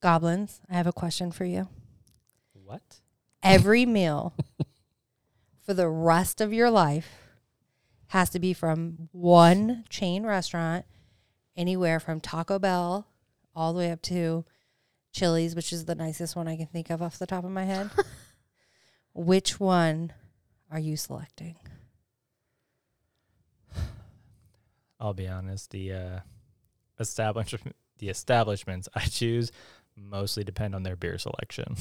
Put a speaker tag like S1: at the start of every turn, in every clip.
S1: Goblins, I have a question for you.
S2: What?
S1: Every meal for the rest of your life has to be from one chain restaurant, anywhere from Taco Bell all the way up to Chili's, which is the nicest one I can think of off the top of my head. which one are you selecting?
S2: I'll be honest. The uh, establishment, the establishments I choose mostly depend on their beer selection.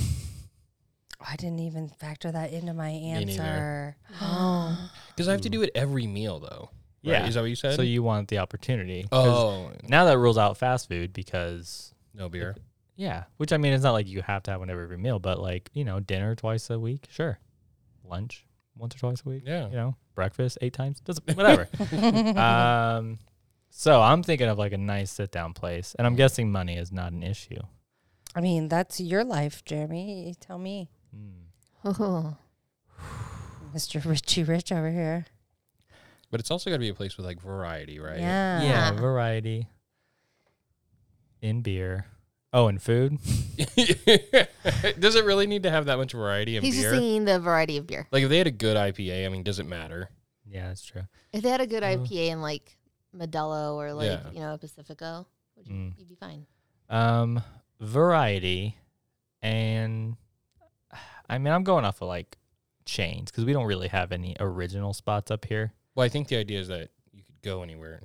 S1: I didn't even factor that into my
S3: neither.
S1: answer. Oh,
S3: Because I have to
S2: Ooh.
S3: do it every meal, though. right?
S2: Yeah.
S3: Is that what you said?
S2: So you want the opportunity? 'Cause
S3: oh,
S2: Now that rules out fast food because
S3: no beer.
S2: yeah, which I mean, it's not like you have to have one every meal, but like you know, dinner twice a week, sure. Lunch once or twice a week.
S3: Yeah.
S2: You know, breakfast eight times. Doesn't whatever. um, so I'm thinking of like a nice sit down place, and I'm guessing money is not an issue.
S1: I mean, that's your life, Jeremy. You tell me.
S3: Hmm.
S2: Mm.
S4: Oh.
S1: Mr. Richie Rich over here.
S3: But it's also got to be a place with like variety, right?
S1: Yeah.
S2: Yeah,
S4: Ah.
S2: variety in beer. Oh, and food.
S3: does it really need to have that much variety in
S4: He's
S3: beer?
S4: just thinking the variety of beer.
S3: like if they had a good IPA, I mean, does it matter?
S2: Yeah, that's true.
S4: If they had a good
S2: Yeah.
S4: IPA and like Modelo or like,
S3: Yeah.
S4: you know, a Pacifico, would you,
S2: Mm.
S4: you'd be fine.
S2: Um, variety, and I mean, I'm going off of like chains because we don't really have any original spots up here.
S3: Well, I think the idea is that you could go anywhere.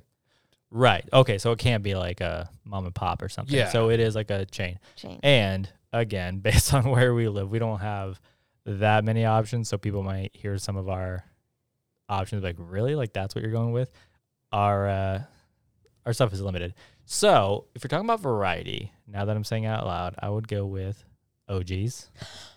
S2: Right. Okay. So it can't be like a mom and pop or something.
S3: Yeah.
S2: So it is like a chain.
S4: Chain.
S2: And again, based on where we live, we don't have that many options. So people might hear some of our options like, really? Like that's what you're going with? Our uh, our stuff is limited. So if you're talking about variety, now that I'm saying it out loud, I would go with OG's.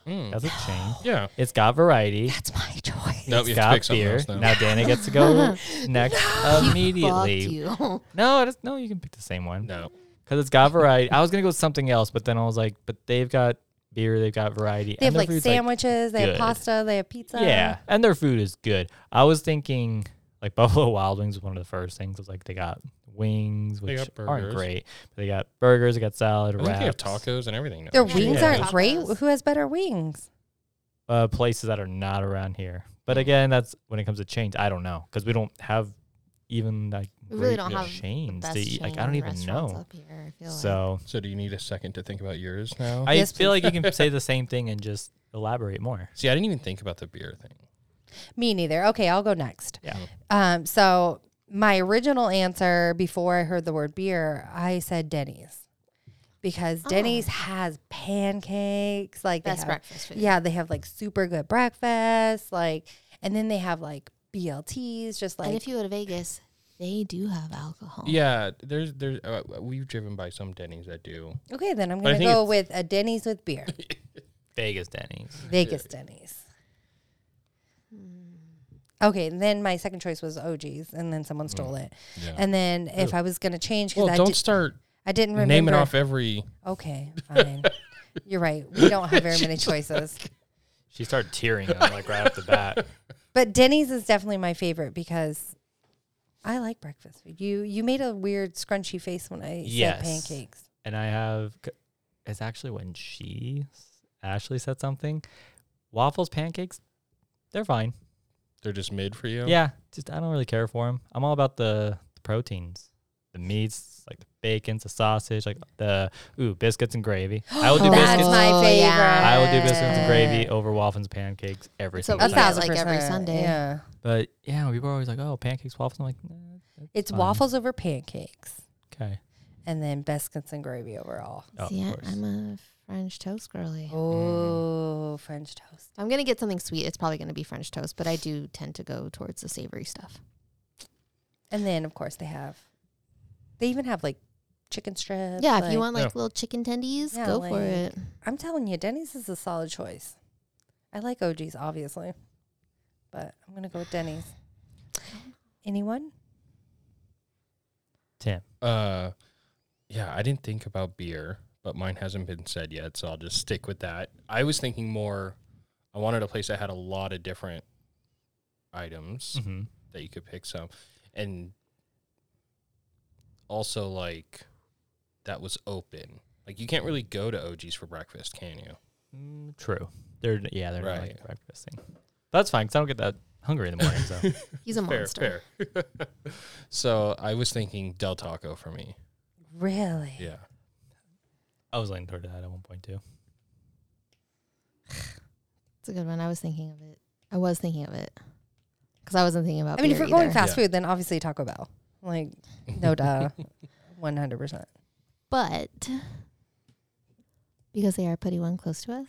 S3: Mm.
S2: That's a chain.
S3: yeah.
S2: It's got variety.
S1: That's my choice.
S3: No,
S2: it's
S3: you have to
S2: got
S3: pick something
S2: beer.
S3: else now.
S2: Now Dana gets to go next
S4: Fuck
S2: immediately.
S4: you.
S2: No, it's, no, you can pick the same one.
S3: No.
S2: Because it's got variety. I was gonna go with something else, but then I was like, but they've got beer, they've got variety.
S1: They have
S2: and their
S1: like
S2: food's,
S1: sandwiches, they have
S2: good.
S1: pasta, they have pizza.
S2: yeah, and their food is good. I was thinking like Buffalo Wild Wings was one of the first things. I was like, they got wings,
S3: They
S2: which
S3: got
S2: aren't
S3: burgers.
S2: great. But they got burgers, they got salad,
S3: I think they have
S2: wraps,
S3: tacos and everything. now.
S1: Their
S4: Yeah.
S1: wings
S2: Yeah.
S1: aren't great.
S4: Tacos.
S1: Who has better wings?
S2: uh, places that are not around here. But again, that's when it comes to chains. I don't know because we don't have even like
S4: We really
S2: great
S4: don't have
S2: chains
S4: the
S2: to
S4: best
S2: eat. Like I
S4: chain
S2: don't even
S4: restaurants
S2: know.
S4: Up here, I feel like.
S2: So
S3: So do you need a second to think about yours now?
S2: I
S1: Yes,
S2: feel
S1: please.
S2: like you can say the same thing and just elaborate more.
S3: See, I didn't even think about the beer thing.
S1: Me neither. Okay, I'll go next.
S2: Yeah.
S1: Um, so my original answer before I heard the word beer, I said Denny's. Because Denny's has pancakes, like they
S4: Oh. best
S1: have-
S4: breakfast food.
S1: Yeah, they have like super good breakfast, like and then they have like BLTs, just like
S4: and if you go to Vegas, they do have alcohol.
S3: Yeah, there's there's uh, we've driven by some Denny's that do.
S1: Okay, then I'm
S3: But I
S1: gonna
S3: think
S1: go with a Denny's with beer.
S2: Vegas Denny's.
S1: Vegas Denny's. Okay, and then my second choice was OG's, and then someone stole it.
S3: Mm. Yeah.
S1: And then if I was gonna change, because
S3: well,
S1: I,
S3: don't
S1: did,
S3: start
S1: I didn't remember.
S3: naming off every.
S1: Okay, fine. You're right. We don't have very many choices.
S2: She started tearing up like right off the bat.
S1: But Denny's is definitely my favorite because I like breakfast food. You you made a weird scrunchy face when I
S2: Yes.
S1: said pancakes.
S2: And I have c- it's actually when she Ashley said something. Waffles, pancakes, they're fine.
S3: They're just mid for you.
S2: Yeah, just I don't really care for them. I'm all about the, the proteins, the meats, like the bacon, the sausage, like the ooh biscuits and gravy. I will do
S4: Oh,
S1: That's
S2: biscuits.
S1: my
S4: Oh,
S1: favorite.
S4: yeah.
S2: I will do biscuits and gravy over waffles and pancakes every
S4: So
S2: single
S1: A
S4: we
S2: time.
S4: got-
S1: thousand
S4: like,
S1: percent.
S4: every Sunday.
S1: Yeah.
S2: But yeah, people are always like, "Oh, pancakes, waffles." I'm like, nah, that's
S1: It's
S2: fine.
S1: waffles over pancakes
S2: Okay.
S1: and then biscuits and gravy overall.
S2: Oh, of
S4: See, I-
S2: course.
S4: I'm a French toast girly.
S1: Oh,
S2: Mm.
S1: French toast.
S4: If I'm gonna get something sweet. It's probably gonna be French toast, but I do tend to go towards the savory stuff.
S1: And then, of course, they have, they even have like chicken strips.
S4: yeah, if
S1: like-
S4: you want like
S3: Yeah.
S4: little chicken tendies,
S1: Yeah,
S4: go for
S1: like-
S4: it.
S1: I'm telling you, Denny's is a solid choice. I like OG's, obviously, but I'm going to go with Denny's. Anyone?
S2: Tim.
S3: Uh, yeah, I didn't think about beer, but mine hasn't been said yet, so I'll just stick with that. I was thinking more. I wanted a place that had a lot of different items
S2: Mm-hmm.
S3: that you could pick some, and also like that was open. Like you can't really go to OG's for breakfast, can you?
S2: Mm, true. They're yeah, they're not like
S3: Right.
S2: a breakfast thing. That's fine because I don't get that hungry in the morning. So
S5: He's a monster.
S3: Fair, fair. so I was thinking Del Taco for me.
S1: Really?
S3: Yeah.
S2: I was leaning toward that at one point too.
S5: It's a good one. I was thinking of it. I was thinking of it because I wasn't thinking about.
S1: I mean, if
S5: beer
S1: we're going
S5: either.
S1: fast
S3: Yeah.
S1: food, then obviously Taco Bell. Like, no duh, one hundred percent.
S5: but because they are putting one close to us,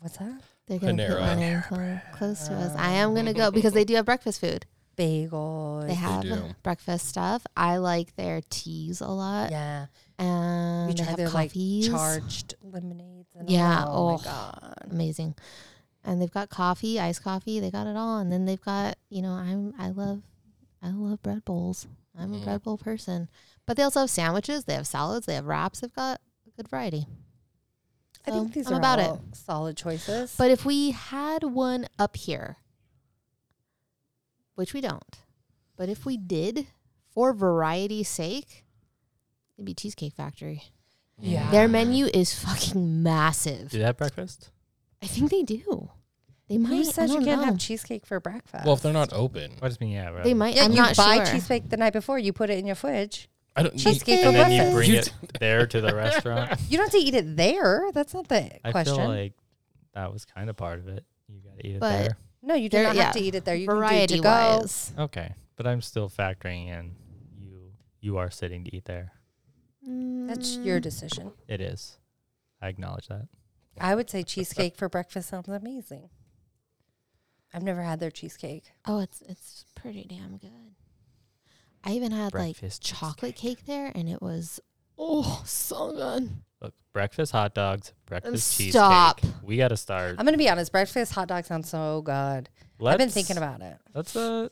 S1: What's that?
S5: they're going to put
S3: Panera.
S5: one in clo- close to us. I am going to go because they do have breakfast food.
S1: Bagel.
S5: They have
S3: do.
S5: breakfast stuff. I like their teas a lot,
S1: Yeah.
S5: and
S1: You
S5: they
S1: try
S5: have
S1: their like
S5: coffees.
S1: charged lemonades. And all.
S5: Yeah,
S1: Oh
S5: oh.
S1: my god.
S5: amazing. And they've got coffee, iced coffee. They got it all, and then they've got you know I'm I love I love bread bowls. I'm
S3: Mhm.
S5: a bread bowl person, but they also have sandwiches. They have salads. They have wraps. They've got a good variety.
S1: I
S5: So,
S1: think these
S5: I'm
S1: are
S5: about it.
S1: all solid choices.
S5: But if we had one up here, which we don't, but if we did, for variety's sake, it'd be Cheesecake Factory.
S1: Yeah.
S5: Their menu is fucking massive.
S2: Do they have breakfast?
S5: I think they do. They might.
S1: who
S5: I
S1: says you
S5: don't
S1: can't
S5: know.
S1: have cheesecake for breakfast?
S3: Well, if they're not open,
S2: I just mean yeah.
S5: They
S2: rather-
S5: might.
S1: yeah,
S5: I'm
S1: you
S5: not
S1: buy
S5: sure.
S1: cheesecake the night before. You put it in your fridge.
S3: I don't.
S1: Cheese- Cheesecake
S2: And then you
S1: breakfast.
S2: bring
S3: You
S2: it there to the restaurant.
S1: You don't have to eat it there. That's not the
S2: I
S1: question.
S2: feel like that was kind of part of it. You got to eat it
S5: But-
S2: there.
S1: no, you do
S5: There-
S1: not
S5: yeah.
S1: have to eat it there. You can do
S5: Variety
S1: to go.
S5: wise,
S2: Okay, but I'm still factoring in you. You are sitting to eat there.
S1: That's your
S5: Mm,
S1: decision.
S2: It is. I acknowledge that.
S1: I would say cheesecake for breakfast sounds amazing. I've never had their cheesecake.
S5: Oh, it's it's pretty damn good. I even had
S2: Breakfast
S5: like chocolate cake there, and it was oh so good.
S2: Look, breakfast hot dogs, breakfast cheesecake.
S5: stop.
S2: We got to start.
S1: I'm gonna be honest. Breakfast hot dog sounds so good.
S2: Let's,
S1: I've been thinking about it.
S2: Let's uh,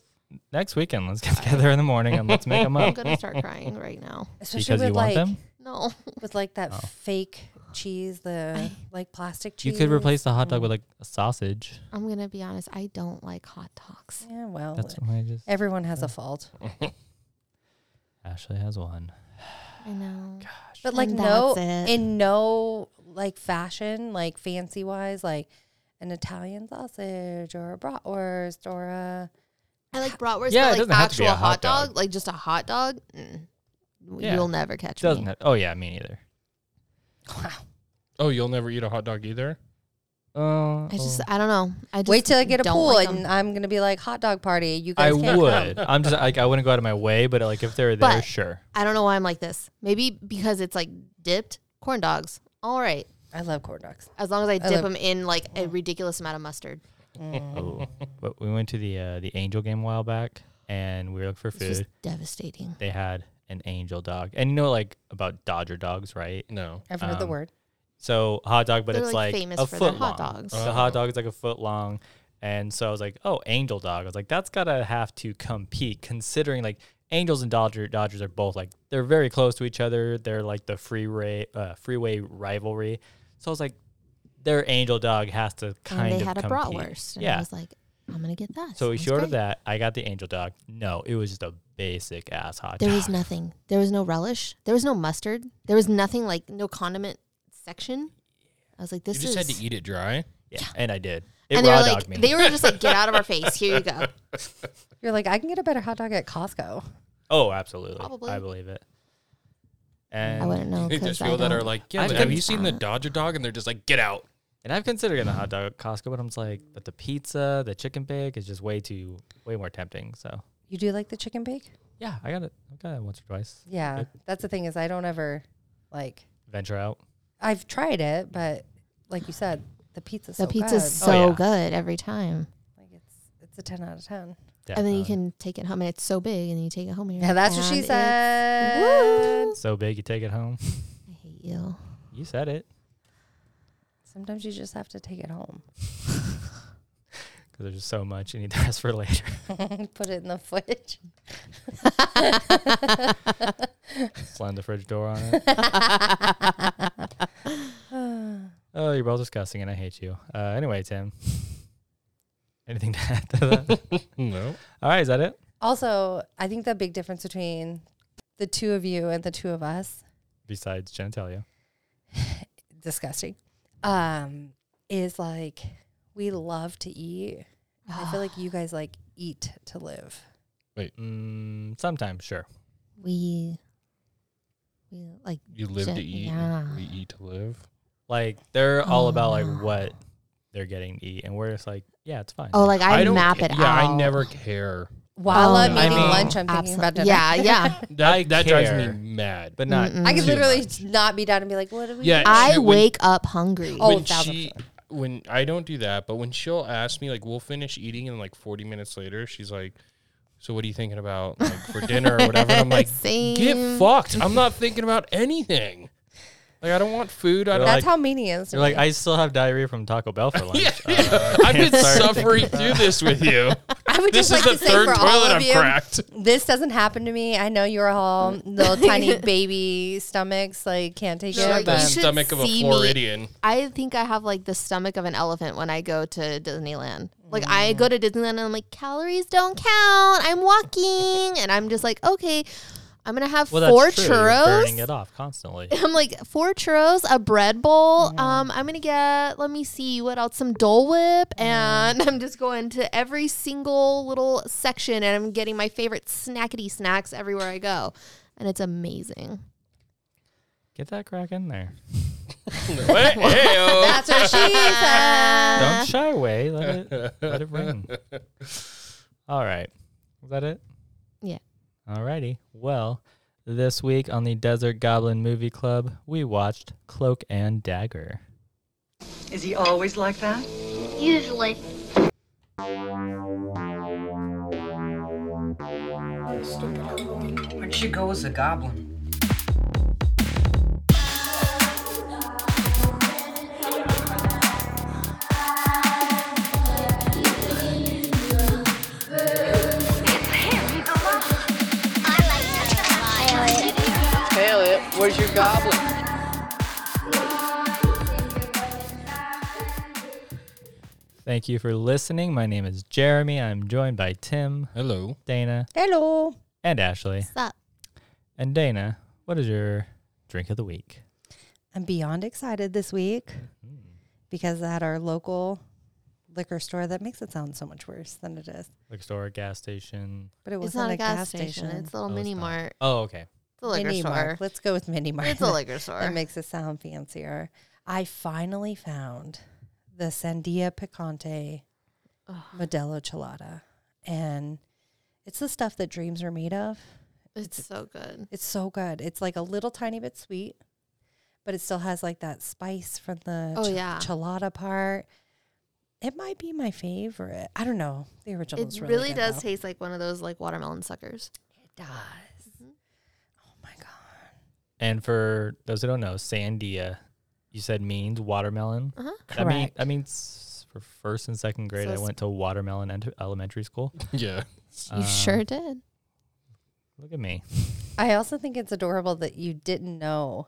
S2: next weekend. Let's get together in the morning and let's make them
S5: I'm
S2: up.
S5: gonna start crying right now.
S1: Especially
S2: Because
S1: with
S2: you
S1: like
S2: want them,
S5: No,
S1: with like that
S2: Oh.
S1: fake cheese, the like plastic
S2: you
S1: cheese.
S2: could replace the hot dog with like a sausage.
S5: I'm gonna be honest. I don't like hot dogs.
S1: Yeah, well,
S2: That's what I just.
S1: everyone has a fault.
S2: Ashley has one.
S5: I know.
S1: But like
S5: And
S1: no,
S5: that's it.
S1: in no like fashion, like fancy wise, like an Italian sausage or a bratwurst or a
S5: I like bratwurst.
S2: Yeah, it
S5: but like
S2: doesn't have to be
S5: actual
S2: a
S5: hot,
S2: hot
S5: dog,
S2: dog.
S5: like just a hot dog. Mm,
S2: Yeah.
S5: You'll never catch
S2: Doesn't
S5: me.
S2: it? Oh yeah, me neither.
S1: wow.
S3: oh, you'll never eat a hot dog either.
S2: Uh,
S5: I just I don't know. I just
S1: Wait till I get a
S5: don't
S1: pool
S5: like 'em.
S1: and I'm gonna be like hot dog party. You
S2: I
S1: guys can't
S2: would. I'm just like I wouldn't go out of my way, but like if they're there,
S5: But-
S2: sure.
S5: I don't know why I'm like this. Maybe because it's like dipped corn dogs. All right,
S1: come. I love corn dogs.
S5: as long as I dip
S1: love-
S5: them in like a ridiculous amount of mustard.
S2: Oh. But we went to the uh, the Angel game a while back, and we were looking for
S5: It's just
S2: food.
S5: devastating.
S2: They had an Angel dog, and you know like about Dodger dogs, right?
S3: No.
S1: I've heard the
S2: Um,
S1: word.
S2: So hot dog, but
S5: They're,
S2: it's
S5: like,
S2: like,
S5: famous
S2: a
S5: for their
S2: foot
S5: hot
S2: long.
S5: dogs.
S2: The hot dog is like a foot long, and so I was like, oh, Angel dog. I was like, that's gotta have to compete, considering like Angels and Dodger Dodgers are both like they're very close to each other. They're like the freeway uh, freeway rivalry. So I was like, their Angel dog has to kind
S5: And they
S2: of
S5: had a
S2: compete.
S5: bratwurst. And I
S2: Yeah.
S5: was like, I'm gonna get that.
S2: So we
S5: Sounds
S2: shorted
S5: great.
S2: that. I got the angel dog. No, it was just a basic ass hot
S5: There
S2: dog.
S5: was nothing. There was no relish. There was no mustard. There was nothing like no condiment section. I was like, this
S3: you just
S5: is.
S3: had to eat it dry.
S2: yeah, and I did. It
S5: and they
S2: raw
S5: were
S2: dog
S5: like,
S2: me.
S5: they were just like, get out of our face. Here you go.
S1: You're like, I can get a better hot dog at Costco.
S2: oh, absolutely.
S5: Probably.
S2: I believe it. And
S5: I wouldn't know.
S3: There's
S5: 'cause I
S3: people that are
S5: don't-
S3: like, yeah,
S2: I've
S3: but
S2: done
S3: have you seen the
S5: that.
S3: Dodger dog? And they're just like, get out.
S2: and I've considered getting a hot dog at Costco, but I'm just like, but the pizza, the chicken bake is just way too way more tempting. So
S1: You do like the chicken bake?
S2: yeah, I got it. I got it once or twice.
S1: Yeah. That's the thing is I don't ever like
S2: Venture out.
S1: I've tried it, but like you said, the pizza's
S5: the
S1: so
S5: pizza's
S1: good. Oh,
S5: so
S2: yeah.
S5: good every time.
S1: like it's it's a ten out of ten.
S5: And then you
S2: Definitely.
S5: can take it home, and it's so big, and you take it home. And you're
S1: Yeah,
S5: like,
S1: that's what she
S5: "And
S1: said.
S5: it's- Woo.
S2: so big you take it home.
S5: I hate you.
S2: You said it
S1: Sometimes you just have to take it home.
S2: because there's just so much you need the rest for later.
S1: Put it in the fridge.
S2: Slam the fridge door on it. Oh, you're both disgusting, and I hate you. Uh, anyway, Tim, anything to add to that?
S3: No.
S2: All right, is that it?
S1: Also, I think the big difference between the two of you and the two of us
S2: besides genitalia.
S1: disgusting. Um, is like we love to eat. and I feel
S5: Ah,
S1: like you guys like eat to live.
S2: Mm, sometimes, sure.
S5: we we like
S3: You live
S5: Shit,
S3: to eat.
S5: yeah.
S3: and We eat to live.
S2: Like they're all about like
S5: Ah.
S2: what they're getting to eat, and we're just like, yeah, it's fine.
S5: oh like I,
S3: don't
S5: map
S3: ca-
S5: it
S3: Yeah,
S5: out.
S3: I never care.
S1: While
S5: Oh,
S1: I'm eating
S2: I mean-
S1: Um, lunch, I'm thinking about
S5: Absol-
S1: dinner.
S5: Yeah, yeah.
S3: That
S2: I
S3: that
S2: care.
S3: drives me mad.
S2: but not.
S5: Mm-mm.
S1: I could
S3: Too
S1: literally
S3: much.
S1: not be down and be like, "What do we?"
S3: Yeah,
S1: do?"
S5: I
S3: She- when-
S5: wake up hungry.
S1: Oh,
S3: when
S1: thousand
S3: she when I don't do that, but when she'll ask me like we'll finish eating and like 40 minutes later, she's like, "So what are you thinking about like for dinner or whatever?" And I'm like,
S5: Same.
S3: "Get fucked! I'm not thinking about anything. Like I don't want food. I don't."
S1: That's
S2: like-
S1: how mean he is. to
S2: You're like,
S1: me.
S2: I still have diarrhea from Taco Bell for lunch.
S3: yeah,
S2: Uh,
S3: yeah. I've been
S2: sorry, thinking
S3: suffering
S2: about
S3: through this with you.
S1: I would
S3: This
S1: just
S3: is
S1: like
S3: the
S1: to say
S3: third
S1: for all
S3: toilet
S1: of
S3: I've
S1: you,
S3: cracked.
S1: this doesn't happen to me. I know you're all little tiny baby stomachs, like can't take
S5: Mm. Sure,
S1: it.
S5: but-
S3: the
S5: you
S1: But
S5: should
S3: stomach of a
S5: see me.
S3: Floridian.
S5: I think I have like the stomach of an elephant when I go to Disneyland. Like I
S2: Mm.
S5: go to Disneyland and I'm like calories don't count. I'm walking and I'm just like okay, I'm gonna have
S2: Well, that's
S5: four
S2: true. You're burning
S5: churros.
S2: it off constantly.
S5: I'm like four churros, a bread bowl. Um, I'm gonna get let me see what else, some Dole Whip, and I'm just going to every single little section and I'm getting my favorite snackety snacks everywhere I go, and it's amazing.
S2: Get that crack in there.
S3: Hey-o.
S1: that's what she said.
S5: Uh-huh.
S2: Don't shy away. Let it let it ring. All right. Is that it?
S5: Yeah.
S2: All righty. Well, this week on the Desert Goblin Movie Club, we watched Cloak and Dagger.
S6: Is he always like that?
S7: Usually.
S6: When she goes, a goblin.
S8: Tail it. Where's your goblin?
S2: Thank you for listening. My name is Jeremy. I'm joined by Tim,
S3: Hello.
S2: Dana,
S1: Hello.
S2: and Ashley.
S5: What's up?
S2: And Dana, what is your drink of the week?
S1: I'm beyond excited this week
S5: Mm.
S1: because at our local liquor store, that makes it sound so much worse than it is.
S2: Like store, gas station.
S1: But it
S5: It's
S1: wasn't
S5: not a gas, station. It's a little
S2: Oh, it's
S5: mini
S2: not.
S5: mart.
S2: Oh, okay.
S5: It's a liquor
S1: mini
S5: store.
S1: mart. Let's go with mini mart.
S5: It's a liquor store.
S1: That makes it sound fancier. I finally found the Sandia Picante Modelo Chelada, and it's the stuff that dreams are made of.
S5: It's so good.
S1: It's so good. It's like a little tiny bit sweet, but it still has like that spice from the
S5: Oh,
S1: ch-
S5: yeah.
S1: chelada part. It might be my favorite. I don't know. The original
S5: It
S1: is
S5: really,
S1: really, good,
S5: does
S1: though.
S5: taste like one of those like watermelon suckers.
S1: It does. Oh my god.
S2: And for those who don't know, Sandia, you said means watermelon.
S5: Uh-huh.
S2: That, mean,
S1: Correct.
S2: that means for first and second grade,
S5: So
S2: I
S5: it's-
S2: went to watermelon ent- elementary school. Um,
S3: Yeah.
S2: Uh,
S5: You sure did.
S2: Look at me.
S1: I also think it's adorable that you didn't know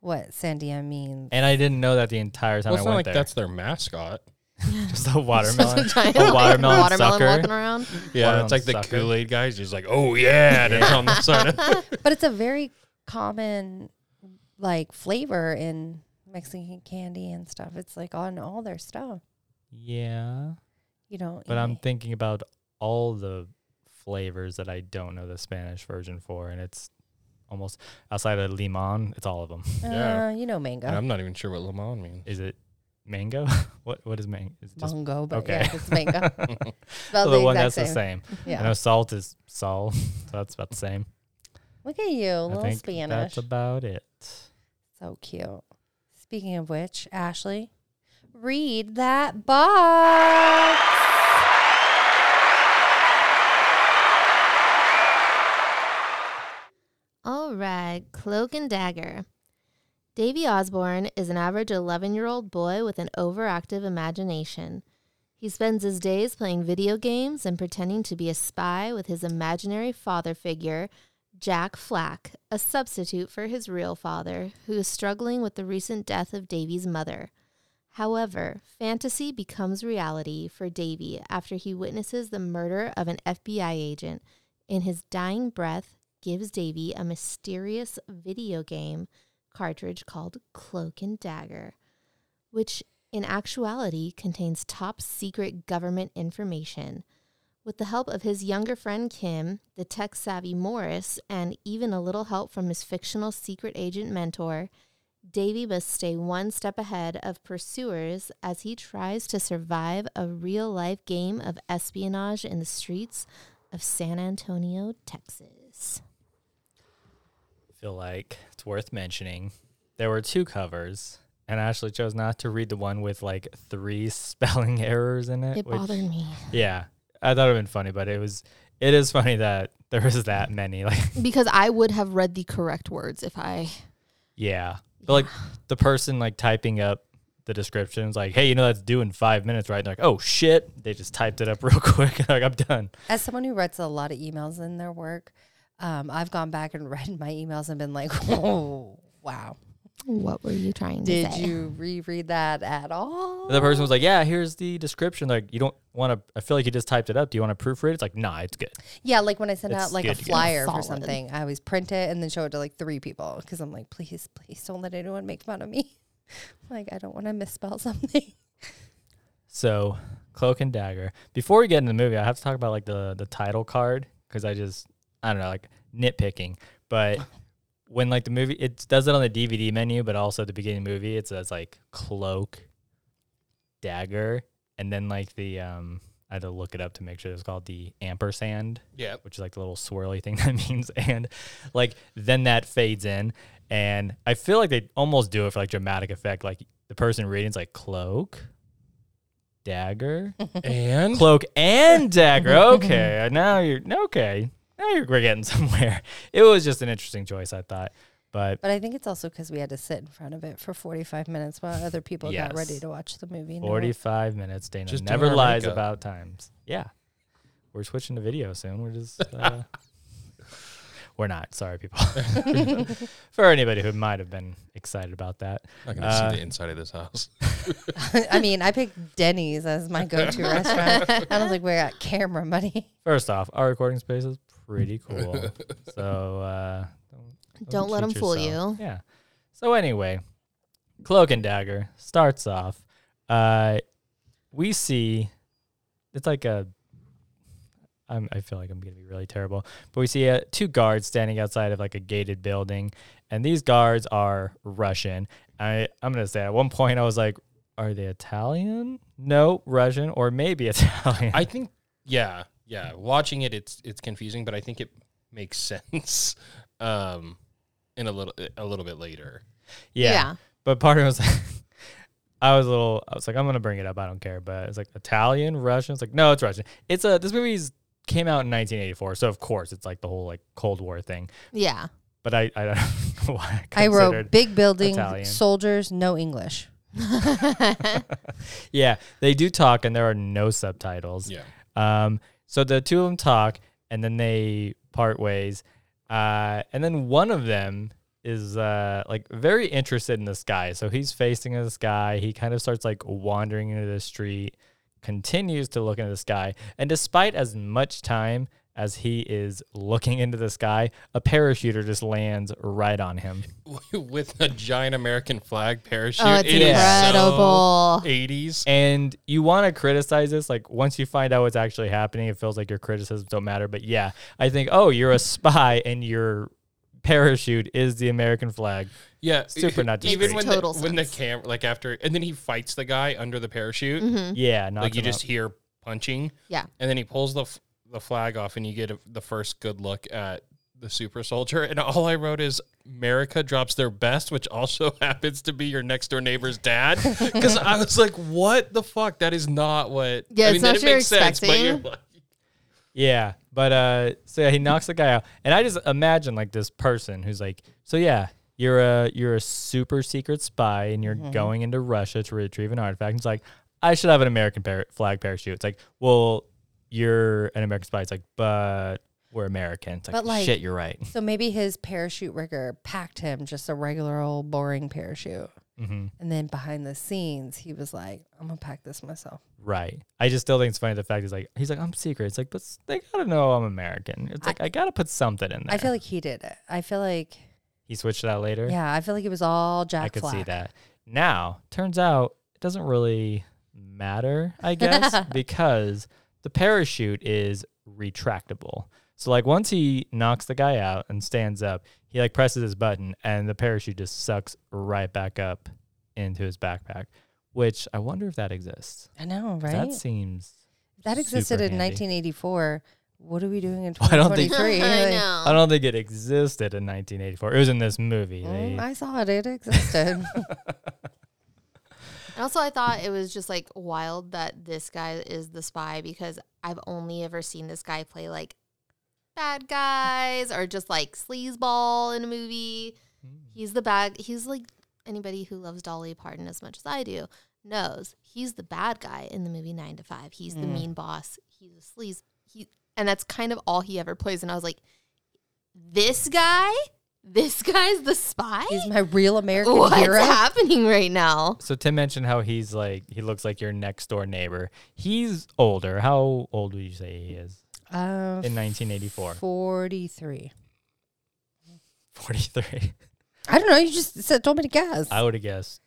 S1: what Sandia means.
S2: And I didn't know that the entire time
S3: Well, it's
S2: I
S3: not
S2: went
S3: like
S2: there.
S3: that's their mascot.
S2: just a watermelon.
S5: Giant,
S2: uh, a
S5: like,
S2: watermelon,
S5: walking
S2: sucker.
S5: around.
S3: Yeah,
S2: Watermelon
S3: it's like the
S2: sucker.
S3: Kool Aid guys. He's like, oh yeah, and it's on the side. of-
S1: But it's a very common like flavor in Mexican candy and stuff. It's like on all their stuff.
S2: Yeah.
S1: You don't
S2: But
S1: eat
S2: I'm
S1: it.
S2: thinking about all the flavors that I don't know the Spanish version for. And it's almost outside of limon, it's all of them.
S3: yeah.
S1: uh, you know mango.
S3: And I'm not even sure what lemon means.
S2: Is it mango? what What is mango? Is it just
S1: Mongo, but
S2: okay.
S1: yeah, it's mango.
S2: so
S1: Spelled
S2: the one
S1: exact
S2: that's the same. I
S1: Yeah.
S2: know salt is sol, so that's about the same.
S1: Look at you,
S2: I
S1: little
S2: think
S1: Spanish.
S2: that's about it.
S1: so cute. Speaking of which, Ashley, read that box.
S5: All right, Cloak and Dagger. Davy Osborne is an average 11 year old boy with an overactive imagination. He spends his days playing video games and pretending to be a spy with his imaginary father figure, Jack Flack, a substitute for his real father, who is struggling with the recent death of Davy's mother. However, fantasy becomes reality for Davy after he witnesses the murder of an FBI agent. In his dying breath,
S4: gives Davy a mysterious video game cartridge called Cloak and Dagger, which in actuality contains top secret government information. With the help of his younger friend Kim, the tech savvy Morris, and even a little help from his fictional secret agent mentor, Davy must stay one step ahead of pursuers as he tries to survive a real life game of espionage in the streets of San Antonio, Texas.
S2: feel like it's worth mentioning. There were two covers, and I actually chose not to read the one with like three spelling errors in it.
S4: It
S2: which-
S4: bothered me
S2: Yeah, I thought it'd been funny, but it was it is funny that there was that many. Like,
S5: because I would have read the correct words if I.
S2: yeah, but like the person like typing up the description is like, hey, you know that's due in five minutes, right? And they're like, oh shit, they just typed it up real quick. like I'm done.
S1: As someone who writes a lot of emails in their work, um, I've gone back and read my emails and been like, oh, wow.
S4: What were you trying to
S1: Did
S4: say?
S1: you reread that at all?
S2: The person was like, yeah, here's the description. Like, you don't want to. I feel like you just typed it up. Do you want to proofread? it? It's like, nah, it's good.
S1: Yeah, like when I send
S2: It's
S1: out like a
S2: good to go.
S1: flyer for
S5: Solid.
S1: something, I always print it and then show it to like three people because I'm like, please, please don't let anyone make fun of me. like, I don't want to misspell something.
S2: So, Cloak and Dagger. Before we get into the movie, I have to talk about like the the title card because I just I don't know like nitpicking. But when like the movie, it does it on the DVD menu, but also at the beginning of the movie, it says like Cloak, Dagger, and then like the um I had to look it up to make sure it was called the ampersand
S3: Yeah.
S2: which is like the little swirly thing that means and like then that fades in and i feel like they almost do it for like dramatic effect like the person reading's like cloak dagger
S3: And
S2: cloak and dagger okay now you're okay now you're we're getting somewhere it was just an interesting choice i thought but
S1: But I think it's also because we had to sit in front of it for 45 minutes while other people
S2: Yes.
S1: got ready to watch the movie. No.
S2: 45 minutes dana
S3: Just
S2: never
S3: doing our
S2: lies
S3: makeup.
S2: about times yeah we're switching to video soon we're just uh, we're not sorry people for anybody who might have been excited about that
S3: I can
S2: Uh,
S3: see the inside of this house.
S1: I mean, I picked Denny's as my go-to restaurant. I was like, we got camera money.
S2: first off our recording space is pretty cool so uh
S4: Don't let
S2: cheat
S4: him fool
S2: yourself.
S4: you.
S2: Yeah. So anyway, Cloak and Dagger starts off. Uh, we see it's like a. I'm, I feel like I'm gonna be really terrible, but we see uh, two guards standing outside of like a gated building, and these guards are Russian. I I'm gonna say at one point I was like, are they Italian? No, Russian or maybe Italian.
S3: I think yeah, yeah. Watching it it's it's confusing, but I think it makes sense. Um in a little a little bit later.
S2: yeah. But part of it was like, I was a little, I was like, I'm gonna bring it up. I don't care. But it's like Italian, Russian. It's like no, it's Russian. It's a this movie's came out in 1984, so of course it's like the whole like Cold War thing.
S5: Yeah.
S2: But I, I don't know why I,
S1: I wrote
S2: considered-
S1: big building,
S2: Italian.
S1: soldiers, no English.
S2: Yeah, they do talk, and there are no subtitles.
S3: Yeah.
S2: Um, so the two of them talk, and then they part ways. Uh, and then one of them is uh, like very interested in the sky. So he's facing the sky. He kind of starts like wandering into the street, continues to look into the sky. And despite as much time as he is looking into the sky, a parachuter just lands right on him.
S3: With a giant American flag parachute.
S5: Oh, it's
S3: It is so
S5: incredible.
S3: 80s.
S2: And you want to criticize this, like once you find out what's actually happening, it feels like your criticisms don't matter. But yeah, I think, oh, you're a spy and your parachute is the American flag.
S3: Yeah,
S2: Super not
S3: Even
S2: discreet.
S3: when
S5: Total
S3: the, when the
S5: sense. Mm-hmm.
S3: camera, like after, and then he fights the guy under the parachute.
S1: Mm-hmm.
S2: Yeah, not
S3: Like you just hear punching,
S5: Yeah.
S3: and then he pulls the f- the flag off, and you get a, the first good look at the super soldier. And all I wrote is America drops their best, which also happens to be your next door neighbor's dad. Because I was like, what the fuck? That is not what.
S5: Yeah,
S3: I
S5: it's
S3: then
S5: not
S3: but
S5: what you're
S3: you're
S5: expecting.
S3: like,
S2: Yeah, but uh, so yeah, he knocks the guy out, and I just imagine like this person who's like, so yeah, you're a you're a super secret spy, and you're
S1: Mm-hmm.
S2: going into Russia to retrieve an artifact. And it's like, I should have an American par- flag parachute. It's like, well, you're an American spy. It's like, but we're American. It's like,
S1: But, like-
S2: shit, you're right.
S1: So maybe his parachute rigger packed him just a regular old boring parachute.
S2: Mm-hmm.
S1: And then behind the scenes, he was like, I'm going to pack this myself.
S2: Right. I just still think it's funny the fact he's like he's like I'm secret. It's like but s- they gotta know I'm American. It's
S1: I-
S2: like I gotta put something in there.
S1: I feel like he did it. I feel like,
S2: he switched that later.
S1: yeah, I feel like it was all Jack
S2: I could see
S1: Black.
S2: that. Now, turns out it doesn't really matter, I guess, because the parachute is retractable. So like once he knocks the guy out and stands up, he like presses his button and the parachute just sucks right back up into his backpack, which I wonder if that exists.
S1: I know,
S2: 'Cause
S1: right?
S2: That seems
S1: that
S2: super
S1: existed in
S2: handy.
S1: 1984. What are we doing in
S2: I don't think-
S1: 2023?
S4: I
S1: Like,
S4: know.
S2: I don't think it existed in 1984. It was in this movie.
S1: mm,
S2: They-
S1: I saw it. It existed.
S4: And also, I thought it was just like wild that this guy is the spy because I've only ever seen this guy play like bad guys or just like sleazeball in a movie.
S1: Hmm.
S4: He's the bad. He's like anybody who loves Dolly Parton as much as I do knows he's the bad guy in the movie Nine to Five. He's the
S1: Mm.
S4: mean boss. He's a sleaze. He and that's kind of all he ever plays. And I was like, this guy, this guy's the spy.
S1: He's my real American
S4: What's
S1: hero.
S4: happening right now?
S2: so Tim mentioned how he's like he looks like your next door neighbor. He's older. How old would you say he is
S1: Uh,
S2: in 1984?
S1: 43.
S2: 43.
S1: I don't know. You just said, told me to guess.
S2: I would have guessed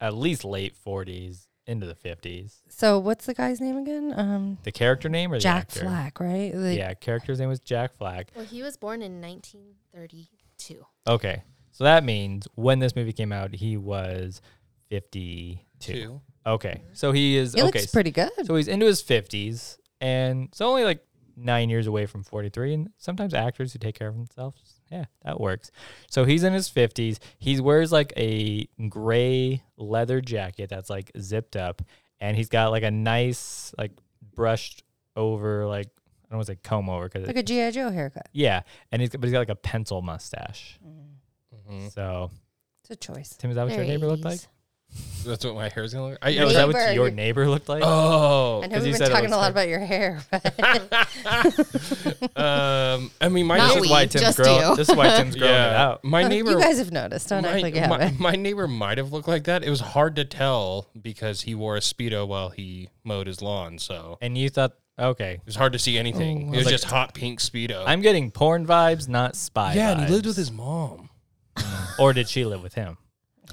S2: at least late 40s into the 50s.
S1: so what's the guy's name again? Um,
S2: The character name or the
S1: Jack
S2: actor?
S1: Flack, right? Like,
S2: Yeah, character's name was Jack Flack.
S4: Well, he was born in 1932.
S2: Okay, so that means when this movie came out, he was 52.
S3: Two.
S2: Okay, so he is
S1: He
S2: okay.
S1: looks pretty good.
S2: So he's into his 50s, and it's only like nine years away from 43. And sometimes actors who take care of themselves, yeah, that works. So he's in his 50s. He wears like a gray leather jacket that's like zipped up, and he's got like a nice, like brushed over, like I don't want to say comb over because
S1: like a G.I. Joe haircut.
S2: yeah, and he's but he's got like a pencil mustache.
S3: Mhm.
S2: So
S1: It's a choice.
S2: Tim, is that what
S4: Very
S2: your neighbor looked like?
S4: 80s.
S3: That's what my hair's gonna look. I,
S2: Yeah, is that
S1: Neighbor.
S2: what your neighbor looked like?
S3: oh,
S1: I know
S2: 'cause you
S1: we've
S2: said
S1: been
S2: it
S1: talking
S2: looks
S1: a lot
S2: like-
S1: about your hair, but
S3: um, I mean, my
S4: Not
S2: this
S3: neighbor,
S2: is why
S4: we,
S2: Tim's
S4: just
S2: growing.
S4: you.
S2: This is why Tim's growing it
S3: yeah,
S2: out.
S3: my neighbor,
S1: you guys have noticed. Don't act
S3: my,
S1: like you
S3: my,
S1: haven't.
S3: my neighbor might have looked like that. It was hard to tell because he wore a speedo while he mowed his lawn, so
S2: And you thought, okay,
S3: it was hard to see anything. it Oh, was
S2: Like-
S3: just hot pink speedo.
S2: I'm getting porn vibes, not spy.
S3: yeah, and he lived
S2: vibes.
S3: with his mom.
S2: or did she live with him?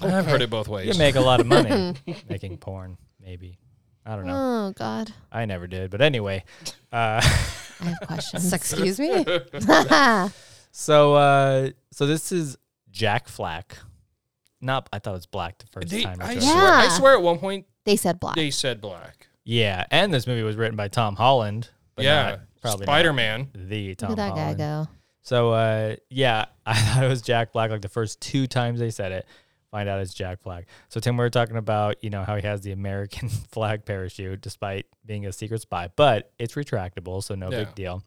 S3: I've heard it both ways.
S2: You make a lot of money making porn, maybe. I don't know.
S4: Oh God,
S2: I never did, but anyway.
S4: I
S2: Uh,
S4: have questions.
S1: Excuse me.
S2: so, uh, so this is Jack Flack. Not, I thought it was black the first
S3: They-
S2: time.
S3: I,
S2: which was-
S3: swear, I
S4: Yeah.
S3: swear at one point
S4: they said black.
S3: they said black.
S2: yeah, and this movie was written by Tom Holland. But
S3: yeah,
S2: not- probably not
S3: Spider Man.
S2: the Tom
S4: Look at that
S2: Holland.
S4: guy go.
S2: So uh, yeah, I thought it was Jack Black like the first two times they said it. Find out it's Jack Black. So Tim, we were talking about you know how he has the American flag parachute despite being a secret spy, but it's retractable, so no
S3: Yeah.
S2: big deal.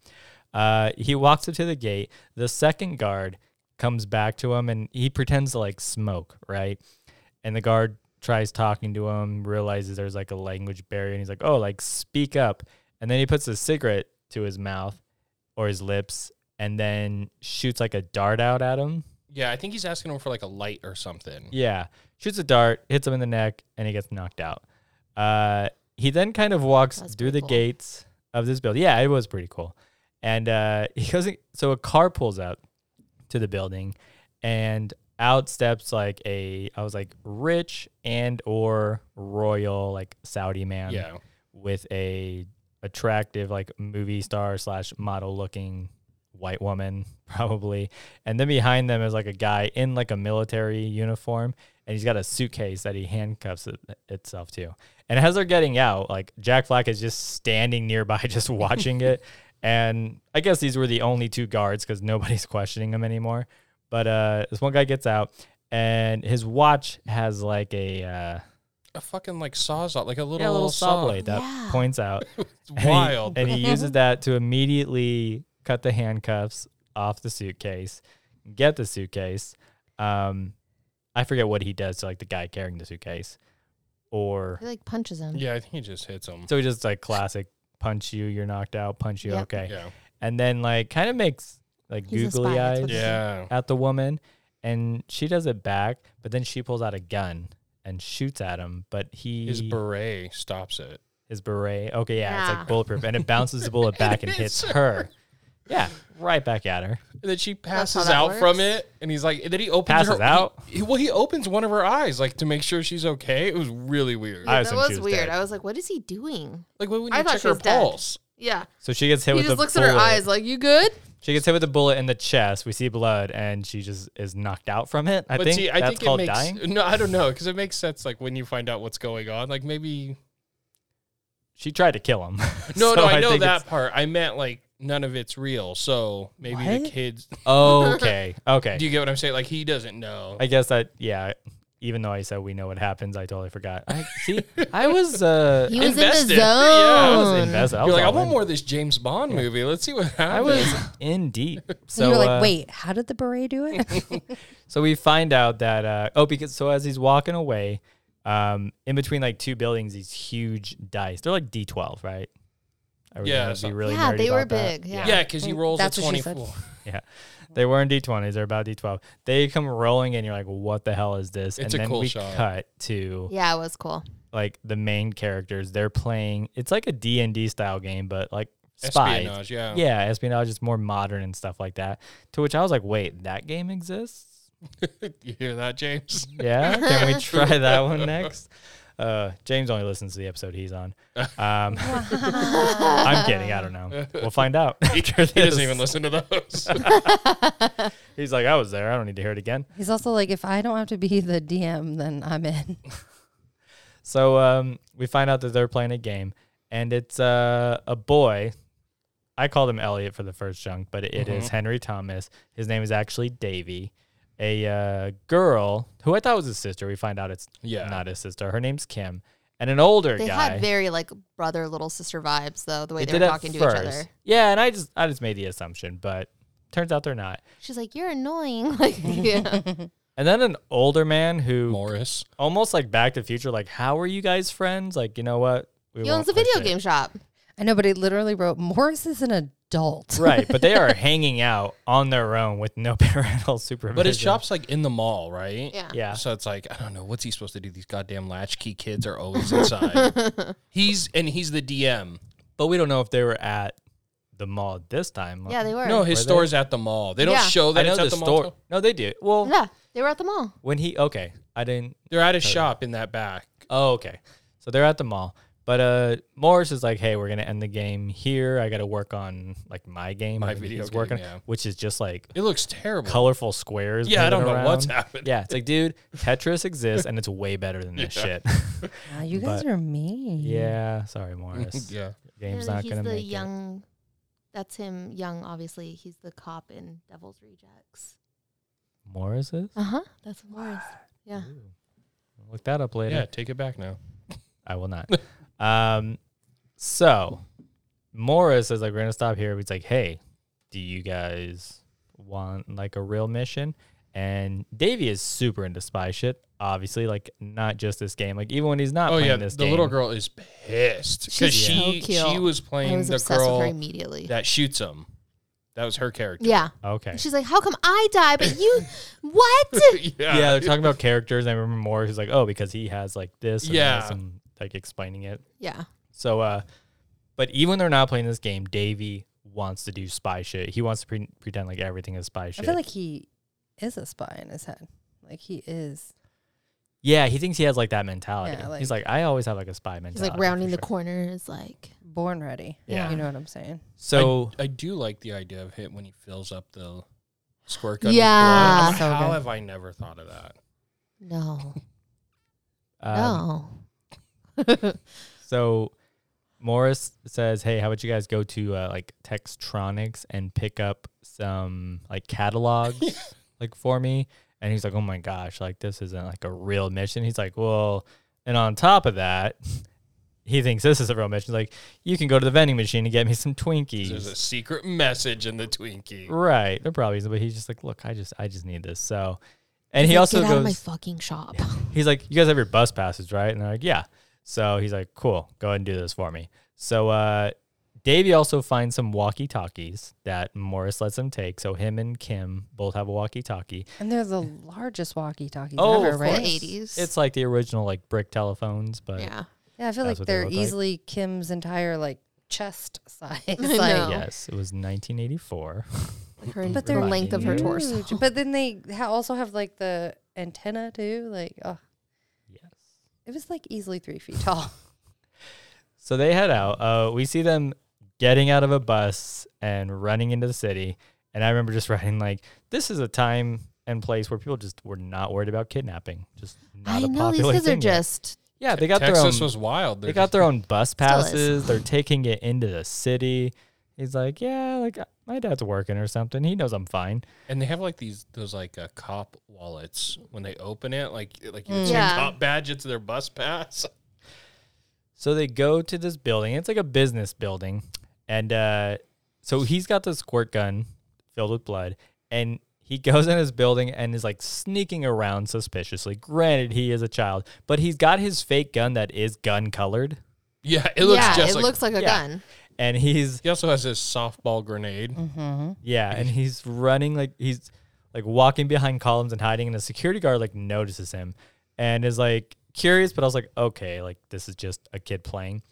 S2: Uh, he walks up to the gate. The second guard comes back to him and he pretends to like smoke, right? And the guard tries talking to him, realizes there's like a language barrier, and he's like, "Oh, like speak up." And then he puts a cigarette to his mouth or his lips, and then shoots like a dart out at him.
S3: Yeah, I think he's asking him for like a light or something.
S2: Yeah, shoots a dart, hits him in the neck, and he gets knocked out. Uh, he then kind of walks
S4: That's
S2: through
S4: pretty
S2: the
S4: cool.
S2: gates of this building. Yeah, it was pretty cool. And uh, he goes. in- So a car pulls up to the building, and out steps like a I was like rich and or royal like Saudi man
S3: Yeah.
S2: with a attractive like movie star slash model looking white woman probably and then behind them is like a guy in like a military uniform and he's got a suitcase that he handcuffs it, itself to and as they're getting out like jack flack is just standing nearby just watching it and i guess these were the only two guards because nobody's questioning him anymore but uh this one guy gets out and his watch has like a uh
S3: A fucking like sawzall, like a little,
S2: yeah, a little saw blade that
S4: Yeah.
S2: points out
S3: It's
S2: and he-
S3: wild.
S2: And he, uses that to immediately cut the handcuffs off the suitcase, get the suitcase. Um, I forget what he does to like the guy carrying the suitcase, or
S4: He like punches him.
S3: yeah, I think he just hits him.
S2: so he just like classic punch you, you're knocked out, punch you,
S4: Yep.
S2: okay.
S3: Yeah.
S2: and then like kind of makes like
S4: He's a spy,
S2: googly
S4: that's
S2: eyes
S4: what it is.
S3: Yeah.
S2: at the woman and she does it back, but then she pulls out a gun and shoots at him, but he
S3: His beret stops it.
S2: his beret. Okay, yeah, it's
S4: Yeah.
S2: like bulletproof and it bounces the bullet back and hits her. Yeah, right back at her.
S3: And then she passes
S4: that
S3: out from
S4: works?
S3: it, and he's like, and then he opens
S2: Passes
S3: her,
S2: out?
S3: he- well, he opens one of her eyes, like to make sure she's okay. It was really weird.
S2: I
S4: that
S2: assumed
S4: was,
S2: she was
S4: weird.
S2: dead.
S4: I was like, what is he doing?
S3: like when we
S4: I
S3: need to
S4: thought
S3: check
S4: she
S3: her
S4: was dead.
S3: pulse.
S4: Yeah.
S2: So she gets hit
S5: He
S2: with
S5: just
S2: a
S5: looks
S2: bullet.
S5: at her eyes like, "You good?"
S2: She gets hit with a bullet in the chest. We see blood, and she just is knocked out from it. I
S3: but
S2: think
S3: see, I
S2: that's
S3: think
S2: called
S3: it makes,
S2: dying.
S3: No, I don't know because it makes sense. Like when you find out what's going on, like maybe
S2: She tried to kill him.
S3: no,
S2: So
S3: no, I, know
S2: think
S3: that
S2: it's-
S3: part. I meant like none of it's real. So maybe the
S2: What?
S3: kids.
S2: Okay, okay.
S3: Do you get what I'm saying? Like he doesn't know.
S2: I guess that yeah. Even though I said we know what happens, I totally forgot. I see. I was uh,
S4: He was in
S3: Invested.
S4: the
S3: Yeah, I
S2: I
S4: zone.
S2: was invested. I
S3: You're
S2: was
S3: like, I
S2: all
S3: want
S2: in.
S3: more of this James Bond movie. Let's see what happens.
S2: I was in deep. So
S1: and you were like,
S2: uh,
S1: wait, how did the beret do it?
S2: So we find out that uh, oh, because so as he's walking away, um, in between like two buildings, these huge dice. They're like D twelve, right? Are we
S3: Yeah,
S2: gonna be
S3: some-
S2: really
S4: Yeah,
S2: nerdy
S4: they were
S2: about that?
S4: big, yeah.
S3: yeah, because he rolls
S1: That's
S3: a
S1: what she said.
S3: 24.
S2: Yeah. They weren't D20s. They're about D12. They come rolling in. You're like, what the hell is this? and
S3: It's a
S2: then
S3: cool
S2: we
S3: shot.
S2: cut to
S4: Yeah, it was cool.
S2: like the main characters. They're playing. It's like a D&D style game, but like spies.
S3: Espionage, yeah.
S2: Yeah, espionage is more modern and stuff like that. To which I was like, wait, that game exists?
S3: you hear that, James?
S2: Yeah. Can we try that one next? Uh, James only listens to the episode he's on. Um, I'm kidding. I don't know. We'll find out.
S3: He,
S2: after
S3: he doesn't
S2: this.
S3: even listen to those.
S2: He's like, I was there. I don't need to hear it again.
S1: He's also like, if I don't have to be the DM, then I'm in.
S2: So um, we find out that they're playing a game, and it's uh, a boy. I called him Elliot for the first chunk, but it is
S3: Mm-hmm.
S2: Henry Thomas. His name is actually Davy. A uh, girl who I thought was his sister. We find out it's
S3: Yeah.
S2: not his sister. Her name's Kim, and an older
S5: They
S2: guy.
S5: had very like brother little sister vibes though, the way
S2: They
S5: they,
S2: did
S5: were
S2: at
S5: talking to each
S2: first.
S5: other.
S2: Yeah, and I just I just made the assumption, but turns out they're not.
S4: She's like, you're annoying. Like, yeah.
S2: And then an older man who
S3: Morris.
S2: almost like Back to the Future, like how are you guys friends? Like you know what? We
S4: He
S2: won't
S4: owns a
S2: push
S4: video
S2: it.
S4: game shop.
S1: I know, but he literally wrote, Morris is an adult.
S2: right, but they are hanging out on their own with no parental supervision.
S3: But his shop's like in the mall, right?
S4: Yeah.
S2: yeah,
S3: So it's like, I don't know, what's he supposed to do? These goddamn latchkey kids are always inside. he's and he's the DM.
S2: but we don't know if they were at the mall this time.
S4: Yeah, they were.
S3: No,
S2: Were
S3: his
S2: they?
S3: store's at the mall. They don't
S4: Yeah.
S3: show that
S2: I know
S3: it's at
S2: the
S3: the,
S2: store.
S3: mall.
S2: No, they do. Well,
S4: Yeah, they were at the mall.
S2: when he okay, I didn't.
S3: They're at his shop in that back.
S2: Oh, okay. So they're at the mall, but uh, Morris is like, "Hey, we're gonna end the game here. I got to work on like my game. I
S3: My
S2: think
S3: video
S2: he's
S3: game,
S2: working,
S3: yeah.
S2: which is just like
S3: It looks terrible.
S2: colorful squares.
S3: Yeah, I don't
S2: moving
S3: know what's
S2: around.
S3: happening.
S2: Yeah, it's like, dude, Tetris exists and it's way better than this shit.
S1: Wow, you guys
S2: But-
S1: are mean.
S2: yeah, sorry, Morris.
S3: yeah.
S2: Game's
S4: Yeah,
S2: not
S4: he's
S2: gonna
S4: the
S2: make it.
S4: young. That's him, young. Obviously, he's the cop in Devil's Rejects.
S2: Morris is?
S4: Uh huh. That's Morris. Yeah.
S2: I'll Look that up later.
S3: Yeah, take it back now.
S2: I will not. um, so Morris is like, we're gonna stop here. He's like, hey, do you guys want like a real mission? And Davy is super into spy shit. Obviously, like not just this game. Like even when he's not
S3: Oh
S2: playing
S3: yeah,
S2: this
S3: the
S2: game,
S3: little girl is pissed because
S4: She's so
S3: she
S4: cute.
S3: she was
S4: I
S3: playing
S4: was
S3: the
S4: obsessed with her
S3: girl
S4: immediately.
S3: that shoots him. That was her character.
S4: yeah.
S2: Okay.
S4: And she's like, "How come I die, but you? what?
S3: yeah.
S2: yeah, they're talking about characters. And I remember Morris is like, oh, because he has like this. And yeah.
S3: Yeah.
S2: and like explaining it.
S5: Yeah.
S2: So, uh, but even when they're not playing this game, Davy wants to do spy shit. He wants to pre- pretend like everything is spy
S1: I
S2: shit.
S1: feel like he is a spy in his head. Like he is.
S2: yeah, he thinks he has like that mentality.
S1: Yeah,
S2: He's like, I always have like a spy mentality.
S4: He's like rounding
S2: for
S4: the
S2: sure."
S4: corners, like
S1: born ready.
S2: Yeah.
S1: You know what I'm saying?
S2: So
S3: I do like the idea of hit when he fills up the squirt gun.
S4: Yeah.
S3: with blood.
S1: So
S3: how
S1: good.
S3: have I never thought of that?
S4: no, oh.
S2: um,
S4: no.
S2: So Morris says, "Hey, how about you guys go to uh, like Textronics and pick up some like catalogs like for me?" And he's like, "Oh my gosh, like this isn't like a real mission." He's like, "Well," and on top of that, he thinks this is a real mission. He's like, "You can go to the vending machine and get me some
S3: There's a
S2: Twinkies."
S3: secret message in the Twinkie.
S2: Right? There probably isn't, but he's just like, "Look, I just, I just need this." So, and he
S4: Like,
S2: also
S4: get
S2: goes,
S4: out of my fucking shop.
S2: he's like, you guys have your bus passes, right? And they're like, yeah. So he's like, cool, go ahead and do this for me. So uh, Davey also finds some walkie talkies that Morris lets him take. So him and Kim both have a walkie talkie.
S1: And they're the largest walkie talkies
S2: Oh,
S1: ever,
S2: of
S1: right?
S5: The 80s.
S2: It's like the original like brick telephones, but
S5: yeah.
S1: Yeah, I feel like
S2: That's what they
S1: they're
S2: look like.
S1: easily Kim's entire like chest size. like,
S5: know.
S2: yes, it was 1984.
S5: Like her,
S1: But
S5: the
S1: they're
S5: length of her
S2: huge.
S5: torso.
S1: huge. But then they ha- also have like the antenna too. Like, oh,
S2: yes.
S1: it was like easily three feet tall.
S2: So they head out. Uh, we see them getting out of a bus and running into the city. And I remember just writing like, "This is a time and place where people just were not worried about kidnapping. Just not
S4: I
S2: a
S4: know these
S2: popular
S4: kids are
S2: thing yet.
S4: just
S2: yeah. They got their
S3: Texas
S2: own.
S3: was wild.
S2: they got their own bus
S4: Still is.
S2: passes. They're taking it into the city. He's like, yeah, like uh, my dad's working or something. He knows I'm fine.
S3: and they have like these those like uh, cop wallets when they open it, like like you
S4: Mm.
S3: would see
S5: Yeah.
S3: a cop badge. It's their bus pass.
S2: So they go to this building. It's like a business building. And uh, so he's got this squirt gun filled with blood. And he goes in his building and is like sneaking around suspiciously. Granted, he is a child, but he's got his fake gun that is gun colored.
S3: Yeah, it looks
S5: yeah,
S3: just
S5: it
S3: like.
S5: looks like a
S2: yeah.
S5: gun.
S2: And he's,
S3: he also has his softball grenade.
S4: Mm-hmm.
S2: yeah, and he's running like he's like walking behind columns and hiding. And a security guard like notices him and is like curious, but I was like, okay, like this is just a kid playing.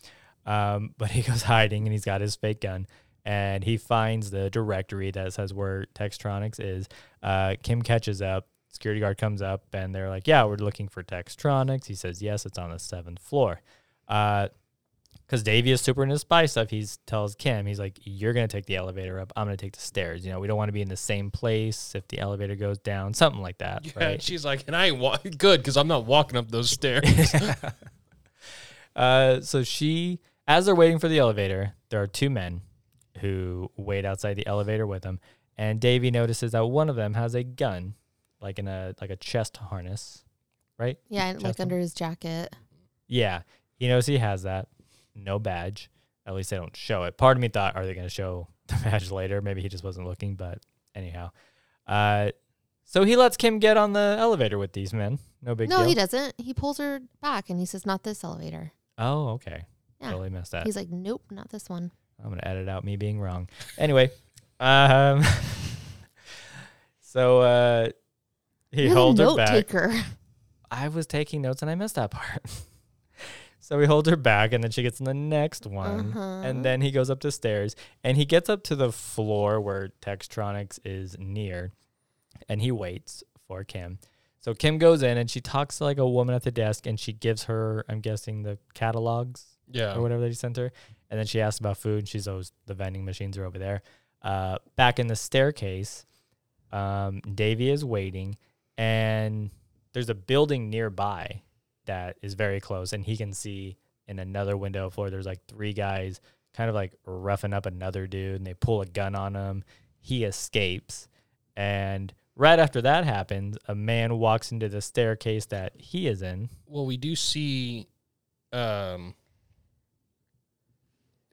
S2: Um, but he goes hiding and he's got his fake gun and he finds the directory that says where Textronics is. Uh, Kim catches up. Security guard comes up and they're like, yeah, we're looking for Textronics. He says, yes, it's on the seventh floor. Because Davey is super into spy stuff. He tells Kim, he's like, you're going to take the elevator up. I'm going to take the stairs. You know, we don't want to be in the same place if the elevator goes down, something like that.
S3: Yeah,
S2: right?
S3: and she's like, and I ain't wa- good because I'm not walking up those stairs.
S2: Uh, so she, as they're waiting for the elevator, there are two men who wait outside the elevator with them, and Davy notices that one of them has a gun, like in a like a chest harness, right?
S5: Yeah,
S4: like
S2: Chest
S4: under his jacket.
S2: Yeah, he knows he has that. No badge. At least they don't show it. Part of me thought, are they going to show the badge later? Maybe he just wasn't looking. But anyhow, uh, so he lets Kim get on the elevator with these men. No big
S4: No,
S2: deal.
S4: he doesn't. He pulls her back and he says, "Not this elevator."
S2: Oh, okay.
S4: Yeah.
S2: Totally missed that.
S4: He's like, "Nope, not this one."
S2: I'm gonna edit out me being wrong. Anyway, um, so uh, he
S4: You're the
S2: holds her
S4: note
S2: back.
S4: taker.
S2: I was taking notes and I missed that part. so he holds her back, and then she gets in the next one,
S4: Uh-huh.
S2: and then he goes up the stairs, and he gets up to the floor where Textronics is near, and he waits for Kim. So Kim goes in, and she talks to like a woman at the desk, and she gives her, I'm guessing, the catalogs or
S3: yeah,
S2: whatever they sent her. And then she asked about food. And she's always the vending machines are over there. Uh, back in the staircase, um, Davy is waiting, and there's a building nearby that is very close, and he can see in another window floor. There's like three guys kind of like roughing up another dude, and they pull a gun on him. He escapes, and right after that happens, a man walks into the staircase that he is in.
S3: well, we do see um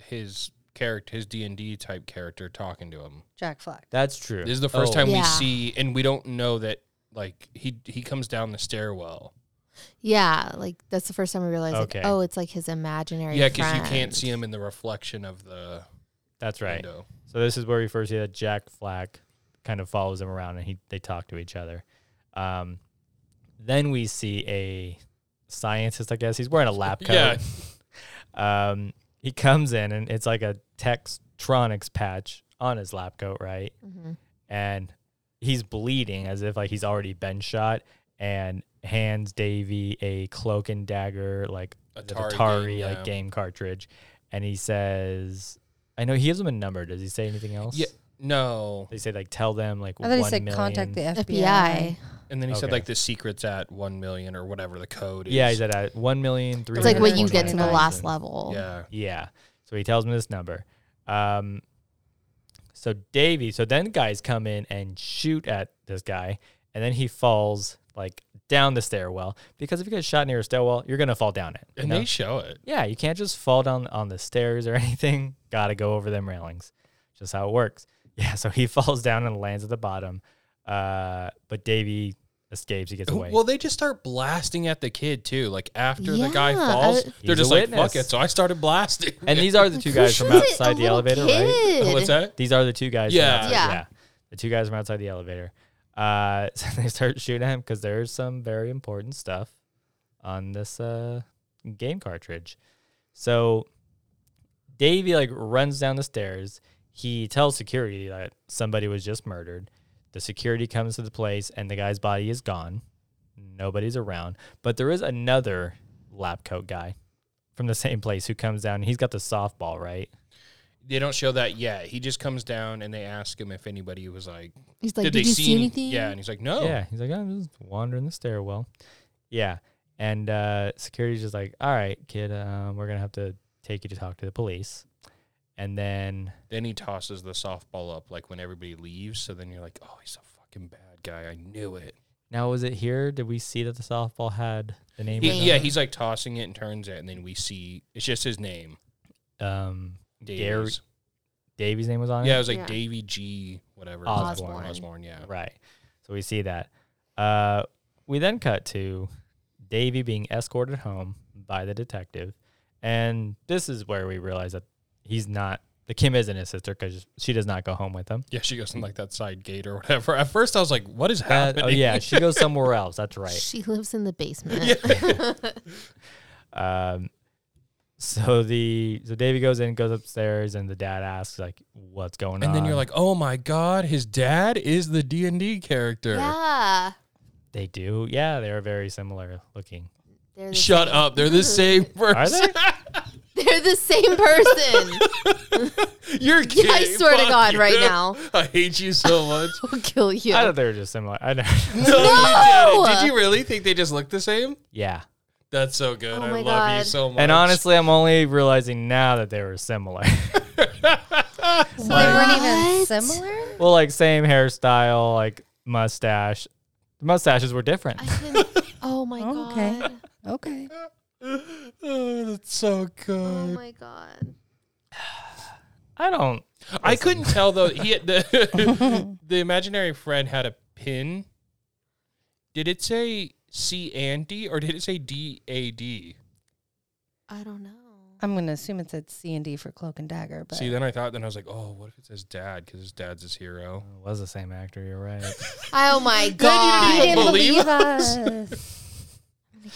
S3: his character, his D and D type character, talking to him.
S1: Jack Flack.
S2: That's true.
S3: This is the first
S2: Oh,
S3: time we
S5: Yeah.
S3: see, and we don't know that like he he comes down the stairwell.
S4: Yeah, like that's the first time I realized,
S2: Okay.
S4: like, oh, it's like his imaginary.
S3: Yeah, because you can't
S4: friend.
S3: see him in the reflection of the
S2: That's right.
S3: window.
S2: So this is where we first see that Jack Flack kind of follows him around and he they talk to each other. Um, then we see a scientist, I guess. He's wearing a lab coat. Um, he comes in and it's like a Textronics patch on his lab coat, right?
S4: Mm-hmm.
S2: And he's bleeding as if like he's already been shot and hands Davy a cloak and dagger like the
S3: Atari
S2: Atari
S3: game,
S2: like
S3: yeah.
S2: game cartridge. And he says I know he gives him a number. Does he say anything else?
S3: Yeah. No.
S2: They say like tell them like
S1: I thought he
S2: one
S1: said contact the
S2: million-
S1: FBI.
S4: FBI.
S3: And then he said
S2: Okay.
S3: like the secret's at one million or whatever the code is.
S2: Yeah, he's at uh, one million three.
S4: It's like what you
S1: Remember
S4: get to the last
S2: 29,000.
S4: level.
S3: Yeah.
S2: Yeah. So he tells him this number. Um, so Davy, so then guys come in and shoot at this guy, and then he falls like down the stairwell because if you get shot near a stairwell, you're gonna fall down it. you
S3: And
S2: know?
S3: they show it.
S2: Yeah, you can't just fall down on the stairs or anything. Got to go over them railings. Just how it works. Yeah, so he falls down and lands at the bottom. Uh, but Davy escapes. He gets away.
S3: Well, they just start blasting at the kid too. Like after the guy
S4: Yeah,
S3: falls,
S4: I-
S2: He's a
S3: they're just like,
S2: witness.
S3: "Fuck it!" So I started blasting.
S2: and these are the two guys from
S4: Who's it? A
S2: outside the
S4: little
S2: elevator, right?
S4: kid.
S3: What's that?
S2: These are the two guys.
S3: Yeah.
S2: From outside,
S5: Yeah.
S2: yeah. The two guys from outside the elevator. Uh, so they start shooting at him because there's some very important stuff on this uh, game cartridge. So Davey like runs down the stairs. He tells security that somebody was just murdered. The security comes to the place and the guy's body is gone. Nobody's around. But there is another lab coat guy from the same place who comes down and he's got the softball, right?
S3: They don't show that yet. He just comes down and they ask him if anybody was like,
S5: He's like,
S3: "Did, they
S5: you
S3: see,
S5: see
S3: any-"
S5: anything?
S3: Yeah, and he's like, "No."
S2: Yeah, he's like, I'm just wandering the stairwell. Yeah, and uh, security's just like, all right, kid, um, we're gonna have to take you to talk to the police. And then
S3: Then he tosses the softball up like when everybody leaves. So then you're like, "Oh, he's a fucking bad guy. I knew it."
S2: now was it here? Did we see that the softball had the name?
S3: He-
S2: written
S3: yeah,
S2: on it?
S3: he's like tossing it and turns it, and then we see it's just his name.
S2: um, Gary
S3: Davies.
S2: Davy's name was on
S3: Yeah, it
S2: it.
S3: was like
S5: Yeah.
S3: Davy G. Whatever.
S2: Osborne.
S3: Osborne. Osborne. Yeah.
S2: right. So we see that. Uh, we then cut to Davy being escorted home by the detective, and this is where we realize that he's not. The Kim isn't his sister because she does not go home with him.
S3: Yeah, she goes in like that side gate or whatever. At first, I was like, "What is
S2: That-
S3: happening?"
S2: oh yeah, she goes somewhere else. That's right.
S4: She lives in the basement.
S2: Um, so the so Davy goes in, goes upstairs, and the dad asks like, "What's going on?"
S3: And then you're like, "Oh my god, his dad is the D and D character."
S5: Yeah.
S2: "They do, yeah. They are very similar looking.
S4: They're the
S3: Shut
S4: same-
S3: up, they're the same person.
S2: Are they?
S5: They're the same person.
S3: You're kidding.
S5: I swear to
S3: Fuck
S5: God,
S3: you.
S5: right now.
S3: I hate you so much.
S5: I'll kill you.
S2: I thought they were just similar. I know.
S3: no, you did it. Did you really think they just look the same?
S2: yeah.
S3: That's so good. I
S5: Oh
S3: love
S5: my
S3: you
S5: God.
S3: so much.
S2: And honestly, I'm only realizing now that they were similar.
S1: So they weren't even
S4: What?
S1: similar?
S2: well, like same hairstyle, like mustache. The mustaches were different.
S5: I didn't- oh my
S1: Okay.
S5: god.
S1: Okay.
S3: oh, that's so
S5: Oh
S3: good.
S5: my god.
S2: I don't.
S3: I couldn't tell though. He had the the imaginary friend had a pin. Did it say C and D or did it say D A D?
S5: I don't know.
S1: I'm going to assume it said C and D for Cloak and Dagger, but
S3: See, then I thought, then I was like, oh, what if it says dad? Because his dad's his hero.
S2: It was the same actor. You're right.
S5: Oh my
S1: he
S5: god.
S3: even-
S1: didn't
S3: Believe
S1: believe us.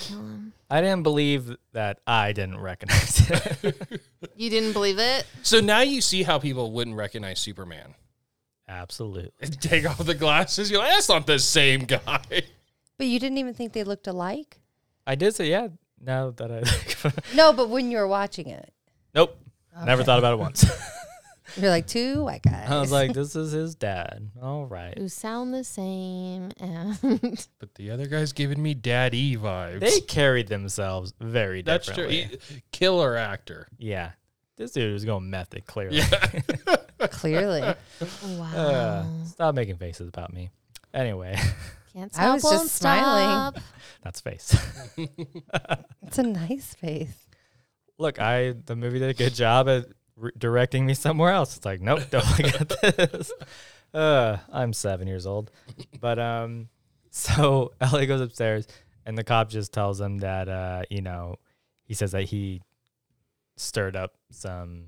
S5: Kill him.
S2: I didn't believe that I didn't recognize it.
S5: You didn't believe it?
S3: So now you see how people wouldn't recognize Superman.
S2: Absolutely.
S3: Take off the glasses. You're like, that's not the same guy.
S1: but you didn't even think they looked alike?
S2: I did say, yeah, now that I.
S1: No, but when you were watching it,
S2: nope. Never thought about it once.
S1: you're like two white guys.
S2: I was like, this is his dad. All right.
S4: who sound the same and
S3: But the other guy's giving me daddy vibes.
S2: They carried themselves very
S3: that's true.
S2: differently.
S3: He- killer actor.
S2: Yeah. This dude was going method, clearly.
S1: clearly.
S4: wow.
S2: Uh, stop making faces about me. Anyway,
S4: Can't stop
S1: I was
S4: won't
S1: just smiling.
S4: stop.
S2: that's face.
S1: It's a nice face.
S2: Look, I the movie did a good job at re- directing me somewhere else. It's like, nope, don't look at this. Uh, I'm seven years old, but um, so LA goes upstairs, and the cop just tells him that uh, you know, he says that he stirred up some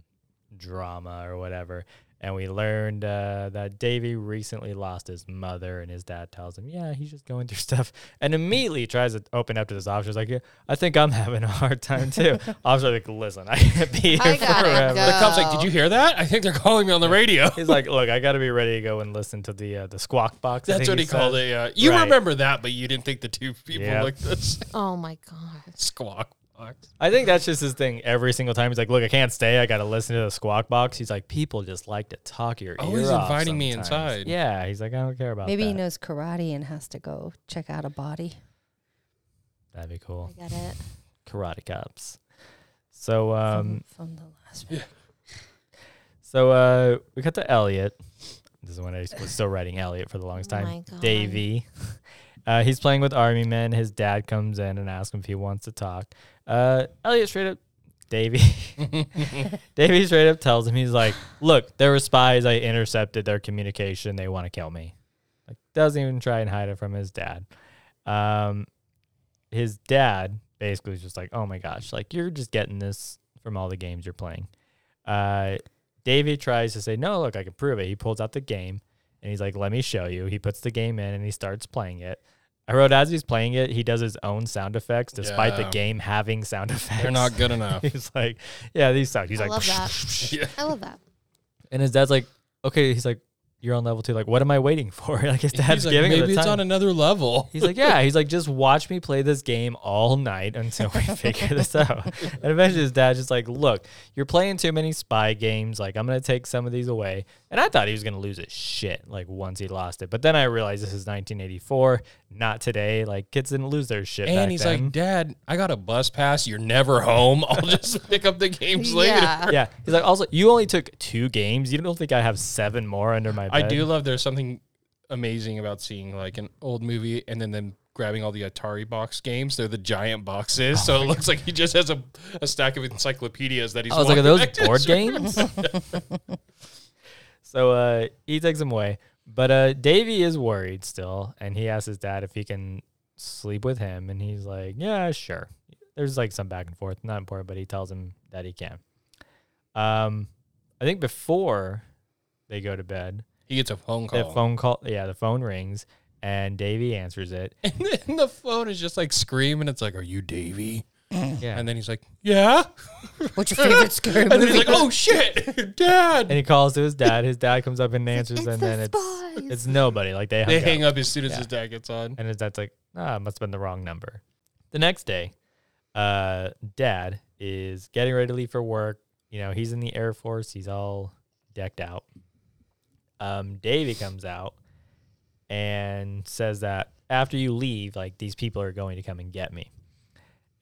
S2: drama or whatever. And we learned uh, that Davey recently lost his mother, and his dad tells him, "Yeah, he's just going through stuff." And immediately tries to open up to this officer. He's like, yeah, "I think I'm having a hard time too." officer like, "Listen, I can't be here
S5: I gotta
S2: forever."
S5: go.
S3: The cop's like, did you hear that? I think they're calling me on the radio.
S2: He's like, "Look, I got to be ready to go and listen to the uh, the squawk box." I think
S3: That's what he called
S2: said.
S3: it. Yeah. You
S2: Right.
S3: remember that, but you didn't think the two people
S2: Yep.
S3: looked this
S4: Oh my god.
S3: squawk box.
S2: I think that's just his thing. Every single time, he's like, "Look, I can't stay. I got to listen to the squawk box." He's like, "People just like to talk your
S3: Oh,
S2: ear
S3: he's
S2: off
S3: inviting me
S2: sometimes."
S3: inside.
S2: Yeah, he's like, "I don't care about
S1: Maybe
S2: that."
S1: he knows karate and has to go check out a body.
S2: That'd be cool.
S4: I get it.
S2: Karate cops. So um
S1: from, from the last one.
S2: so uh we cut to Elliot. This is when I was still writing Elliot for the longest
S4: Oh
S2: time.
S4: my God.
S2: Davey. Uh, he's playing with army men. His dad comes in and asks him if he wants to talk. Uh, Elliot straight up, Davey. Davey straight up tells him he's like, "Look, there were spies. I intercepted their communication. They want to kill me." Like doesn't even try and hide it from his dad. Um, his dad basically was just like, "Oh my gosh, like you're just getting this from all the games you're playing." Uh, Davey tries to say, "No, look, I can prove it." He pulls out the game and he's like, "Let me show you." He puts the game in and he starts playing it. I wrote as he's playing it, he does his own sound effects, despite the
S3: Yeah.
S2: game having sound effects.
S3: They're not good enough.
S2: He's like, yeah, these suck. He's
S5: I
S2: like,
S5: love that.
S3: yeah.
S5: I love that.
S2: and his dad's like, okay, he's like, you're on level two. Like, what am I waiting for? Like his dad's
S3: He's like,
S2: giving him
S3: maybe
S2: the
S3: it's
S2: time.
S3: on another level.
S2: He's like, yeah. He's like, just watch me play this game all night until we figure this out. And eventually, his dad's just like, look, you're playing too many spy games. Like, I'm gonna take some of these away. And I thought he was gonna lose his shit like once he lost it. But then I realized this is 1984, not today. Like, kids didn't lose their shit. back
S3: And he's
S2: then.
S3: like, Dad, I got a bus pass. You're never home. I'll just pick up the games later.
S5: Yeah.
S2: yeah. He's like, also, you only took two games. You don't think I have seven more under my bed?
S3: I do love there's something amazing about seeing like an old movie and then them grabbing all the Atari box games. They're the giant boxes.
S2: Oh
S3: so it looks like he just has a, a stack of encyclopedias that he's
S2: I was Oh, like, are
S3: walking
S2: those
S3: back to
S2: board
S3: his room."
S2: games? so uh, he takes him away. But uh, Davey is worried still, and he asks his dad if he can sleep with him, and he's like, "Yeah, sure." There's like some back and forth, not important, but he tells him that he can. Um, I think before they go to bed,
S3: He gets a phone
S2: the
S3: call.
S2: phone call, yeah, the phone rings, and Davey answers it.
S3: And then the phone is just like screaming. It's like, Are you Davey?
S2: Yeah,
S3: And
S2: and,
S3: then he's like, Yeah.
S1: What's your favorite scary
S3: And then
S1: movie?
S3: he's like, Oh shit, Dad.
S2: he calls to his dad. His dad comes up and answers, and then it's
S5: Spies.
S2: it's nobody. Like they,
S3: They
S2: hung up.
S3: hang up as soon as
S2: Yeah.
S3: his dad gets on.
S2: And his dad's like, ah, it must have been the wrong number. The next day, uh, dad is getting ready to leave for work. You know, he's in the Air Force, he's all decked out. Um, Davey comes out and says that after you leave, like these people are going to come and get me.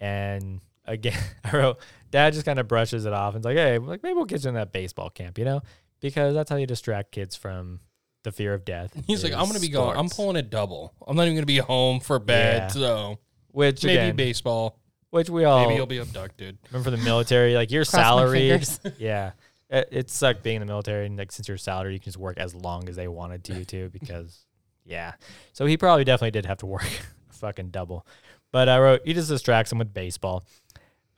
S2: And again, I wrote, dad just kind of brushes it off and's like, hey, like maybe we'll get you in that baseball camp, you know, because that's how you distract kids from the fear of death.
S3: He's like,
S2: is
S3: I'm going to be going. I'm
S2: sports."
S3: pulling a double. I'm not even going to be home for bed.
S2: Yeah.
S3: So
S2: Which
S3: maybe
S2: again,
S3: baseball.
S2: which we all
S3: Maybe you'll be abducted.
S2: remember the military, like your
S1: Cross my
S2: salary.
S1: fingers.
S2: Yeah. It, it sucked being in the military. And like, since you're salary, you can just work as long as they wanted to, too, because, yeah. So he probably definitely did have to work fucking double. But I wrote, he just distracts him with baseball.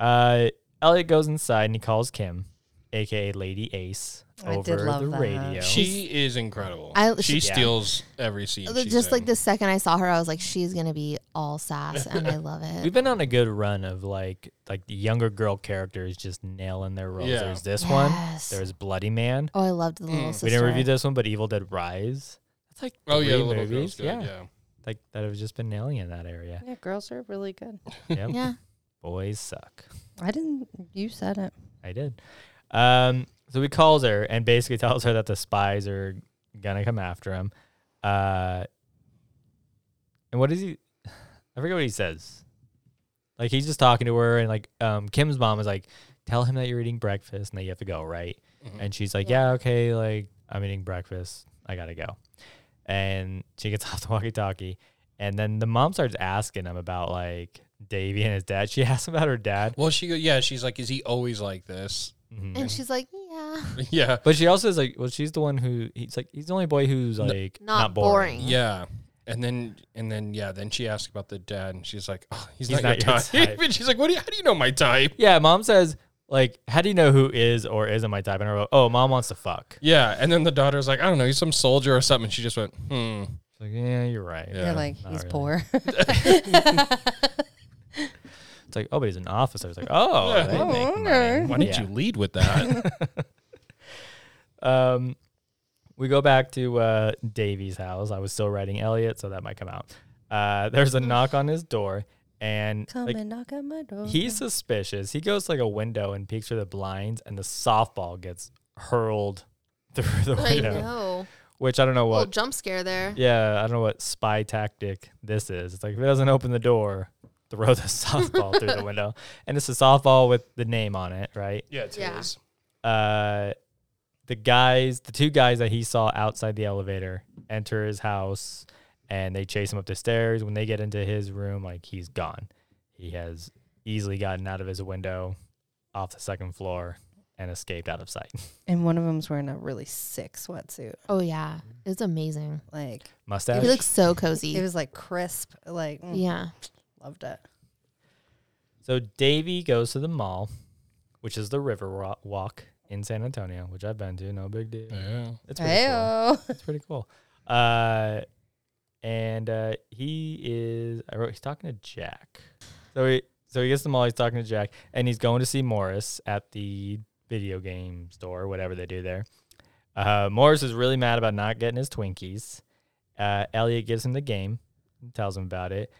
S2: Uh, Elliot goes inside and he calls Kim, AKA Lady Ace,
S1: I did
S2: over
S1: love
S2: the
S1: that.
S2: radio.
S3: She is incredible.
S5: I-
S3: she
S5: she-
S2: Yeah.
S3: steals every scene. she's
S4: Just like
S3: in.
S4: the second I saw her, I was like, she's gonna be all sass, and I love it.
S2: We've been on a good run of like like the younger girl characters just nailing their roles.
S3: Yeah.
S2: There's this
S4: Yes.
S2: one, there's Bloody Man,
S4: Oh, I loved the little sister.
S2: We didn't review this one, but Evil Dead Rise. That's like
S3: Oh yeah,
S2: three
S3: the little girl's good. Yeah.
S2: yeah. like that have just been nailing in that area.
S1: yeah, girls are really good.
S2: Yep.
S4: Yeah.
S2: Boys suck.
S1: I didn't. You said it.
S2: I did. Um, so he calls her and basically tells her that the spies are gonna come after him. Uh, and what is he? I forget what he says. Like he's just talking to her, and like um, Kim's mom is like, "Tell him that you're eating breakfast and that you have to go, right?" And she's like, yeah. okay, like I'm eating breakfast, I gotta go." And she gets off the walkie-talkie, and then the mom starts asking him about like Davey and his dad. She asks about her dad,
S3: Well, she go- yeah, she's like, is he always like this?
S4: And she's like, yeah.
S3: yeah,
S2: But she also is like, well, she's the one who he's like, he's the only boy who's like
S5: not
S2: not, boring.
S5: boring.
S3: yeah. And then and then yeah, then she asks about the dad, and she's like, oh, he's,
S2: He's
S3: not,
S2: not
S3: your,
S2: your
S3: type.
S2: type.
S3: and she's like, what? Do you, how do you know my type?
S2: Yeah, mom says like, how do you know who is or isn't my type? And I wrote, oh, mom wants to fuck.
S3: Yeah. And then the daughter's like, I don't know, he's some soldier or something. And she just went, hmm.
S2: She's like, yeah, you're right.
S3: Yeah.
S1: You're like,
S2: not
S1: he's
S2: really.
S1: poor.
S2: It's like, oh, but he's an officer. It's like, oh,
S3: Yeah.
S2: they make
S1: Oh,
S2: money.
S1: okay.
S3: Why did
S2: Yeah.
S3: you lead with that?
S2: Um, we go back to uh, Davy's house. I was still writing Elliot, so that might come out. Uh, there's a knock on his door, and
S1: Come
S2: like,
S1: and knock on my door.
S2: He's suspicious. He goes to, like a window and peeks through the blinds, and the softball gets hurled through the
S5: I
S2: window.
S5: know. Oh,
S2: Which I don't know
S5: Little
S2: what.
S5: jump scare there.
S2: yeah, I don't know what spy tactic this is. It's like if it doesn't open the door, throw the softball through the window, and it's a softball with the name on it, right?
S3: yeah, it's
S5: Yeah.
S3: his.
S2: Uh, the guys, the two guys that he saw outside the elevator, enter his house, and they chase him up the stairs. When they get into his room, like he's gone. He has easily gotten out of his window, off the second floor, and escaped out of sight.
S1: And one of them's wearing a really sick sweatsuit.
S4: Oh yeah, it's amazing.
S1: Like
S2: Mustache.
S4: He looks so
S1: it
S4: cozy.
S1: was like crisp. Like mm,
S4: Yeah.
S1: loved it.
S2: So Davey goes to the mall, which is the River Wa- Walk in San Antonio, which I've been to. No big deal.
S3: Yeah.
S2: It's pretty cool.
S1: Heyo.
S2: It's pretty cool. Uh, and uh, he is. I wrote. He's talking to Jack. So he so he gets to the mall. He's talking to Jack, and he's going to see Morris at the video game store, whatever they do there. Uh, Morris is really mad about not getting his Twinkies. Uh, Elliot gives him the game, and tells him about it,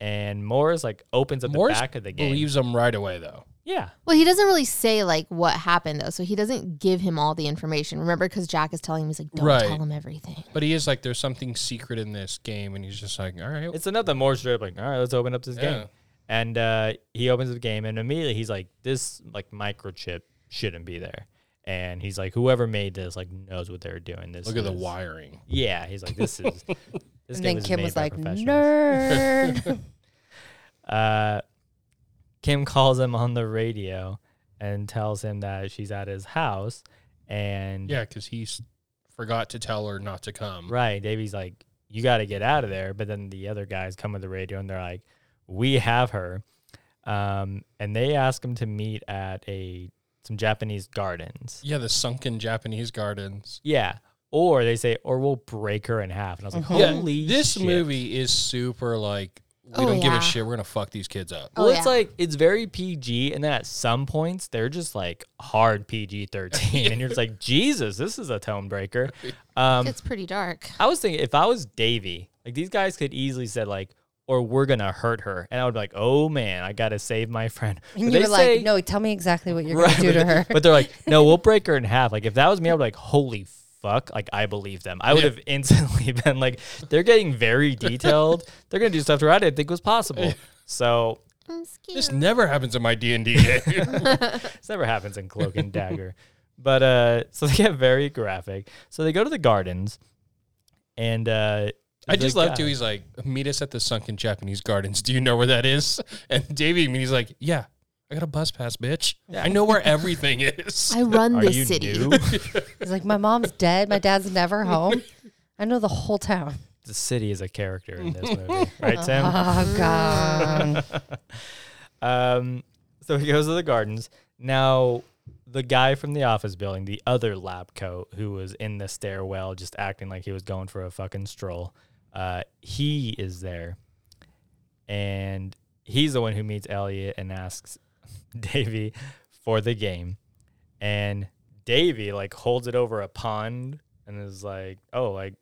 S2: and Morris like opens up
S3: Morris
S2: the back of the game.
S3: Believes him right away though.
S2: yeah,
S4: Well, he doesn't really say like what happened though, so he doesn't give him all the information. Remember, because Jack is telling him, he's like, "Don't
S3: Right.
S4: tell him everything."
S3: But he is like, there's something secret in this game, and he's just like, all right,
S2: it's enough that Morris straight up like, all right, let's open up this
S3: Yeah.
S2: game. And uh, he opens up the game, and immediately he's like, this like microchip shouldn't be there. And he's like, whoever made this like knows what they're doing. This
S3: look at the
S2: is- Mm-hmm.
S3: wiring.
S2: Yeah, he's like, this is. This
S1: And
S2: game
S1: then Kim
S2: made
S1: was
S2: by
S1: like,
S2: professionals.
S1: nerd.
S2: Uh, Kim calls him on the radio and tells him that she's at his house, and
S3: Yeah, because he s- forgot to tell her not to come.
S2: Right. Davey's like, you got to get out of there. But then the other guys come with the radio and they're like, we have her. Um, and they ask him to meet at a some Japanese gardens.
S3: Yeah, the sunken Japanese gardens.
S2: Yeah. Or they say, or we'll break her in half. And I was
S4: Uh-huh.
S2: like,
S3: Yeah,
S2: holy
S3: this
S2: shit.
S3: movie is super like we
S4: Oh,
S3: don't give
S4: yeah.
S3: a shit. We're gonna fuck these kids up.
S4: Oh,
S2: Well, it's
S4: yeah.
S2: like it's very PG, and then at some points they're just like hard PG thirteen, and you're just like, Jesus, this is a tone breaker. Um,
S4: it's pretty dark.
S2: I was thinking if I was Davy, like these guys could easily said like, or we're gonna hurt her, and I would be like, oh man, I gotta save my friend.
S1: and
S2: But
S1: you
S2: they
S1: were like,
S2: say-
S1: no, tell me exactly what you're
S2: Right,
S1: going to do to
S2: but-
S1: her.
S2: But they're like, no, we'll break her in half. Like if that was me, I'd be like, holy fuck, like I believe them. I would
S3: Yeah.
S2: have instantly been like, they're getting very detailed. they're gonna do stuff to her I didn't think was possible. So
S4: I'm scared.
S3: This never happens in my D and D game.
S2: This never happens in Cloak and Dagger. But uh, so they get very graphic. So they go to the gardens, and uh,
S3: I just
S2: the
S3: love
S2: guy-
S3: too. He's like, meet us at the sunken Japanese gardens. Do you know where that is? And Davey, and he's like, yeah, I got a bus pass, bitch. I know where everything is.
S4: I run
S2: Are
S4: this
S2: you
S4: city.
S2: new?
S1: He's like, my mom's dead. My dad's never home. I know the whole town.
S2: the city is a character in this movie, right, Tim?
S1: Oh, God.
S2: Um, so he goes to the gardens. Now, the guy from the office building, the other lab coat who was in the stairwell just acting like he was going for a fucking stroll, uh, he is there. And he's the one who meets Elliot and asks Davy for the game. And Davy like holds it over a pond and is like, oh, like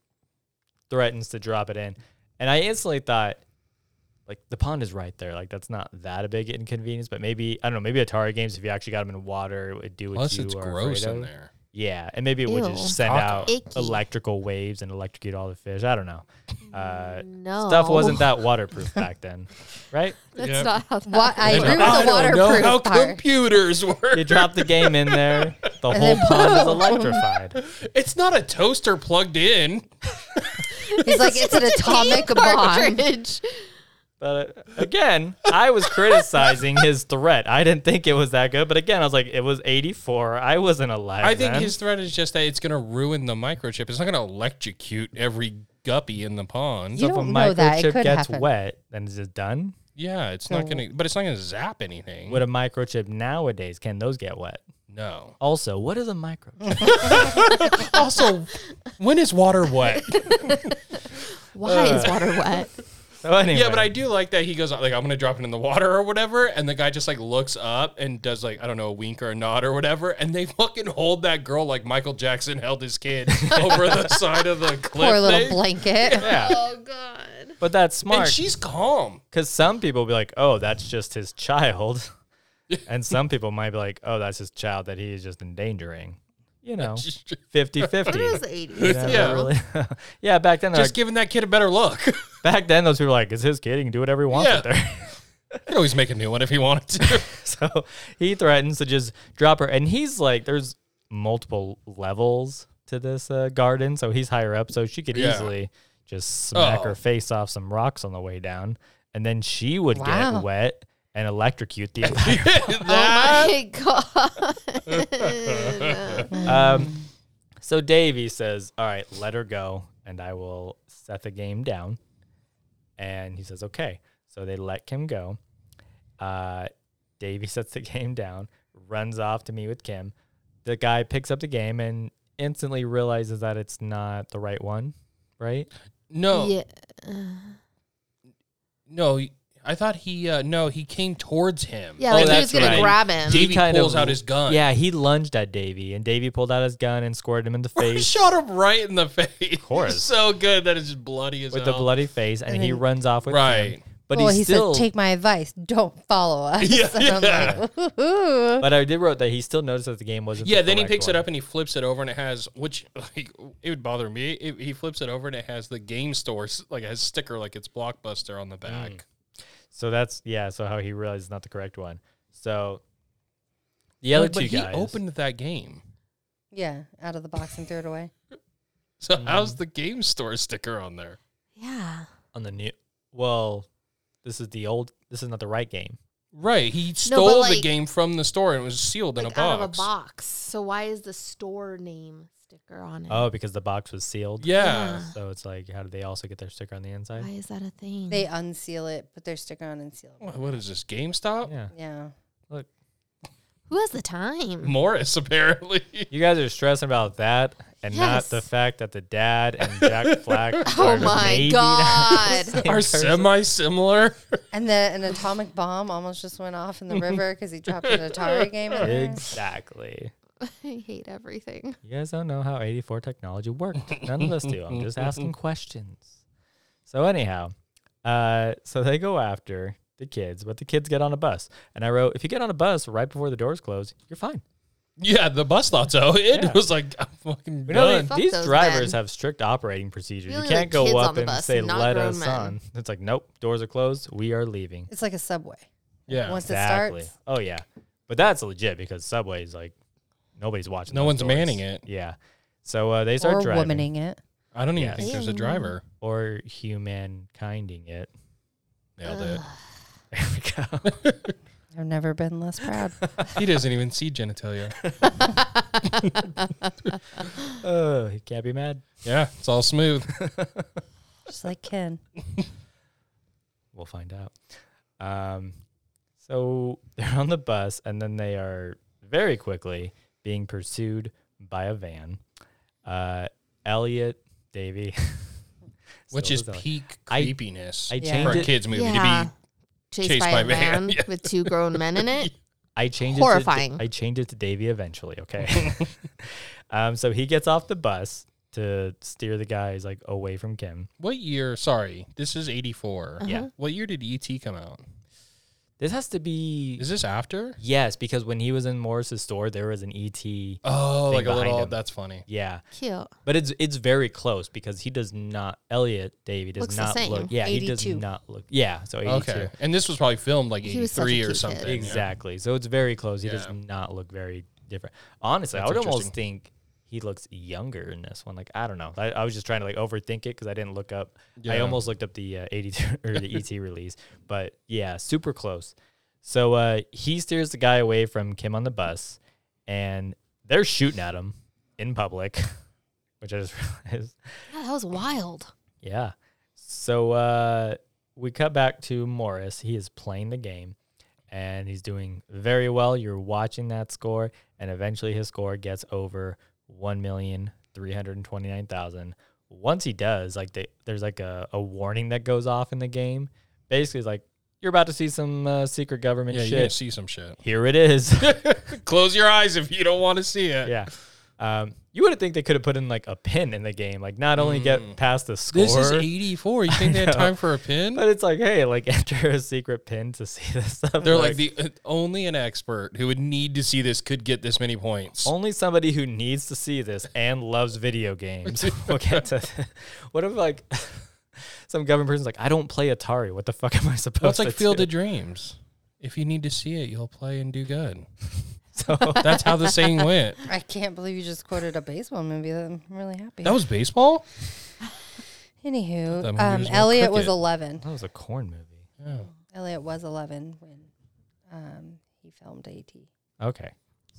S2: threatens to drop it in. And I instantly thought, like the pond is right there. Like that's not that a big inconvenience, but maybe I don't know. Maybe Atari games, if you actually got them in water, it would do what
S3: Plus,
S2: you
S3: it's
S2: are
S3: gross
S2: afraid
S3: in
S2: of.
S3: there.
S2: Yeah, and maybe it would
S4: Ew.
S2: just send out
S4: Icky.
S2: electrical waves and electrocute all the fish. I don't know. Uh,
S4: No.
S2: Stuff wasn't that waterproof back then, right?
S4: That's
S3: Yeah.
S4: not how that
S1: What, I
S3: I
S1: agree with
S3: don't
S1: the
S3: know how
S1: waterproof part.
S3: computers work.
S2: You drop the game in there, the whole
S1: then
S2: pond is electrified.
S3: It's not a toaster plugged in.
S1: He's like, it's an atomic bomb.
S4: cartridge.
S2: But uh, again, I was criticizing his threat. I didn't think it was that good, but again, I was like, it was 84. I wasn't alive.
S3: I think
S2: then.
S3: his threat is just that it's going to ruin the microchip. It's not going to electrocute every guppy in the pond.
S1: You
S2: if a
S1: don't know that. It
S2: microchip
S1: could
S2: gets
S1: happen.
S2: wet, then it's just done.
S3: yeah, it's not going to, but it's not going to zap anything.
S2: With a microchip nowadays, can those get wet?
S3: no.
S2: Also, what is a microchip?
S3: Also, when is water wet?
S4: Why is water wet?
S2: So anyway,
S3: Yeah, but I do like that he goes like I'm gonna drop it in the water or whatever, and the guy just like looks up and does like I don't know a wink or a nod or whatever, and they fucking hold that girl like Michael Jackson held his kid over the side of the cliff.
S1: Poor little
S3: thing.
S1: blanket.
S2: yeah.
S5: Oh God.
S2: But that's
S3: And
S2: smart.
S3: she's calm.
S2: Because some people be like, oh, that's just his child. and some people might be like, oh, that's his child that he is just endangering. You
S3: Oh,
S2: know, 50 50.
S3: Yeah.
S2: yeah, back then, they're
S3: Just
S2: like,
S3: giving that kid a better look. He
S2: back then, those people were like, it's his kid. He can do whatever he wants
S3: Yeah.
S2: with her.
S3: could always make a new one if he wanted to.
S2: so he threatens to just drop her. And he's like, there's multiple levels to this uh, garden. So he's higher up. So she could
S3: Yeah.
S2: easily just smack
S3: Oh.
S2: her face off some rocks on the way down. And then she would
S1: Wow.
S2: get wet. and electrocute the environment.
S5: Oh my god.
S2: um, so Davey says, "All right, let her go, and I will set the game down." And he says, "Okay." So they let Kim go. Uh, Davey sets the game down, runs off to meet with Kim. The guy picks up the game and instantly realizes that it's not the right one, right? Oh.
S3: No,
S5: Yeah.
S3: no. I thought he. Uh, no, he came towards him.
S5: Yeah,
S2: Oh,
S5: like he
S2: that's
S5: was gonna
S2: right.
S5: grab him.
S2: He
S3: Davey
S2: kind
S3: pulls
S2: of-
S3: out his gun.
S2: Yeah, he lunged at Davey, and Davey pulled out his gun and squirted him in the face.
S3: shot him right in the face. Of
S2: course.
S3: so good that it's just bloody as
S2: with the
S3: hell.
S2: bloody face, and,
S1: And
S2: he
S1: then-
S2: runs off with
S3: Right.
S2: Kim. But
S1: well,
S2: he's
S1: he
S2: still
S1: said, "Take my advice. Don't follow us."
S3: Yeah,
S1: And I'm
S3: yeah.
S1: like, "Ooh."
S2: But I did wrote that he still noticed that the game wasn't. the
S3: Yeah, then he
S2: correct
S3: picks it
S2: one.
S3: up and he flips it over and it has which like it would bother me. It, he flips it over and it has the game store s- like it has sticker like it's Blockbuster
S2: Hmm.
S3: on the back.
S2: So that's yeah. So how he realized it's not the correct one. So the other
S3: Like, but
S2: two
S3: he
S2: guys
S3: opened that game.
S1: yeah, out of the box and threw it away.
S3: So
S2: Hmm.
S3: how's the game store sticker on there?
S4: Yeah.
S2: on the new. Well, this is the old. This is not the right game.
S3: Right, he stole the
S5: like-
S3: game from the store and it was sealed in a
S5: Like
S3: box.
S5: out of a box. So why is the store name sticker on it?
S2: Oh, because the box was sealed.
S3: Yeah.
S5: Yeah.
S2: So it's like, how did they also get their sticker on the inside?
S4: Why is that a thing?
S1: They unseal it, put their sticker on and seal it.
S3: What- What is this GameStop?
S2: Yeah.
S1: Yeah.
S2: Look,
S4: Who has the time?
S3: Morris apparently.
S2: you guys are stressing about that, and
S4: Yes.
S2: not the fact that the dad and Jack Flack.
S5: Oh
S2: are
S5: my
S2: maybe not the
S5: god.
S2: same
S3: Are
S2: person.
S3: semi similar.
S1: And the an atomic bomb almost just went off in the river because he dropped an Atari game. In there.
S2: Exactly.
S5: I hate everything.
S2: You guys don't know how 84 technology worked. None of us do. I'm just asking questions. So, anyhow, uh, so they go after the kids, but the kids get on a bus. And I wrote, if you get on a bus right before the doors close, you're fine.
S3: yeah, the bus thought so. It
S2: Yeah.
S3: was like I'm fucking
S2: We know
S3: done.
S2: these,
S5: Fuck
S2: these
S5: those
S2: drivers
S5: men.
S2: have strict operating procedures.
S5: We
S2: You
S5: only
S2: can't
S5: let
S2: go
S5: kids
S2: up
S5: on the
S2: and
S5: bus,
S2: say,
S5: not
S2: let
S5: grown
S2: us
S5: men."
S2: on. It's like, nope, doors are closed. We are leaving.
S1: It's like a subway.
S3: Yeah.
S1: Once it starts,
S2: Oh, yeah. But that's legit because Subway's like, nobody's watching.
S3: No
S2: those
S3: one's
S2: doors.
S3: manning it.
S2: Yeah. So uh, they start
S1: or
S2: driving.
S1: womaning it.
S3: I don't even
S2: Yes.
S3: think there's a driver.
S2: or humankinding it.
S3: Nailed it.
S2: There we go.
S1: I've never been less proud.
S3: He doesn't even see genitalia.
S2: oh, he can't be mad.
S3: Yeah, it's all smooth.
S1: just like Ken.
S2: We'll find out. Um, so they're on the bus, and then they are very quickly being pursued by a van. Uh, Elliot, Davy,
S3: Which
S2: Still
S3: is
S2: is Elliot.
S3: peak
S2: I-
S3: creepiness
S2: I
S1: Yeah.
S2: changed
S3: for a
S2: it.
S3: kids movie
S5: Yeah.
S3: to
S4: Chased,
S3: Chased
S4: by,
S3: by
S4: a
S3: van,
S4: van
S3: yeah.
S4: with two grown men in it.
S2: I changed It
S5: Horrifying.
S2: to, I changed it to Davy eventually. Okay. um, so he gets off the bus to steer the guys like away from Kim.
S3: be what year? Sorry, this is eighty four.
S4: Uh-huh.
S2: Yeah.
S3: What year did ET come out?
S2: This has to be
S3: Is this after?
S2: yes, because when he was in Morris's store, there was an ET.
S3: Oh,
S2: Thing
S3: like a
S2: behind
S3: little.
S2: him.
S3: That's funny.
S2: Yeah,
S4: Cute.
S2: but it's it's very close because he does not Elliot Davy does
S5: Looks the
S2: not
S5: same.
S2: look. Yeah, he
S1: 82.
S2: does not look. Yeah, so 82.
S3: Okay, and this was probably filmed like
S4: He
S3: eighty
S4: was such a
S3: three or
S4: cute
S3: something.
S4: kid.
S3: yeah.
S2: Exactly. So it's very close. He does
S3: Yeah.
S2: not look very different. Honestly,
S3: That's
S2: I would almost think he looks younger in this one. Like I don't know. I, I was just trying to like overthink it because I didn't look up. I
S3: Yeah.
S2: almost looked up the uh, 82 or the ET release, but yeah, super close. So uh, he steers the guy away from Kim on the bus, and they're shooting at him in public, which I just realized.
S4: Yeah, that was wild.
S2: Yeah. So uh, we cut back to Morris. He is playing the game and he's doing very well. You're watching that score, and eventually his score gets over 1,329,000. Once he does, like they, there's like a, a warning that goes off in the game. Basically, it's like, you're about to see some uh, secret government
S3: Yeah, you're gonna
S2: shit.
S3: see some shit.
S2: Here it is.
S3: Close your eyes if you don't want to see it.
S2: yeah. Um, you would think they could have put in like a pin in the game, like not only get past the score.
S3: Mm. This is eighty four. You think they had
S2: know.
S3: time for a pin?
S2: But it's like, hey, like enter a secret pin to see this stuff.
S3: They're like, the uh, only an expert who would need to see this could get this many points.
S2: only somebody who needs to see this and loves video games will get to. What if like some government person's like, I don't play Atari. What the fuck am I supposed
S3: Well, it's
S2: to
S3: like Field
S2: do?
S3: of Dreams. If you need to see it, you'll play and do good.
S2: So
S3: That's how the saying went.
S1: I can't believe you just quoted a baseball movie. I'm really happy.
S3: That was baseball?
S1: Anywho,
S3: That movie
S1: um,
S3: was more
S1: Elliot was
S3: cricket.
S1: 11.
S2: that was a corn movie.
S1: Elliot was 11 when Um, he filmed AT.
S2: Okay.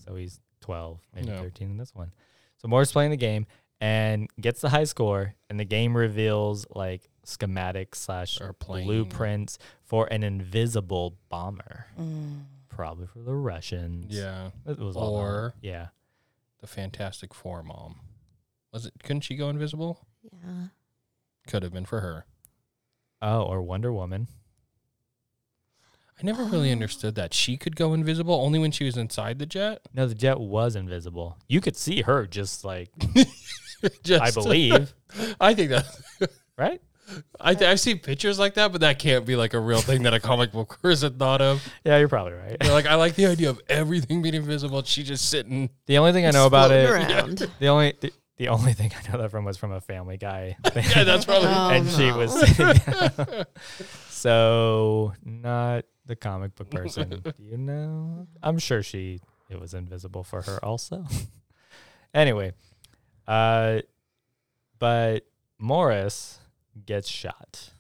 S2: So he's 12, maybe
S3: No.
S2: 13 in this one. So Moore's playing the game and gets the high score, and the game reveals like schematics slash
S3: Or plane.
S2: blueprints for an invisible bomber,
S1: Mm.
S2: probably for the Russians.
S3: Yeah.
S2: It was all about-
S3: Or-
S2: yeah.
S3: The Fantastic Four mom. Was it? Couldn't she go invisible?
S4: Yeah.
S3: Could have been for her.
S2: Oh, or Wonder Woman.
S3: I never really understood that. She could go invisible only when she was inside the jet.
S2: No, the jet was invisible. You could see her just like
S3: Just-
S2: I believe,
S3: I think that.
S2: right?
S3: I th- I've seen pictures like that, but that can't be like a real thing that a comic book person thought of.
S2: Yeah, you're probably right.
S3: They're like, I like the idea of everything being invisible. and She just sitting.
S2: The only thing I know about it,
S4: Floating around.
S2: the only the, the only thing I know that from was from a Family Guy. thing.
S3: Yeah, that's probably.
S4: Oh,
S2: and she
S4: no.
S2: was sitting down. so not the comic book person Do you know i'm sure she it was invisible for her also anyway uh but morris gets shot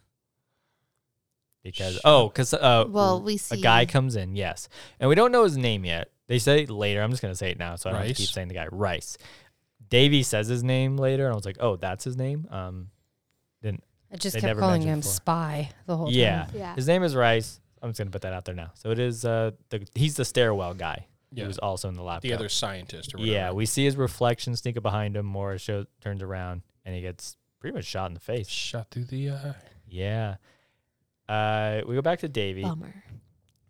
S2: because oh because uh
S4: Well, we
S2: a
S4: see.
S2: guy comes in yes and we don't know his name yet they say it later i'm just gonna say it now so i don't have to keep
S3: Rice?
S2: saying the guy rice davey says his name later and i was like oh that's his name um
S1: I just
S2: They
S1: kept
S2: never
S1: calling
S2: mentioned
S1: him
S2: before.
S1: Spy the whole
S2: yeah.
S1: time.
S5: Yeah.
S2: His name is Rice. I'm just gonna put that out there now. So it is uh the he's the stairwell guy
S3: Yeah.
S2: who's also in the laptop.
S3: the other scientist or whatever.
S2: yeah, we see his reflection sneak up behind him. Morris show, turns around and he gets pretty much shot in the face.
S3: shot through the eye.
S2: Yeah. Uh, we go back to Davy.
S4: Bummer.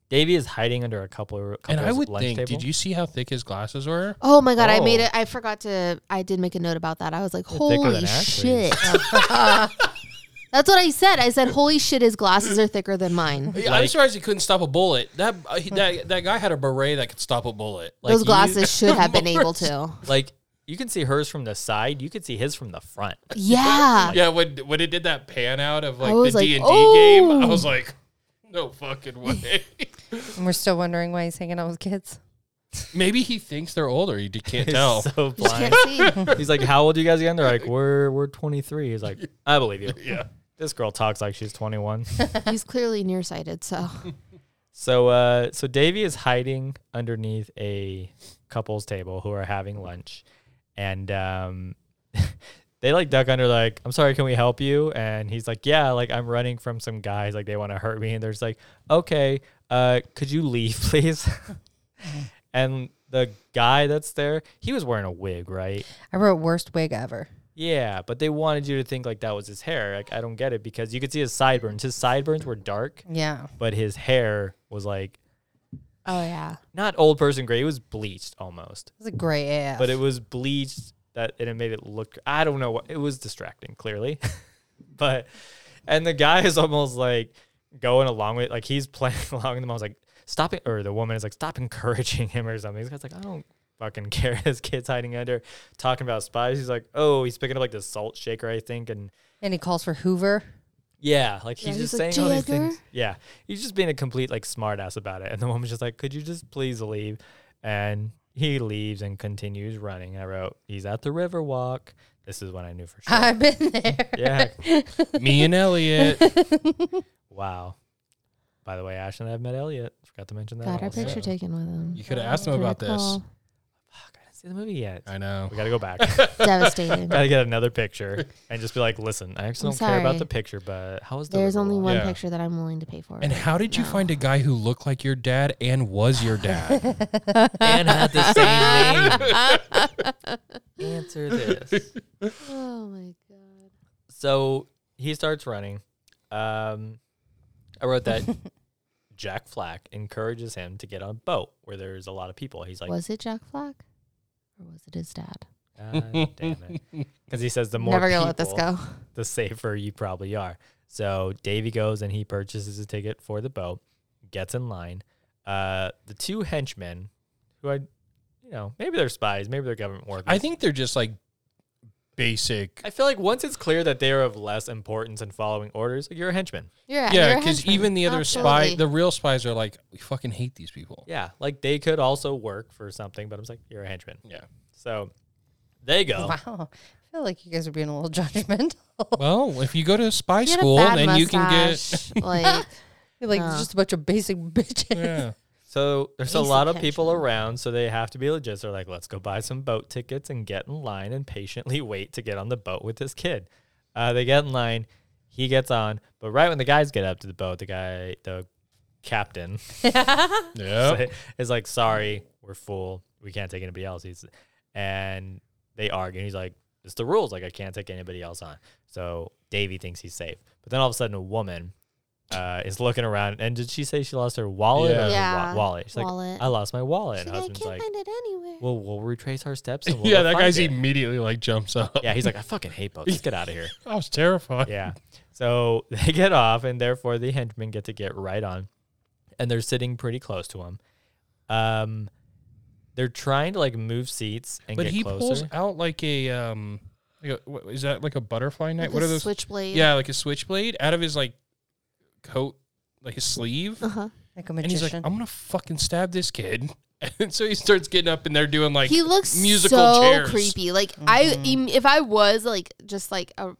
S2: Davy is hiding under a couple of
S3: And I would
S2: lunch
S3: think,
S2: table.
S3: did you see how thick his glasses were?
S4: Oh my god, I made
S2: Oh.
S4: it. I forgot to. I did make a note about that. I was like,
S2: They're thicker
S4: holy
S2: than
S4: shit.
S2: Ashley's.
S4: That's what I said. I said, holy shit, his glasses are thicker than mine.
S3: Yeah, I'm
S2: Like-
S3: surprised he couldn't stop a bullet. That uh, he- that that guy had a beret that could stop a bullet.
S2: Like
S4: Those
S2: you-
S4: glasses should have been able to.
S2: like you can see hers from the side, you could see his from the front.
S4: Yeah.
S3: yeah, when when it did that pan out of like
S4: I was
S3: the
S4: like,
S3: D and D
S4: "Oh."
S3: game, I was like, no fucking way.
S1: And we're still wondering why he's hanging out with kids.
S3: Maybe he thinks they're older. You d- can't
S2: He's
S3: tell.
S2: so
S4: You just
S2: blind.
S4: can't see.
S2: He's like, "How old are you guys again?" They're like, "We're we're 23." He's like, "I believe you."
S3: yeah,
S2: This girl talks like she's 21.
S4: He's clearly nearsighted, so
S2: So uh so Davy is hiding underneath a couple's table who are having lunch and um they like duck under like I'm sorry can we help you and he's like yeah like I'm running from some guys like they want to hurt me and they're just like okay uh could you leave please and the guy that's there he was wearing a wig right
S1: I wrote worst wig ever.
S2: yeah, but they wanted you to think like that was his hair. Like I don't get it because you could see his sideburns. His sideburns were dark,
S1: Yeah.
S2: but his hair was like
S4: oh yeah.
S2: not old person gray. It was bleached almost,
S1: It was a gray AF.
S2: but it was bleached that and it made it look. I don't know what it was distracting clearly, but and the guy is almost like going along with like he's playing along with them. I was like stop it, or the woman is like stop encouraging him or something. This guy's like I don't fucking care. This kid's hiding under talking about spies. He's like oh he's picking up like this salt shaker I think and.
S1: and he calls for Hoover.
S2: Yeah, like
S4: Yeah,
S2: he's
S4: he's
S2: just
S4: like,
S2: saying all these
S4: "Jagger?"
S2: things. Yeah, he's just being a complete like smartass about it. And the woman's just like, "Could you just please leave?" And he leaves and continues running. I wrote, "He's at the river walk." This is when I knew for sure.
S1: I've been there.
S2: yeah.
S3: me and Elliot.
S2: Wow. By the way, Ash and I have met Elliot. Forgot to mention that.
S4: Got our
S2: also.
S4: picture taken with him.
S3: You could have asked him about this.
S4: Recall.
S2: Fuck, I didn't see the movie yet.
S3: I know.
S2: We gotta go back.
S4: Devastating.
S2: gotta get another picture and just be like, "Listen, I actually
S4: I'm
S2: don't care about
S4: sorry.
S2: the picture, but how was the
S4: There's
S2: river
S4: only
S2: walk?"
S4: one
S3: Yeah.
S4: picture that I'm willing to pay for.
S3: And how did you find a guy who looked like your dad and was your dad?
S2: and had the same name. Answer this.
S4: Oh my god.
S2: So he starts running. Um, I wrote that Jack Flack encourages him to get on a boat where there's a lot of people. He's like,
S4: was it Jack Flack? Or was it his dad?
S2: God "Ah, damn it. Because he says the more
S4: Never gonna
S2: people,
S4: let this go.
S2: the safer you probably are. So Davy goes and he purchases a ticket for the boat, gets in line. Uh, the two henchmen, who I, you know, maybe they're spies, maybe they're government workers.
S3: I think they're just like basic.
S4: Uh,
S2: I feel like once it's clear that they are of less importance in following orders, like you're a henchman.
S4: You're right.
S3: Yeah,
S4: you're a
S3: because
S4: henchman.
S3: even the other spy,
S4: Absolutely.
S3: the real spies are like, we fucking hate these people.
S2: Yeah, like they could also work for something, but I'm just like, you're a henchman.
S3: Yeah.
S2: So they go.
S1: Wow. I feel like you guys are being a little judgmental. I
S3: Well, if you go to spy
S4: Get a
S3: school,
S4: bad
S3: then you can get.
S4: mustache, like
S1: feel like it's
S4: No.
S1: just a bunch of basic bitches.
S3: Yeah.
S2: So there's a
S4: Ace
S2: lot of
S4: Attention.
S2: people around, so they have to be legit. They're like, let's go buy some boat tickets and get in line and patiently wait to get on the boat with this kid. Uh, they get in line, he gets on, but right when the guys get up to the boat, the guy, the captain,
S3: Yeah.
S2: is like, sorry, we're full. We can't take anybody else. He's, and they argue. And he's like, it's the rules. Like, I can't take anybody else on. So Davey thinks he's safe. But then all of a sudden, a woman uh, is looking around. And did she say she lost her wallet or her wa-
S4: Yeah.
S2: wallet? She's
S4: Wallet.
S2: like, I lost my wallet.
S4: She's
S2: And
S4: like, I
S2: husband's
S4: can't
S2: like,
S4: find it anywhere.
S2: well, we'll retrace our steps. And we'll
S3: yeah,
S2: go
S3: that
S2: find
S3: guy's
S2: it."
S3: immediately like jumps up.
S2: Yeah, he's like, I fucking hate boats. Let's get out of here.
S3: I was terrified.
S2: Yeah. So they get off, and therefore the henchmen get to get right on, and they're sitting pretty close to him. Um, they're trying to like move seats and
S3: But
S2: get
S3: he
S2: closer.
S3: pulls out like a um, like a, what, is that like a butterfly knife?
S4: Like
S3: what
S4: a
S3: are those?
S4: Switchblade.
S3: Yeah, like a switchblade out of his like coat, like his sleeve,
S4: Uh-huh.
S1: Like a
S3: and he's
S1: magician.
S3: like, "I'm gonna fucking stab this kid." And so he starts getting up, and they're doing like
S4: he looks
S3: musical
S4: so
S3: chairs.
S4: creepy. Like
S5: I
S2: Mm-hmm.
S5: em- if I was like just like a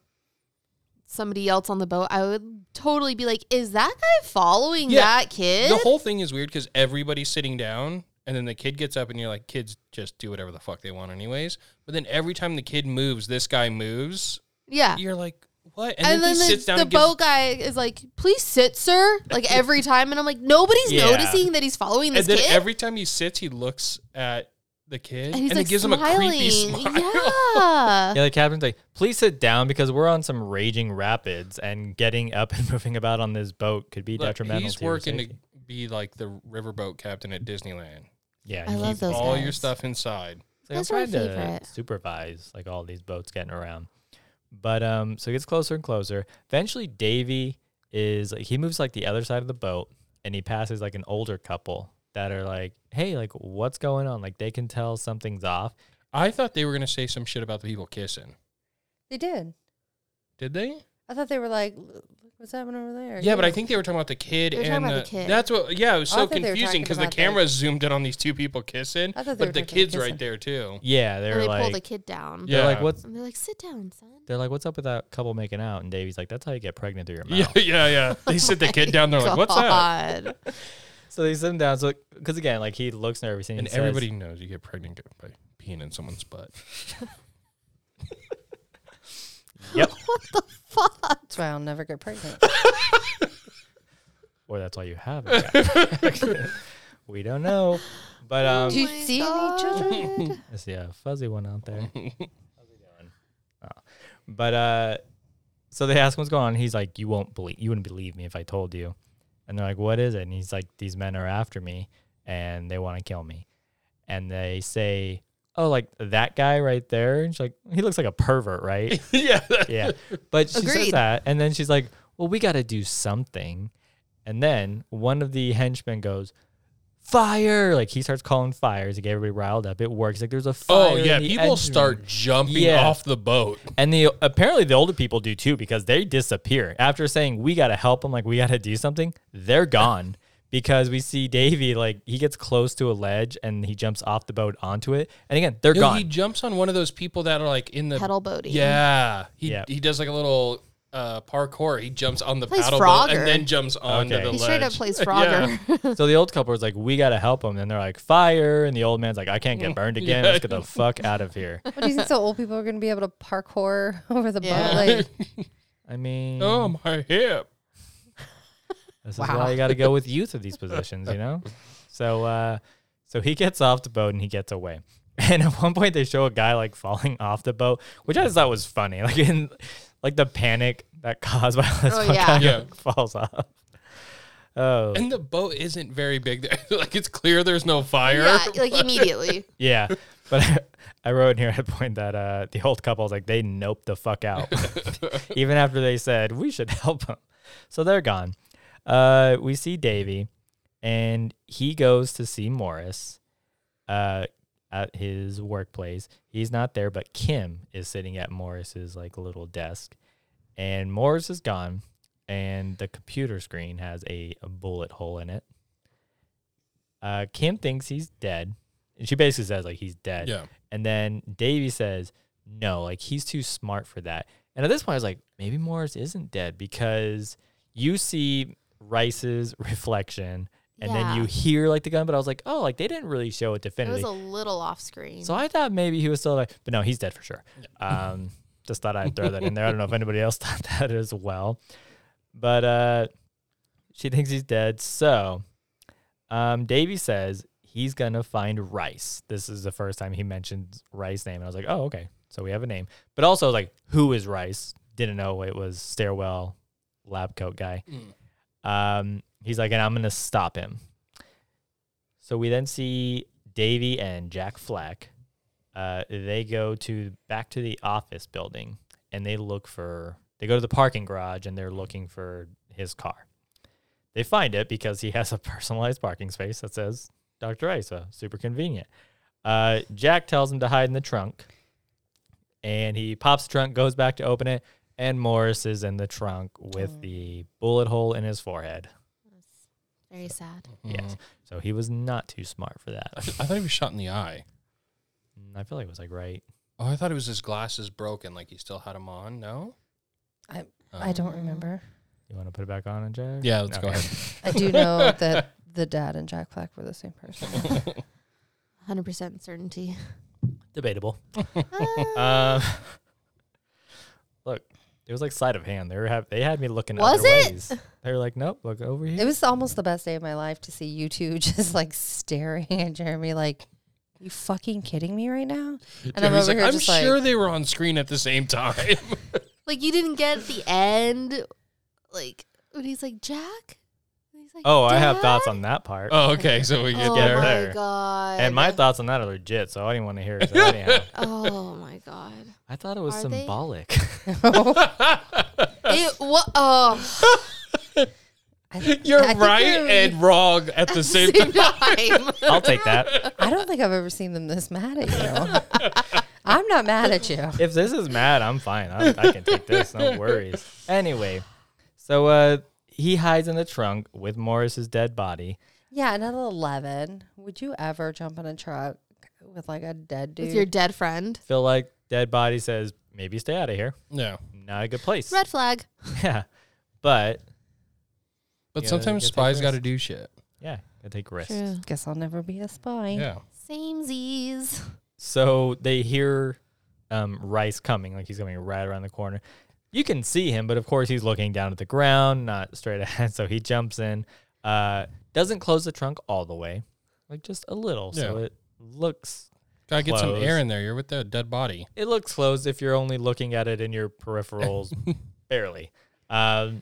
S5: somebody else on the boat, I would totally be like, "Is that guy following
S3: Yeah.
S4: that kid?"
S3: The whole thing is weird because everybody's sitting down, and then the kid gets up, and you're like, "Kids just do whatever the fuck they want, anyways." But then every time the kid moves, this guy moves.
S5: yeah.
S3: You're like, "What?"
S5: And, then,
S3: he
S5: the,
S3: sits down.
S5: the
S3: and gives-
S5: boat guy is like, "Please sit, sir." Like every time, and I'm like, "Nobody's
S2: Yeah.
S5: noticing that he's following this
S3: and then
S5: kid."
S3: every time he sits, he looks at the kid,
S5: and he's
S3: and
S5: like
S3: it gives
S5: smiling.
S3: him a creepy smile.
S5: Yeah.
S2: yeah, the captain's like, "Please sit down because we're on some raging rapids, and getting up and moving about on this boat could be
S3: Look,
S2: detrimental."
S3: he's
S2: to your
S3: working to
S2: safety."
S3: be like the riverboat captain at Disneyland.
S2: Yeah,
S4: I
S2: and
S4: love
S2: he's
S4: those
S3: All
S4: guys.
S3: your stuff inside.
S2: Like,
S4: That's
S2: I'm
S4: my
S2: trying to
S4: favorite.
S2: supervise like all these boats getting around. But um, so it gets closer and closer. Eventually, Davy is like he moves like the other side of the boat, and he passes like an older couple that are like, "Hey, like what's going on?" Like they can tell something's off.
S3: I thought they were gonna say some shit about the people kissing.
S1: they did.
S3: Did they?
S1: I thought they were like, "Look what's happening over there?
S3: Yeah, but I think they were talking about the kid
S4: They were talking
S3: and
S4: about
S3: the,
S4: the kid.
S3: that's what. Yeah, it was
S1: I
S3: so
S1: thought they were
S3: confusing
S1: talking
S3: because the
S1: about the-
S3: camera zoomed in on these two people kissing,
S1: I thought they were
S3: but
S1: talking
S3: the
S1: about
S3: kid's right
S1: kissing.
S3: there too.
S2: Yeah, they're
S4: and they
S2: like,
S4: pull the kid down.
S2: they're like,
S3: Yeah.
S2: "What's?"
S4: And they're like, "Sit down, son."
S2: They're like, "What's up with that couple making out?" And Davy's like, "That's how you get pregnant through your mouth."
S3: Yeah, yeah, yeah. They sit the kid down. They're like, "What's up?"
S4: God.
S2: So they sit him down. So because again, like he looks nervous, and, he
S3: And
S2: says-
S3: everybody knows you get pregnant by peeing in someone's butt.
S2: yep,
S1: That's why I'll never get pregnant.
S2: or that's all you have. is that pregnant. we don't know, but um,
S1: Do you
S4: my
S1: see
S4: God.
S1: any children?
S2: I see a fuzzy one out there. How's he doing? Oh. But uh, so they ask him what's going on. He's like, "You won't believe. You wouldn't believe me if I told you." And they're like, "What is it?" And he's like, "These men are after me, and they want to kill me." And they say, "Oh, like that guy right there." And she's like, "He looks like a pervert, right?"
S3: yeah,
S2: yeah. But she says
S4: Agreed.
S2: that, and then she's like, "Well, we got to do something." And then one of the henchmen goes, "Fire!" Like he starts calling fires to get everybody riled up. It works. Like there's a fire.
S3: Oh yeah,
S2: in the
S3: people
S2: engine
S3: start
S2: room.
S3: jumping
S2: Yeah.
S3: off the boat.
S2: And the apparently the older people do too because they disappear after saying we got to help them. Like we got to do something. They're gone. Because we see Davey, like he gets close to a ledge and he jumps off the boat onto it. And again, they're
S3: No,
S2: gone.
S3: he jumps on one of those people that are like in the
S4: Pedal boating.
S3: Yeah, he
S2: Yeah.
S3: he does like a little uh, parkour. He jumps on the
S4: Plays
S3: paddle boat
S4: Frogger.
S3: and then jumps onto
S2: Okay.
S3: the
S4: He
S3: ledge.
S4: straight up plays
S3: Yeah.
S4: Frogger.
S2: So the old couple was like, "We gotta help him," and they're like, "Fire!" And the old man's like, "I can't get burned again. Let's get the fuck out of here."
S1: What do you think? So old people are going to be able to parkour over the
S4: Yeah.
S1: boat? Like,
S2: I mean,
S3: Oh my hip!
S2: this is why you gotta go with youth of these positions, you know. So, uh, so he gets off the boat and he gets away. And at one point, they show a guy like falling off the boat, which I just thought was funny. Like in, like the panic that caused by this
S4: Oh,
S2: one
S4: yeah.
S2: guy
S3: Yeah.
S2: who falls off. Oh
S3: And the boat isn't very big. like it's clear there's no fire.
S4: yeah, like immediately.
S2: yeah, but I, I wrote here at a point that uh, the old couple's like they nope the fuck out. even after they said we should help him. So they're gone. Uh, we see Davy, and he goes to see Morris uh, at his workplace. He's not there, but Kim is sitting at Morris's like little desk, and Morris is gone, and the computer screen has a, a bullet hole in it. Uh, Kim thinks he's dead. and She basically says like he's dead.
S3: Yeah.
S2: And then Davy says, no, like he's too smart for that. And at this point, I was like, maybe Morris isn't dead because you see Rice's reflection and then you hear like the gun. But I was like, oh, like they didn't really show it
S5: It was
S2: definitively.
S5: a little off screen.
S2: so I thought maybe he was still alive, but no, he's dead for sure. Um, just thought I'd throw that in there. I don't know if anybody else thought that as well, but uh, she thinks he's dead. So um, Davy says he's gonna find Rice. This is the first time he mentioned Rice's name, and I was like, oh, okay, so we have a name. But also, like, who is Rice? Didn't know it was stairwell lab coat guy. Um, he's like, and I'm gonna stop him. So we then see Davy and Jack Flack. Uh, they go to back to the office building and they look for. They go to the parking garage and they're looking for his car. They find it because he has a personalized parking space that says Dr. Isa. Super convenient. Uh, Jack tells him to hide in the trunk, and he pops the trunk, goes back to open it, and Morris is in the trunk with the bullet hole in his forehead.
S4: Very sad.
S2: Yes. So he was not too smart for that.
S3: I thought he was shot in the eye.
S2: Mm, I feel like it was like right.
S3: Oh, I thought it was his glasses broken, like he still had them on. No.
S1: I I don't remember.
S2: You want to put it back on, Jack?
S3: Yeah, let's go
S2: Okay.
S3: ahead.
S1: I do know that the dad and Jack Black were the same person.
S5: 100% certainty.
S2: Debatable.
S5: Ah,
S2: Um, look, it was like sleight of hand. They were have, they had me looking
S5: Was
S2: other
S5: it?
S2: ways. They were like, nope, look over here.
S1: It was almost the best day of my life to see you two just like staring at Jeremy like, you fucking kidding me right now? And I'm
S3: Jeremy's
S1: over here
S3: like, I'm
S1: just
S3: sure
S1: like,
S3: they were on screen at the same time.
S5: like you didn't get the end. Like when he's like Jack. And he's like,
S2: oh, I have
S5: "Dad?"
S2: thoughts on that part.
S3: oh, okay. So we get
S5: oh
S2: there.
S5: my
S2: There.
S5: god.
S2: and my thoughts on that are legit, so I didn't want to hear it. So anyhow,
S5: Oh my god.
S2: I thought it was
S5: Are they?
S2: symbolic.
S5: It, what? Oh,
S1: I,
S3: You're
S1: I think
S3: right
S1: you're-
S3: and wrong at the same time.
S5: same time.
S2: I'll take that.
S1: I don't think I've ever seen them this mad at you. I'm not mad at you.
S2: If this is mad, I'm fine. I, I can take this. No worries. Anyway, so uh, he hides in the trunk with Morris's dead body.
S1: Yeah, another 11. Would you ever jump in a truck with like a dead dude?
S5: With your dead friend.
S2: Feel like dead body says, maybe stay out of here.
S3: No.
S2: Not a good place.
S5: Red flag.
S2: Yeah. But
S3: But
S2: Yeah,
S3: sometimes
S2: they take
S3: spies
S2: risks.
S3: got to do shit.
S2: yeah, gotta take risks.
S5: True.
S1: Guess I'll never be a spy.
S3: Yeah.
S5: Same Z's.
S2: So they hear um, Rice coming, like he's coming right around the corner. You can see him, but of course he's looking down at the ground, not straight ahead. So he jumps in, uh, doesn't close the trunk all the way, like just a little. So
S3: Yeah.
S2: it looks
S3: Gotta get some
S2: Close.
S3: air in there. You're with the dead body.
S2: it looks closed if you're only looking at it in your peripherals barely um,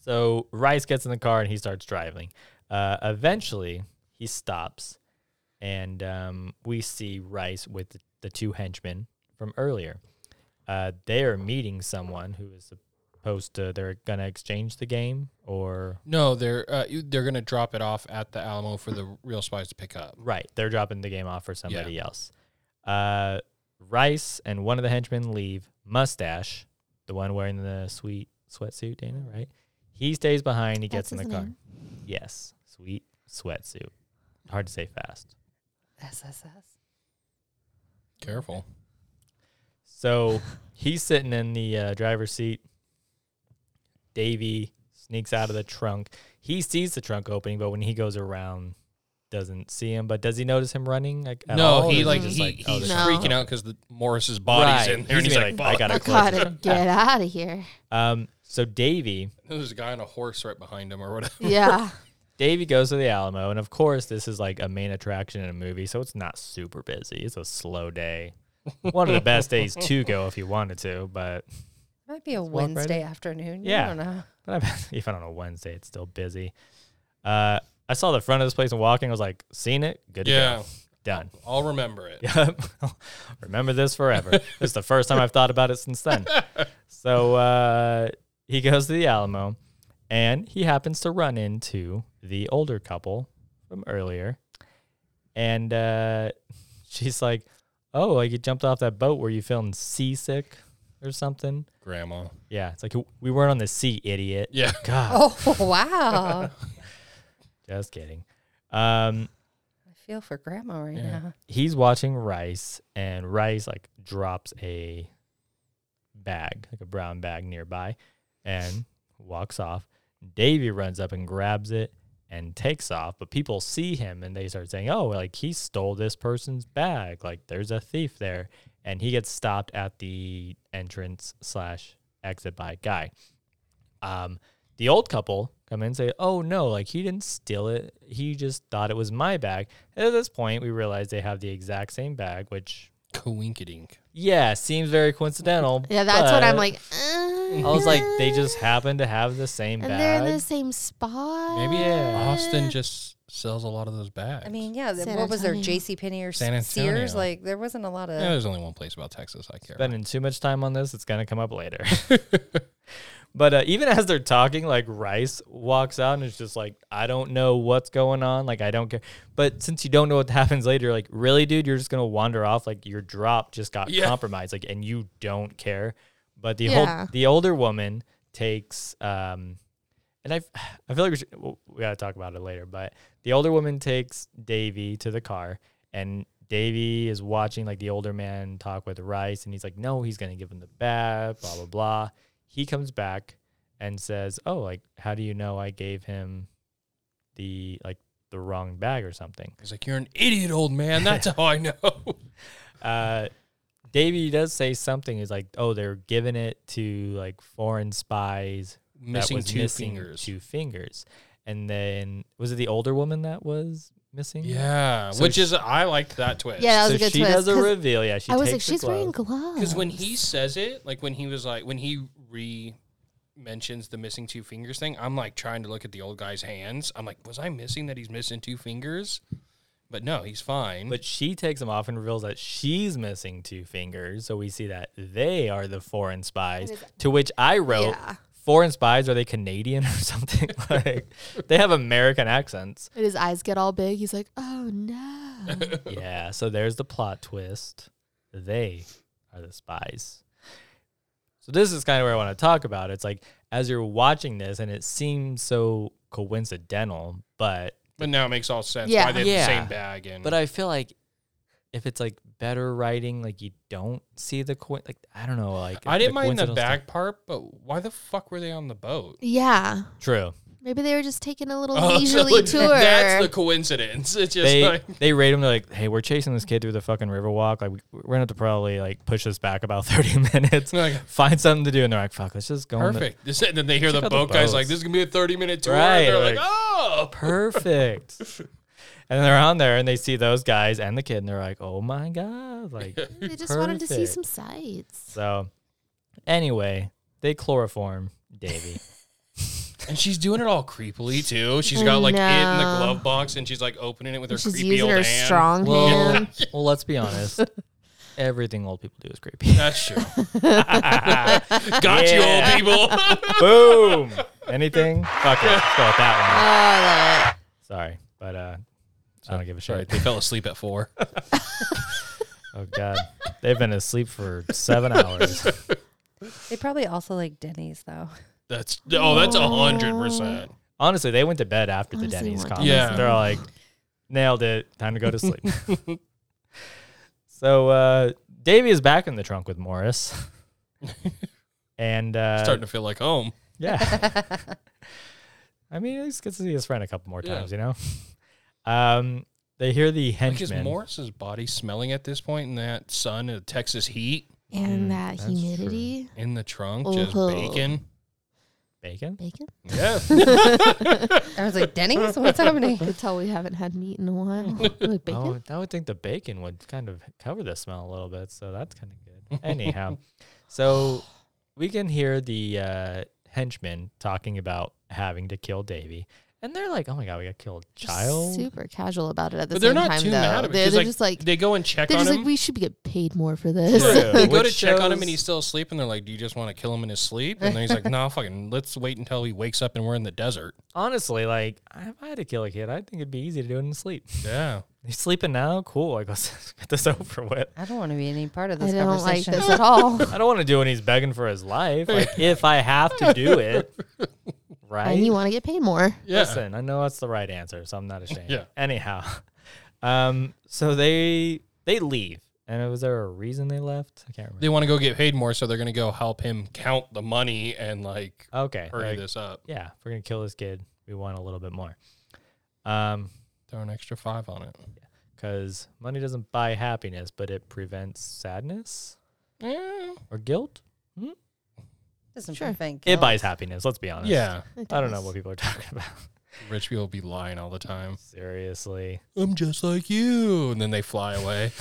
S2: so rice gets in the car and he starts driving uh, eventually he stops and um, we see rice with the, the two henchmen from earlier uh, they are meeting someone who is supposed to they're gonna exchange the game or
S3: No, they're uh, you- they're gonna drop it off at the Alamo for the real spies to pick up.
S2: Right. They're dropping the game off for somebody else. Uh, Rice and one of the henchmen leave. Mustache, the one wearing the sweet sweatsuit, Dana, right? He stays behind. He gets in
S5: That's
S2: the
S5: his
S2: car.
S5: name.
S2: Yes. Sweet sweatsuit. Hard to say fast.
S1: SSS.
S3: Careful.
S2: So he's sitting in the uh, driver's seat. Davy sneaks out of the trunk. He sees the trunk opening, but when he goes around, doesn't see him. But does he notice him running? Like, at all,
S3: no,
S2: or is
S3: he
S2: it
S3: like,
S2: just
S3: he,
S2: oh,
S3: he's
S2: there's-
S5: No.
S3: freaking out because the Morris's body's
S2: Right.
S3: in there, and
S2: He's
S3: he's
S2: gonna
S3: like,
S2: be like, I
S3: "Fuck."
S2: gotta
S5: I
S2: close it.
S5: gotta get out of here.
S2: Um, so Davy,
S3: There's a guy on a horse right behind him, or whatever.
S5: Yeah.
S2: Davy goes to the Alamo, and of course, this is like a main attraction in a movie, so it's not super busy. It's a slow day. One of the best days to go if you wanted to, but
S1: Might be a
S2: walk right in.
S1: Wednesday afternoon.
S2: Yeah.
S1: I don't know.
S2: but I bet if I don't know Wednesday, it's still busy. Uh, I saw the front of this place and walking. I was like, seen it, good to
S3: Yeah.
S2: go, done.
S3: I'll remember it.
S2: Yep. Remember this forever. this is the first time I've thought about it since then. So uh, he goes to the Alamo and he happens to run into the older couple from earlier. And uh, she's like, Oh, like you jumped off that boat. Were you feeling seasick or something?
S3: Grandma.
S2: Yeah. It's like, We weren't on the sea, idiot.
S3: Yeah.
S2: God.
S1: Oh, wow.
S2: Just kidding. Um,
S1: I feel for grandma right
S3: Yeah.
S1: now.
S2: he's watching Rice, and Rice like drops a bag, like a brown bag nearby, and walks off. Davy runs up and grabs it and takes off. But people see him and they start saying, oh, like he stole this person's bag. Like there's a thief there. And he gets stopped at the entrance slash exit by a guy. Um, the old couple come in and say, oh no, like he didn't steal it. He just thought it was my bag. And at this point, we realize they have the exact same bag, which,
S3: Coinkadink.
S2: yeah, seems very coincidental.
S5: Yeah, that's what I'm
S2: but-
S5: like. uh,
S2: I was like, they just happen to have the same
S5: And they're in the
S2: bag.
S5: same spot.
S3: Maybe Austin
S5: just.
S3: just sells a lot of those bags.
S1: I mean, yeah. th-
S5: San
S1: what was there,
S5: Antonio.
S1: J.C. Penney or
S3: San
S1: Sears?
S3: Antonio.
S1: Like there wasn't a lot of.
S2: uh,
S3: Yeah, there's only one place about Texas I care. About.
S2: Spending too much time on this, it's gonna come up later. but uh, even as they're talking, like Rice walks out and is just like, I don't know what's going on. Like I don't care. But since you don't know what happens later, like really, dude, you're just gonna wander off. Like your drop just got
S3: Yeah.
S2: compromised. Like and you don't care. But the
S5: Yeah.
S2: whole the older woman takes um, and I I feel like we, should, w- we gotta talk about it later. But the older woman takes Davy to the car, and Davy is watching like the older man talk with Rice, and he's like, "No, he's gonna give him the bag." Blah blah blah. He comes back and says, "Oh, like how do you know I gave him the like the wrong bag or something?"
S3: He's like, you're an idiot, old man. That's how I know.
S2: Uh, Davy does say something. He's like, "Oh, they're giving it to like foreign spies that
S3: missing
S2: was
S3: two
S2: missing
S3: fingers.
S2: Two fingers. And then was it the older woman that was missing?
S3: Yeah,
S2: So
S3: which
S2: she-
S3: is I liked that twist.
S5: Yeah, that was
S2: so
S5: a good
S2: she
S5: twist.
S2: does a
S5: 'cause
S2: reveal. Yeah, she
S5: I
S2: takes
S5: was like,
S2: the
S5: she's wearing
S2: gloves.
S5: gloves.
S3: because when he says it, like when he was like when he re mentions the missing two fingers thing, I'm like trying to look at the old guy's hands. I'm like, was I missing that he's missing two fingers? But no, he's fine.
S2: But she takes them off and reveals that she's missing two fingers. So we see that they are the foreign spies. To which I wrote,
S5: Yeah.
S2: "Foreign spies are they Canadian or something? like they have American accents."
S5: And his eyes get all big. He's like, oh no.
S2: Yeah. So there's the plot twist. They are the spies. So this is kind of where I want to talk about. It's like as you're watching this, and it seems so coincidental, but
S3: But now it makes all sense
S5: Yeah.
S3: why they have
S2: Yeah.
S3: the same bag and
S2: But I feel like if it's like better writing, like you don't see the coin. Like I don't know. Like
S3: I didn't
S2: the
S3: mind the
S2: coincidental
S3: bag part, but why the fuck were they on the boat?
S5: yeah.
S2: stuff- True.
S5: Maybe they were just taking a little
S3: Oh, so
S5: leisurely
S3: it's-
S5: tour.
S3: That's the coincidence. It's just
S2: They
S3: like
S2: they rate him. They're like, hey, we're chasing this kid through the fucking river walk. Like we, we're gonna have to probably like push this back about thirty minutes.
S3: Like-
S2: find something to do, and they're like, fuck, let's just go. on the-
S3: perfect. This- and then they hear
S2: Check
S3: the
S2: out the
S3: boat guys like,
S2: boats.
S3: "This is gonna be a thirty minute tour."
S2: Right,
S3: and they're like,
S2: like-
S3: "Oh,
S2: perfect. and then they're on there, and they see those guys and the kid, and they're like, oh my god, like
S5: they just wanted to see
S2: perfect.
S5: some sights.
S2: so. Anyway, they chloroform Davy.
S3: And she's doing it all creepily too. She's got like it in the
S5: No.
S3: glove box, and she's like opening it with her
S5: She's
S3: creepy
S5: using
S3: old
S5: her
S3: hand.
S5: strong
S2: Well,
S5: hand.
S2: well, let's be honest. Everything old people do is creepy.
S3: That's true. Got
S2: Yeah.
S3: you, old people.
S2: Boom. Anything? Fuck it. Let's go with that
S5: Oh, I love it.
S2: one. Sorry, but uh, I don't give a
S3: Sorry,
S2: shit.
S3: they fell asleep at four.
S2: Oh god, they've been asleep for seven hours.
S1: They probably also like Denny's though.
S3: That's oh, that's a hundred percent.
S2: Honestly, they went to bed after the
S5: Honestly,
S2: Denny's
S5: what
S2: comments.
S3: Yeah.
S2: They're like, nailed it. Time to go to sleep. so uh, Davey is back in the trunk with Morris, and uh,
S3: Starting to feel like home.
S2: Yeah. I mean, at least gets to see his friend a couple more
S3: Yeah.
S2: times, you know? Um, they hear the
S3: Like, is
S2: henchman.
S3: Morris's body smelling at this point in that sun and the Texas heat
S2: Mm,
S5: And that
S2: that's true.
S5: humidity.
S3: in the trunk, just
S5: Oh.
S3: bacon?
S2: Bacon?
S5: Bacon?
S3: Yeah.
S1: I was like, Denny's? What's happening?
S5: You could tell we haven't had meat in a while. like
S2: Oh,
S5: bacon?
S2: I would think the bacon would kind of cover the smell a little bit, so that's kind of good. Anyhow, so we can hear the uh, henchmen talking about having to kill Davy. And they're like, oh my God, we got to kill a
S5: Just
S2: child.
S5: Super casual about it at the
S3: but they're
S5: same
S3: not
S5: time,
S3: too
S5: though.
S3: mad at it.
S5: they're
S3: 'cause,
S5: they're just like,
S3: they go and check
S5: they're
S3: on
S5: just
S3: him.
S5: like, we should get paid more for this.
S2: True.
S3: they go to
S2: Which
S3: check on him
S2: shows-
S3: and he's still asleep, and they're like, "Do you just want to kill him in his sleep?" And then he's like, "No, fucking, let's wait until he wakes up and we're in the desert."
S2: Honestly, like, if I had to kill a kid, I think it'd be easy to do it in sleep.
S3: Yeah.
S2: He's sleeping now? Cool. Like, let's get this over with.
S1: I don't want to be any part of
S5: I
S1: this
S5: don't like
S1: conversation.
S5: this at all.
S2: I don't want to do when he's begging for his life. Like if I have to do it, right?
S5: And you want to get paid more.
S3: Yeah.
S2: Listen, I know that's the right answer, so I'm not ashamed.
S3: Yeah.
S2: Anyhow, um, so they they leave, and was there a reason they left? I can't remember.
S3: They want to go get paid more, so they're gonna go help him count the money and like
S2: okay,
S3: hurry
S2: like,
S3: this up.
S2: yeah, if we're gonna kill this kid. We want a little bit more. Um,
S3: Throw an extra five on it.
S2: because money doesn't buy happiness, but it prevents sadness or guilt.
S1: Doesn't
S5: Sure.
S1: prevent
S2: It
S1: guilt.
S2: buys happiness. Let's be honest.
S3: Yeah.
S2: I don't know what people are talking about.
S3: Rich people be lying all the time.
S2: Seriously.
S3: I'm just like you. And then they fly away.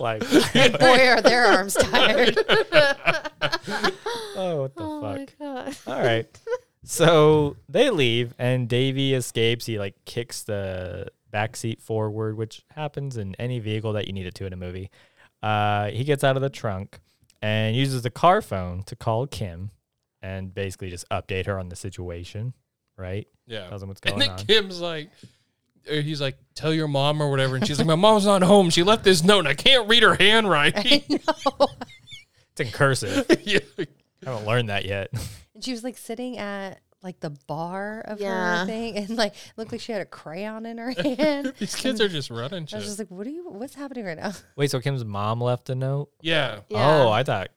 S2: like,
S1: And boy, are their arms tired.
S2: oh, what the
S5: Oh
S2: fuck?
S5: my god.
S2: All right. So they leave, and Davy escapes. He like kicks the back seat forward, which happens in any vehicle that you need it to in a movie. Uh, he gets out of the trunk and uses the car phone to call Kim and basically just update her on the situation. Right?
S3: Yeah.
S2: Tells him what's
S3: And
S2: going
S3: then
S2: on.
S3: Kim's like, or he's like, tell your mom or whatever. And she's like, my mom's not home. She left this note and I can't read her handwriting.
S2: It's in cursive.
S3: yeah.
S2: I haven't learned that yet.
S1: And she was like sitting at like the bar of
S5: Yeah.
S1: her thing and like looked like she had a crayon in her hand.
S3: These kids are just
S1: I
S3: running
S1: was
S3: shit.
S1: just like, what are you what's happening right now?
S2: Wait, so Kim's mom left a note?
S3: Yeah.
S5: Yeah.
S2: Oh, I thought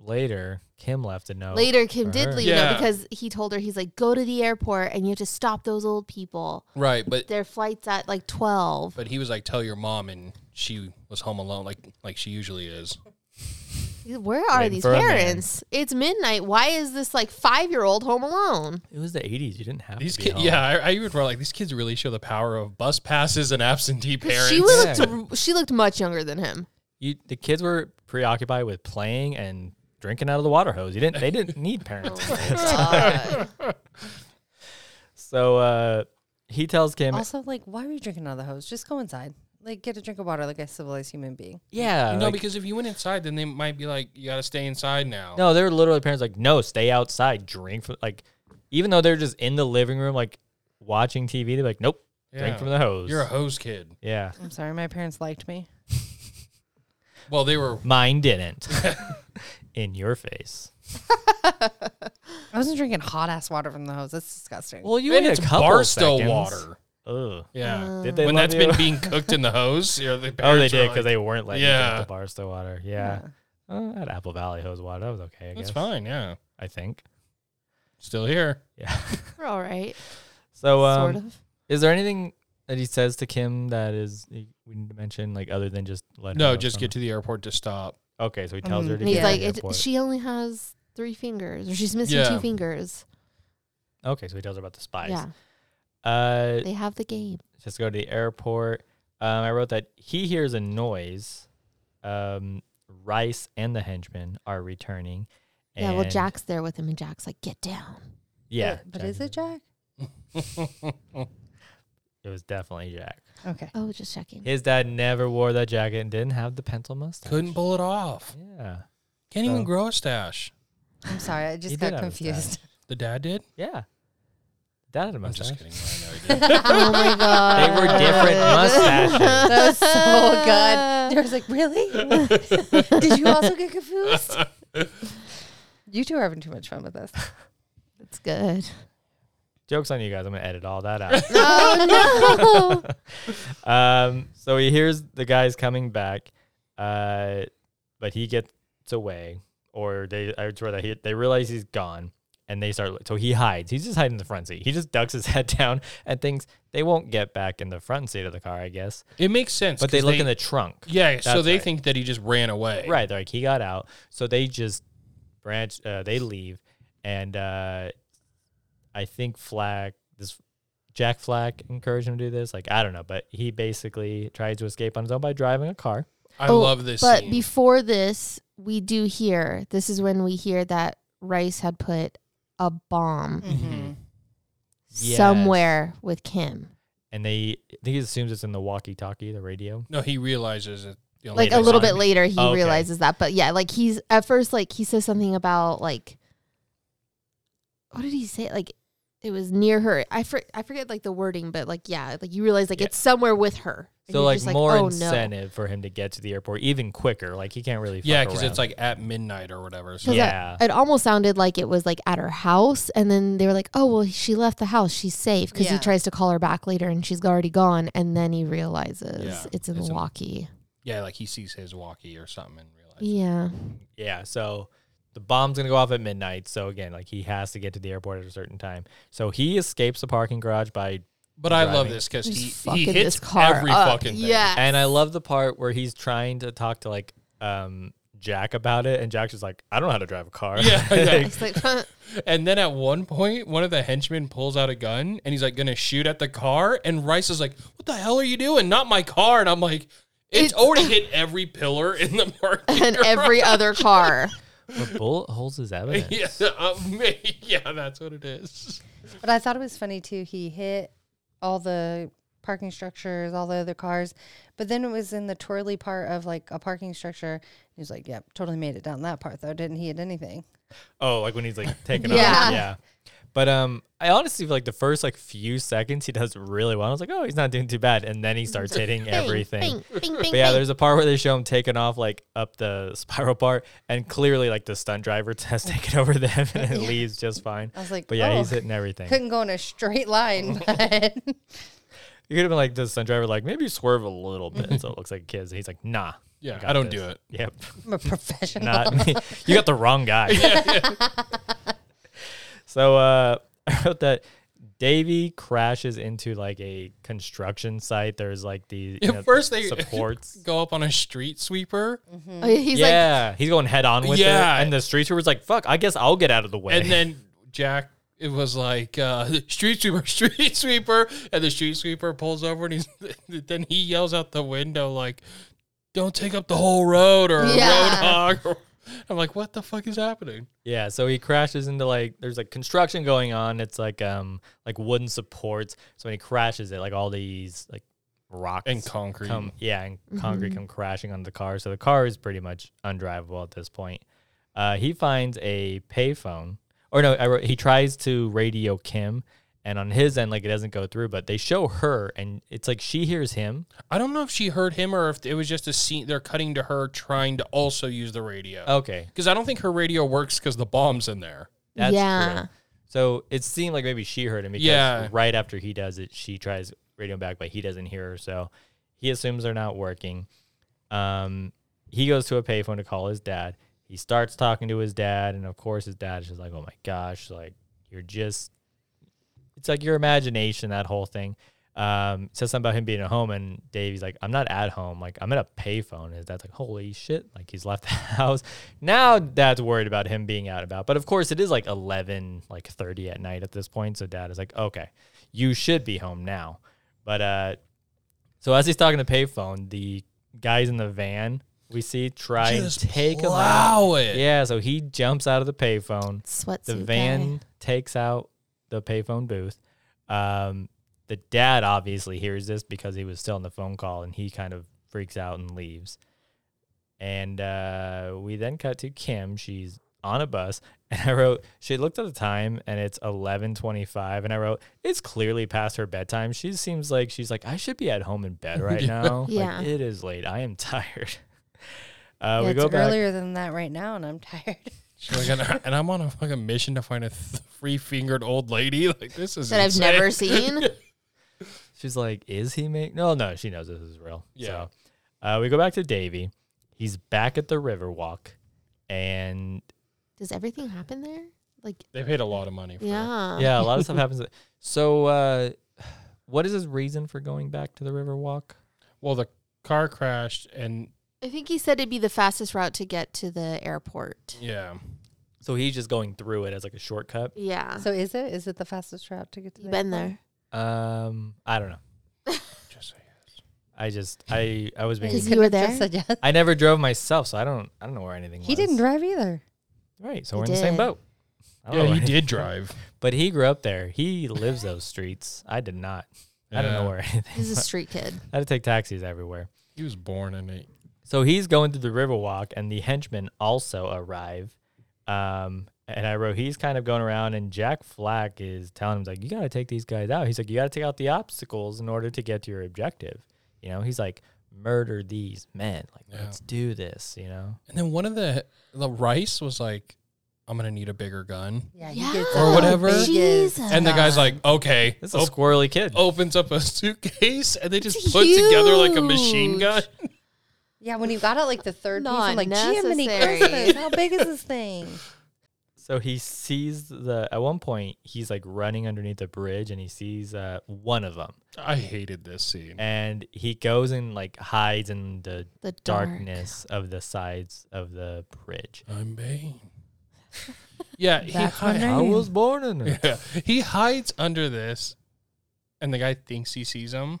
S2: later Kim left a note.
S5: Later, Kim
S2: for her.
S5: did leave
S3: Yeah.
S5: though because he told her he's like, go to the airport and you have to stop those old people.
S3: Right. But
S5: Their flight's at like twelve.
S3: but he was like, tell your mom. And she was home alone like like she usually is.
S5: Where are
S2: Waiting
S5: these
S2: for a man.
S5: parents? It's midnight. Why is this like five year old home alone?
S2: It was the 80s. You didn't have
S3: These
S2: to be
S3: kids,
S2: home.
S3: yeah, I, I even wrote like these kids really show the power of bus passes and absentee
S5: 'Cause
S3: parents.
S5: She looked
S2: Yeah.
S5: r- she looked much younger than him.
S2: you the kids were preoccupied with playing and drinking out of the water hose. You didn't they didn't need parents.
S5: God.
S2: so uh he tells Kim
S1: Also, like, why were you drinking out of the hose? Just go inside. Like get a drink of water like a civilized human being.
S2: Yeah.
S3: no,
S2: like-
S3: because if you went inside, then they might be like, you got to stay inside now.
S2: no, they were literally parents like, no, stay outside, drink from like even though they're just in the living room like watching TV, they're like, Nope, drink
S3: Yeah.
S2: from the hose.
S3: You're a hose kid.
S2: yeah.
S1: I'm sorry, my parents liked me.
S3: Well, they were.
S2: Mine didn't. in your face.
S1: I wasn't drinking hot ass water from the hose. That's disgusting.
S2: Well you
S3: And
S2: waited
S3: it's
S2: a couple
S3: Barstow
S2: seconds.
S3: water.
S2: Ugh.
S3: Yeah.
S2: Did they
S3: when
S2: love
S3: that's
S2: you?
S3: been being cooked in the hose. You know, the
S2: Oh, they
S3: parents
S2: did
S3: are
S2: because
S3: like,
S2: they weren't letting you
S3: Yeah.
S2: drink the Barstow water. Yeah, Uh, I had Apple Valley hose water. That was okay. I
S3: That's
S2: guess.
S3: fine. Yeah.
S2: I think.
S3: Still here.
S2: Yeah.
S5: We're all right.
S2: So, um,
S5: sort of.
S2: is there anything that he says to Kim that is we need to mention, like other than just let? her
S3: No,
S2: know
S3: just
S2: from-
S3: get to the airport to stop.
S2: Okay, so he tells her to
S1: Mhm.
S2: get
S5: And Mm-hmm. he's
S1: Yeah.
S2: to
S5: like,
S2: the
S5: it,
S2: airport.
S5: she only has three fingers, or she's missing
S3: Yeah.
S5: two fingers.
S2: okay, so he tells her about the spies.
S5: Yeah,
S2: Uh,
S5: they have the game.
S2: just go to the airport. Um, I wrote that he hears a noise. Um, Rice and the henchmen are returning.
S5: yeah, well,
S2: and-
S5: Jack's there with him, and Jack's like, get down.
S2: Yeah,
S1: But, but
S2: Jack
S1: is it Jack?
S2: It was definitely Jack.
S1: Okay.
S5: Oh, just checking.
S2: His dad never wore that jacket and didn't have the pencil mustache.
S3: Couldn't pull it off.
S2: Yeah.
S3: Can't
S2: So-
S3: even grow a stash.
S1: I'm sorry. I
S2: He
S1: just
S2: did
S1: got
S2: have his
S1: confused.
S3: The dad did.
S2: Yeah. Dad had a
S3: I'm
S2: mustache.
S3: just kidding. I know he did.
S5: oh my god,
S2: They were different mustaches.
S1: That was so good. I was like, really? Did you also get confused? You two are having too much fun with this.
S5: That's good.
S2: Joke's on you guys. I'm going to edit all that out.
S5: Oh no.
S2: um, so he hears the guys coming back, uh, but he gets away, or they, I swear that he, they realize he's gone. And they start, so he hides. He's just hiding in the front seat. He just ducks his head down and thinks they won't get back in the front seat of the car, I guess.
S3: It makes sense.
S2: But they
S3: 'cause
S2: look in the trunk.
S3: Yeah, so
S2: That's
S3: they
S2: right.
S3: think that he just ran away.
S2: Right. They're like, he got out. So they just branch, uh, they leave. And uh, I think Flack, this Jack Flack encouraged him to do this. Like, I don't know. But he basically tried to escape on his own by driving a car.
S3: I
S5: Oh,
S3: love this.
S5: But
S3: scene.
S5: before this, we do hear. This is when we hear that Rice had put a bomb
S1: Mm-hmm.
S5: somewhere with Kim,
S2: And they, I think he assumes it's in the walkie talkie, the radio.
S3: no, he realizes it. you know,
S5: like a
S2: Later
S5: little
S2: on.
S5: bit later. He
S2: Oh, okay.
S5: realizes that, but yeah, like he's at first like he says something about like what did he say? Like it was near her. I for, I forget like the wording, but like yeah, like you realize like
S2: Yeah.
S5: it's somewhere with her. And
S2: So,
S5: you're
S2: like,
S5: just
S2: more
S5: oh, No.
S2: incentive for him to get to the airport even quicker. Like, he can't really. Fuck
S3: Yeah, because
S2: around.
S3: it's like at midnight or whatever. So
S5: Because
S2: Yeah.
S5: it, it almost sounded like it was like at her house, and then they were like, "Oh well, she left the house. She's safe." Because he
S1: Yeah.
S5: tries to call her back later, and she's already gone. And then he realizes
S3: Yeah,
S5: it's in
S3: it's in-
S5: Milwaukee.
S3: yeah, like he sees his walkie or something and realizes.
S5: yeah,
S2: Yeah. So the bomb's gonna go off at midnight. So again, like he has to get to the airport at a certain time. So he escapes the parking garage by
S3: But I love
S2: Driving.
S3: this because
S5: Just
S3: he, he
S5: fucking
S3: hits
S5: this car
S3: every
S5: up.
S3: fucking thing.
S5: Yes.
S2: and I love the part where he's trying to talk to like um Jack about it, and Jack's just like, I don't know how to drive a car.
S3: Yeah, yeah.
S5: It's like, huh,
S3: And then at one point, one of the henchmen pulls out a gun and he's like going to shoot at the car. And Rice is like, What the hell are you doing? Not my car. And I'm like, It's,
S5: It's-
S3: already hit every pillar in the parking
S5: and
S3: garage."
S5: every other car.
S2: But bullet holds his evidence.
S3: Yeah, um, yeah, that's what it is.
S1: But I thought it was funny too. He hit all the parking structures, all the other cars, but then it was in the twirly part of like a parking structure. He was like, "Yep, totally made it down that part though, didn't he?" Hit anything?
S2: Oh, like when he's like taking
S5: Yeah.
S2: off. Yeah. But um, I honestly feel like the first like few seconds he does really well. I was like, oh, he's not doing too bad, and then he starts hitting everything.
S4: Bing, bing, bing,
S2: But yeah,
S4: bing.
S2: there's a part where they show him taking off like up the spiral part, and clearly like the stunt driver has taken over them, and it leaves just fine.
S1: I was like,
S2: But yeah,
S1: "Oh,
S2: he's hitting everything.
S1: couldn't go in a straight line." But
S2: You could have been like the stunt driver, like maybe swerve a little bit so it looks like kids. And he's like, nah.
S3: Yeah,
S2: got
S3: I don't
S2: this."
S3: do it.
S2: Yep,
S1: I'm a professional.
S2: not me. You got the wrong guy. so uh, I wrote that Davy crashes into like a construction site. There's like these you
S3: At
S2: know,
S3: first, they
S2: supports.
S3: go up on a street sweeper,
S5: Oh, yeah, He's like,
S2: yeah, he's going head on with
S3: Yeah.
S2: it, and the street sweeper's like, "Fuck, I guess I'll get out of the way."
S3: and then Jack. It was like uh, street sweeper, street sweeper, and the street sweeper pulls over, and he's then he yells out the window like, "Don't take up the whole road or
S5: Yeah.
S3: roadhog." Or, I'm like, "What the fuck is happening?"
S2: Yeah, so he crashes into like there's like construction going on. It's like um like wooden supports. So when he crashes it, like all these like rocks
S3: And concrete.
S2: come yeah, and concrete come crashing on the car. So the car is pretty much undrivable at this point. Uh, he finds a payphone, or no, I wrote, he tries to radio Kim, and on his end, like it doesn't go through. But they show her, and it's like she hears him.
S3: I don't know if she heard him or if it was just a scene. They're cutting to her trying to also use the radio
S2: Okay,
S3: because I don't think her radio works because the bomb's in there.
S2: That's yeah.
S5: Yeah.
S2: true. So it seemed like maybe she heard him because
S3: Yeah.
S2: right after he does it, she tries radio back, but he doesn't hear her. So he assumes they're not working. Um, he goes to a payphone to call his dad. He starts talking to his dad, and of course, his dad is just like, "Oh my gosh, like you're just." It's like your imagination, that whole thing. Um, says something about him being at home, and Davey's like, "I'm not at home. Like I'm at a payphone." And his dad's like, "Holy shit! Like he's left the house." Now dad's worried about him being out and about, but of course it is like 11, like 30 at night at this point. So dad is like, "Okay, you should be home now." But uh, so as he's talking to payphone, the guys in the van we see try
S3: Just
S2: and take him out.
S3: plow it.
S2: Yeah, so he jumps out of the payphone.
S5: sweatsuit.
S2: The
S5: guy.
S2: van takes out the payphone booth. Um, the dad obviously hears this because he was still on the phone call, and he kind of freaks out and leaves. And uh, we then cut to Kim. She's on a bus, and I wrote. She looked at the time, and it's eleven twenty-five. And I wrote, "It's clearly past her bedtime." She seems like she's like, "I should be at home in bed right now. Like,
S5: Yeah.
S2: it is late. I am tired." Uh,
S1: Yeah,
S2: we
S1: it's
S2: go back.
S1: earlier than that right now, and I'm tired.
S3: She's like, and, I, am on a fucking mission to find a th- three-fingered old lady. Like this is
S5: that I've
S3: insane.
S5: never seen.
S2: She's like, "Is he make?" No, no, she knows this is real.
S3: Yeah.
S2: So, uh, we go back to Davy. He's back at the Riverwalk, and
S5: Does everything happen there? Like,
S3: They paid a lot of money. For yeah,
S5: yeah.
S2: yeah, a lot of stuff happens. So, uh, what is his reason for going back to the Riverwalk?
S3: Well, the car crashed, and
S5: I think he said it'd be the fastest route to get to the airport.
S3: yeah,
S2: So he's just going through it as like a shortcut.
S5: Yeah.
S1: So is it? Is it the fastest route to get to?
S5: You've
S1: the
S5: been
S1: airport?
S5: there.
S2: Um, I don't know.
S3: just say yes.
S2: I just I I was being.
S5: Because
S1: Could
S5: you were
S1: have just
S5: there?
S1: said yes.
S2: I never drove myself, so I don't I don't know where anything.
S1: He
S2: was.
S1: didn't drive either.
S2: Right, so
S5: He
S2: we're in the same
S5: did.
S2: boat. I don't know
S3: Yeah,
S2: where
S3: he
S2: anything
S3: did
S2: was.
S3: drive.
S2: but he grew up there. He lives those streets. I did not. I don't know
S3: Yeah.
S2: where anything.
S5: He's a
S2: was.
S5: street kid.
S2: I had to take taxis everywhere.
S3: He was born in it.
S2: So he's going through the Riverwalk, and the henchmen also arrive. Um, and I wrote, he's kind of going around, and Jack Flack is telling him, he's like, you got to take these guys out. He's like, you got to take out the obstacles in order to get to your objective. You know, he's like, murder these men. Like,
S3: Yeah.
S2: let's do this, you know?
S3: And then one of the the rice was like, "I'm gonna need a bigger gun,"
S1: Yeah,
S5: Yeah.
S1: he gets
S3: Or
S1: the
S3: whatever.
S1: biggest-
S5: Jesus.
S3: and the guy's like, "Okay."
S2: This is
S3: Op-
S2: a squirrely kid.
S3: Oh. opens up a suitcase, and they just
S5: It's
S3: put together like a machine gun.
S1: Yeah, when you got it like the third piece, I'm
S5: Not
S1: like, Jiminy
S5: necessary."
S1: Christmas, how big is this thing?
S2: So he sees the at one point he's like running underneath the bridge and he sees uh, one of them
S3: I hated this scene.
S2: and he goes and like hides in the
S5: The dark.
S2: darkness of the sides of the bridge.
S3: I'm Bane. yeah, he
S1: That's my
S3: hi-
S1: name. I was
S2: born in it.
S3: Yeah, he hides under this, and the guy thinks he sees him,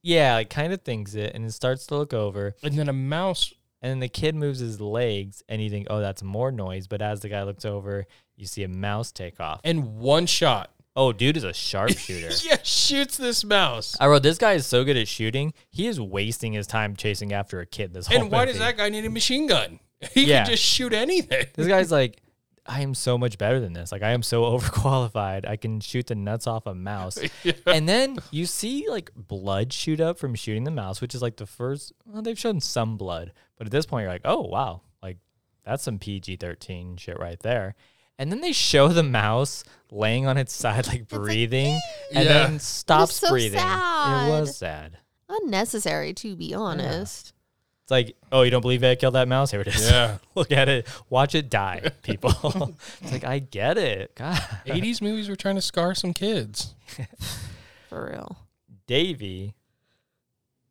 S2: Yeah, like kind of thinks it and it starts to look over.
S3: and then a mouse.
S2: And then the kid moves his legs and you think, oh, that's more noise. But as the guy looks over, you see a mouse take off.
S3: And one shot,
S2: oh, dude is a sharpshooter.
S3: yeah, shoots this mouse.
S2: I wrote, this guy is so good at shooting. He is wasting his time chasing after a kid this whole
S3: and why does
S2: movie.
S3: that guy need a machine gun? He
S2: Yeah.
S3: could just shoot anything.
S2: This guy's like, I am so much better than this. Like, I am so overqualified. I can shoot the nuts off a mouse. And then you see like blood shoot up from shooting the mouse, which is like the first. Well, they've shown some blood, but at this point, you're like, oh wow, like that's some PG thirteen shit right there. And then they show the mouse laying on its side, like breathing, and
S3: Yeah.
S2: then stops
S5: so
S2: breathing. It was
S5: sad.
S2: sad.
S5: Unnecessary, to be honest.
S2: It's like, oh, you don't believe I killed that mouse? Here it is.
S3: Yeah.
S2: Look at it. Watch it die, people. it's like, I get it. God.
S3: 80s movies were trying to scar some kids.
S5: For real.
S2: Davy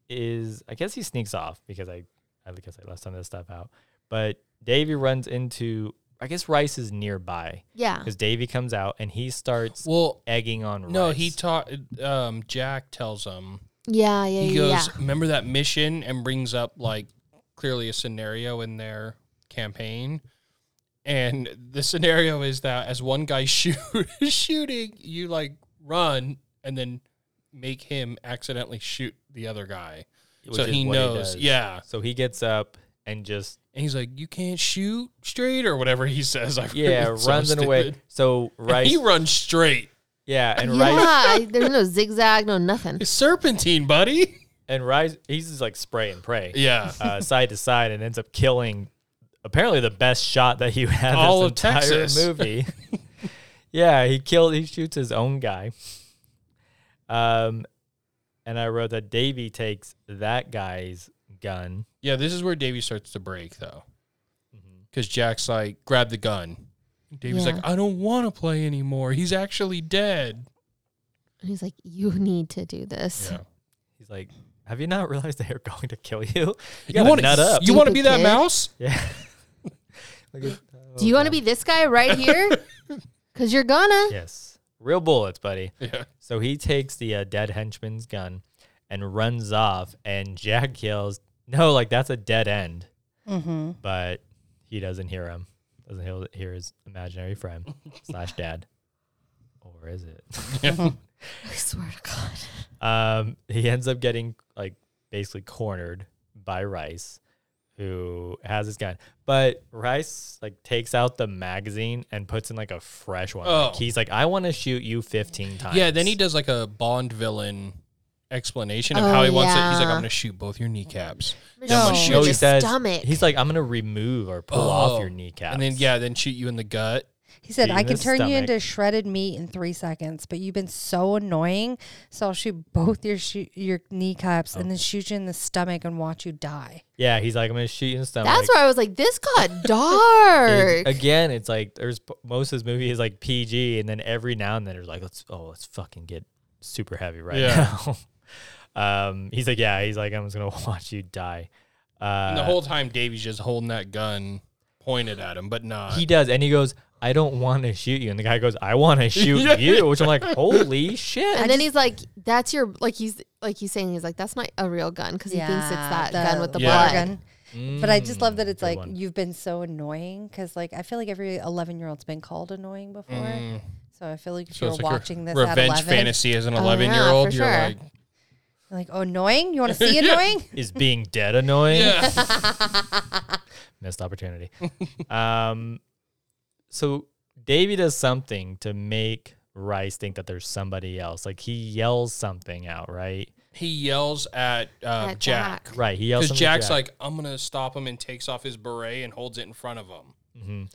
S2: is, I guess he sneaks off because I, I guess I left some of this stuff out. But Davy runs into, I guess Rice is nearby
S5: Yeah.
S2: because Davy comes out and he starts
S3: Well,
S2: egging on Rice.
S3: no, he taught. Um, Jack tells him
S5: Yeah, yeah, yeah.
S3: he goes,
S5: yeah.
S3: "Remember that mission?" and brings up like clearly a scenario in their campaign. And the scenario is that as one guy shoot shooting, you like run and then make him accidentally shoot the other guy.
S2: Which
S3: so
S2: is
S3: he
S2: what
S3: knows,
S2: does.
S3: yeah.
S2: So he gets up and just
S3: And he's like, "You can't shoot straight" or whatever he says. I
S2: yeah
S3: it's so
S2: runs away.
S3: stupid.
S2: So Rice,
S3: He runs straight.
S2: yeah, and
S5: yeah,
S2: Rice
S5: I- there's no zigzag, no nothing.
S3: It's serpentine, buddy.
S2: and Rice, he's just like spray and pray.
S3: Yeah.
S2: uh, side to side and ends up killing apparently the best shot that he had
S3: All
S2: this
S3: of
S2: entire
S3: Texas.
S2: movie. yeah, he killed. He shoots his own guy. Um, and I wrote that Davy takes that guy's gun.
S3: Yeah, this is where Davy starts to break though, because Jack's like, "Grab the gun." Davy's
S5: Yeah.
S3: like, "I don't want to play anymore. He's actually dead."
S5: And he's like, You need to do this.
S2: He's like, "Have you not realized they are going to kill you? You,
S3: You
S2: gotta
S3: want
S2: nut
S3: to?
S2: up?
S3: You want to
S5: stupid
S3: be that
S5: kid.
S3: mouse?
S2: yeah." Like it-
S5: Do you want to be this guy right here? Because you're gonna.
S2: yes, real bullets, buddy.
S3: Yeah.
S2: So he takes the uh, dead henchman's gun and runs off, and Jack yells, "No! Like that's a dead end."
S1: Mm-hmm.
S2: But he doesn't hear him. Doesn't hear, hear his imaginary friend slash dad, or is it?
S5: Mm-hmm. I swear to God.
S2: Um, he ends up getting like basically cornered by Rice, who has his gun. But Rice like takes out the magazine and puts in like a fresh one. Like,
S3: Oh.
S2: he's like, "I want to shoot you fifteen times."
S3: Yeah. Then he does like a Bond villain explanation of how
S5: Oh,
S3: he wants it. He's like,
S5: yeah.
S3: "I'm gonna shoot both your kneecaps,"
S5: No,
S1: shoot
S2: No,
S5: your
S2: he says
S5: stomach.
S2: he's like, I'm gonna remove or pull
S3: Oh.
S2: off your kneecaps.
S3: and then yeah, then shoot you in the gut.
S1: He said,
S2: Beat
S1: I
S2: in
S1: can
S2: the
S1: turn you
S2: stomach.
S1: into shredded meat in three seconds, but you've been so annoying. So I'll shoot both your shoo- your kneecaps and then shoot you in the stomach and watch you die.
S2: yeah, he's like, I'm gonna shoot you in the stomach.
S5: That's why I was like, This got
S2: It-
S5: dark.
S2: again, it's like there's p- most of this movie is like PG, and then every now and then it's like, let's oh, let's fucking get super heavy right
S3: Yeah.
S2: now. um, he's like, yeah, he's like, I'm just gonna watch you die. Uh,
S3: And the whole time, Davy's just holding that gun pointed at him, but not.
S2: he does, and he goes, I don't want to shoot you, and the guy goes, I want to shoot
S3: Yeah.
S2: you, which I'm like, holy shit.
S5: and then he's like, "That's your like he's like he's saying he's like that's not a real gun because he thinks it's that gun with the
S3: Yeah. Mm,
S5: blood."
S1: gun. But I just love that it's
S2: good
S1: like
S2: one.
S1: you've been so annoying because like I feel like every eleven year old's been called annoying before. So I feel like if
S3: Mm. So
S1: you're
S3: it's like your
S1: watching this at
S3: revenge
S1: eleven,
S3: fantasy as an
S5: yeah,
S3: 11 year old.
S5: for
S3: You're
S5: sure.
S3: like,
S1: you're like oh annoying, you want to see annoying?
S2: is being dead annoying.
S3: yeah.
S2: missed opportunity. um, so Davey does something to make Rice think that there's somebody else. Like he yells something out, right?
S3: he yells at, um,
S5: At
S3: Jack.
S5: Jack.
S2: Right. He yells.
S3: Because
S2: something to
S3: Jack's
S2: Jack.
S3: like, I'm gonna stop him and takes off his beret and holds it in front of him.
S2: Mhm.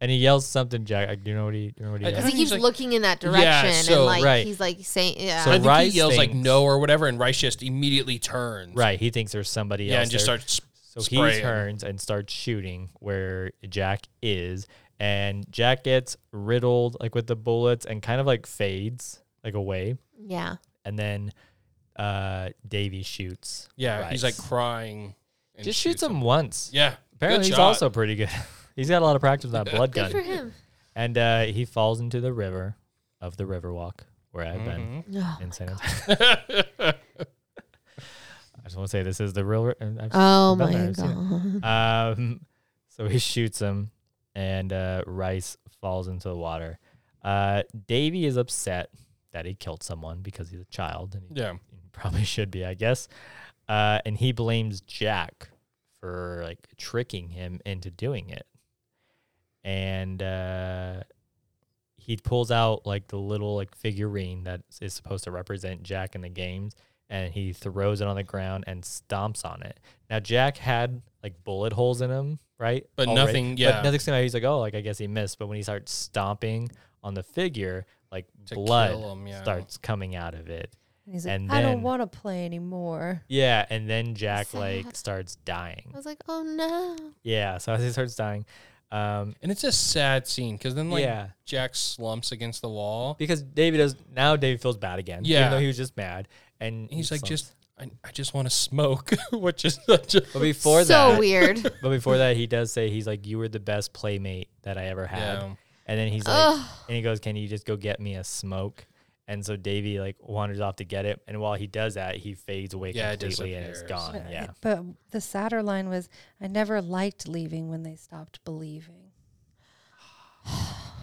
S2: and he yells something. Jack, do you know what he? Do you know what he
S3: I- I
S2: yells?
S5: Because he
S3: think
S5: keeps
S3: he's like-
S5: looking in that
S3: Yeah,
S5: direction
S3: so-
S5: and like
S2: right.
S5: he's like saying, yeah.
S2: So
S3: I think
S2: Rice
S3: he yells like
S2: thinks-
S3: no or whatever, and Rice just immediately turns.
S2: Right, he thinks there's somebody
S3: Yeah,
S2: else.
S3: and just
S2: there.
S3: starts
S2: So he
S3: spraying.
S2: turns and starts shooting where Jack is, and Jack gets riddled like with the bullets and kind of like fades like away,
S5: yeah.
S2: and then uh Davy shoots.
S3: Yeah, he's like
S2: Rice.
S3: crying. and
S2: just shoots
S3: him.
S2: him once.
S3: Yeah,
S2: Apparently
S3: good
S2: he's
S3: shot.
S2: also pretty good. he's got a lot of practice with that blood
S5: Good for
S2: gun,
S5: him.
S2: and uh he falls into the river of the Riverwalk where I've been.
S5: Oh,
S3: Mm-hmm.
S2: in San Antonio. I just want to say this is the real. and I've- I've been there,
S5: Oh my
S2: I've seen it.
S5: god.
S2: Um, so he shoots him, and uh, Rice falls into the water. Uh, Davy is upset that he killed someone because he's a child, and he
S3: Yeah,
S2: probably should be, I guess. Uh, and he blames Jack for like tricking him into doing it. And uh, he pulls out like the little like figurine that is supposed to represent Jack in the games, and he throws it on the ground and stomps on it. Now Jack had like bullet holes in him, right?
S3: But
S2: Already-
S3: nothing- yeah.
S2: But nothing. He's like, oh, like I guess he missed. But when he starts stomping on the figure, like
S3: To
S2: blood
S3: kill him, yeah.
S2: starts coming out of it.
S1: And he's like,
S2: And
S1: I
S2: then-
S1: don't want to play anymore.
S2: Yeah, and then Jack like
S5: Sad.
S2: starts dying.
S5: I was like, oh no.
S2: Yeah, so as he starts dying, um,
S3: and it's a sad scene because then like
S2: Yeah.
S3: Jack slumps against the wall.
S2: because David does now. David feels bad again.
S3: Yeah.
S2: even though he was just mad, and
S3: He's
S2: he
S3: like,
S2: slumps.
S3: just I, I just want to smoke, which is such a
S2: But before
S5: so
S2: that,
S5: weird.
S2: but before that, he does say he's like, "You were the best playmate that I ever had,"
S3: Yeah.
S2: and then he's like,
S5: Ugh.
S2: and he goes, "Can you just go get me a smoke?" And so Davy like wanders off to get it, and while he does that, he fades away
S3: Yeah, it
S2: completely and it's
S3: disappears.
S2: gone. Oh, Yeah,
S1: But the sadder line was, I never liked leaving when they stopped believing.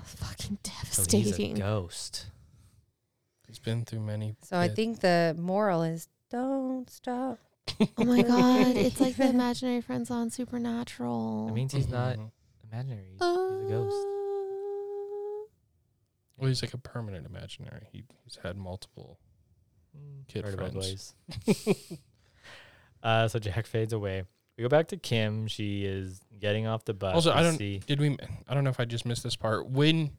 S5: Fucking
S2: so Oh, he's a
S5: devastating.
S2: ghost.
S3: He's been through many.
S1: So I
S3: bits.
S1: think the moral is don't stop.
S5: oh my god. It's like the imaginary friends on Supernatural.
S2: That means he's not
S3: Mhm.
S2: imaginary. He's, he's a ghost.
S5: Oh.
S3: Well, he's like a permanent imaginary. He, he's had multiple. Kid
S2: Heard about
S3: friends.
S2: boys. uh, so Jack fades away. We go back to Kim. She is getting off the bus.
S3: also,
S2: We
S3: I don't.
S2: see.
S3: Did we? I don't know if I just missed this part. When?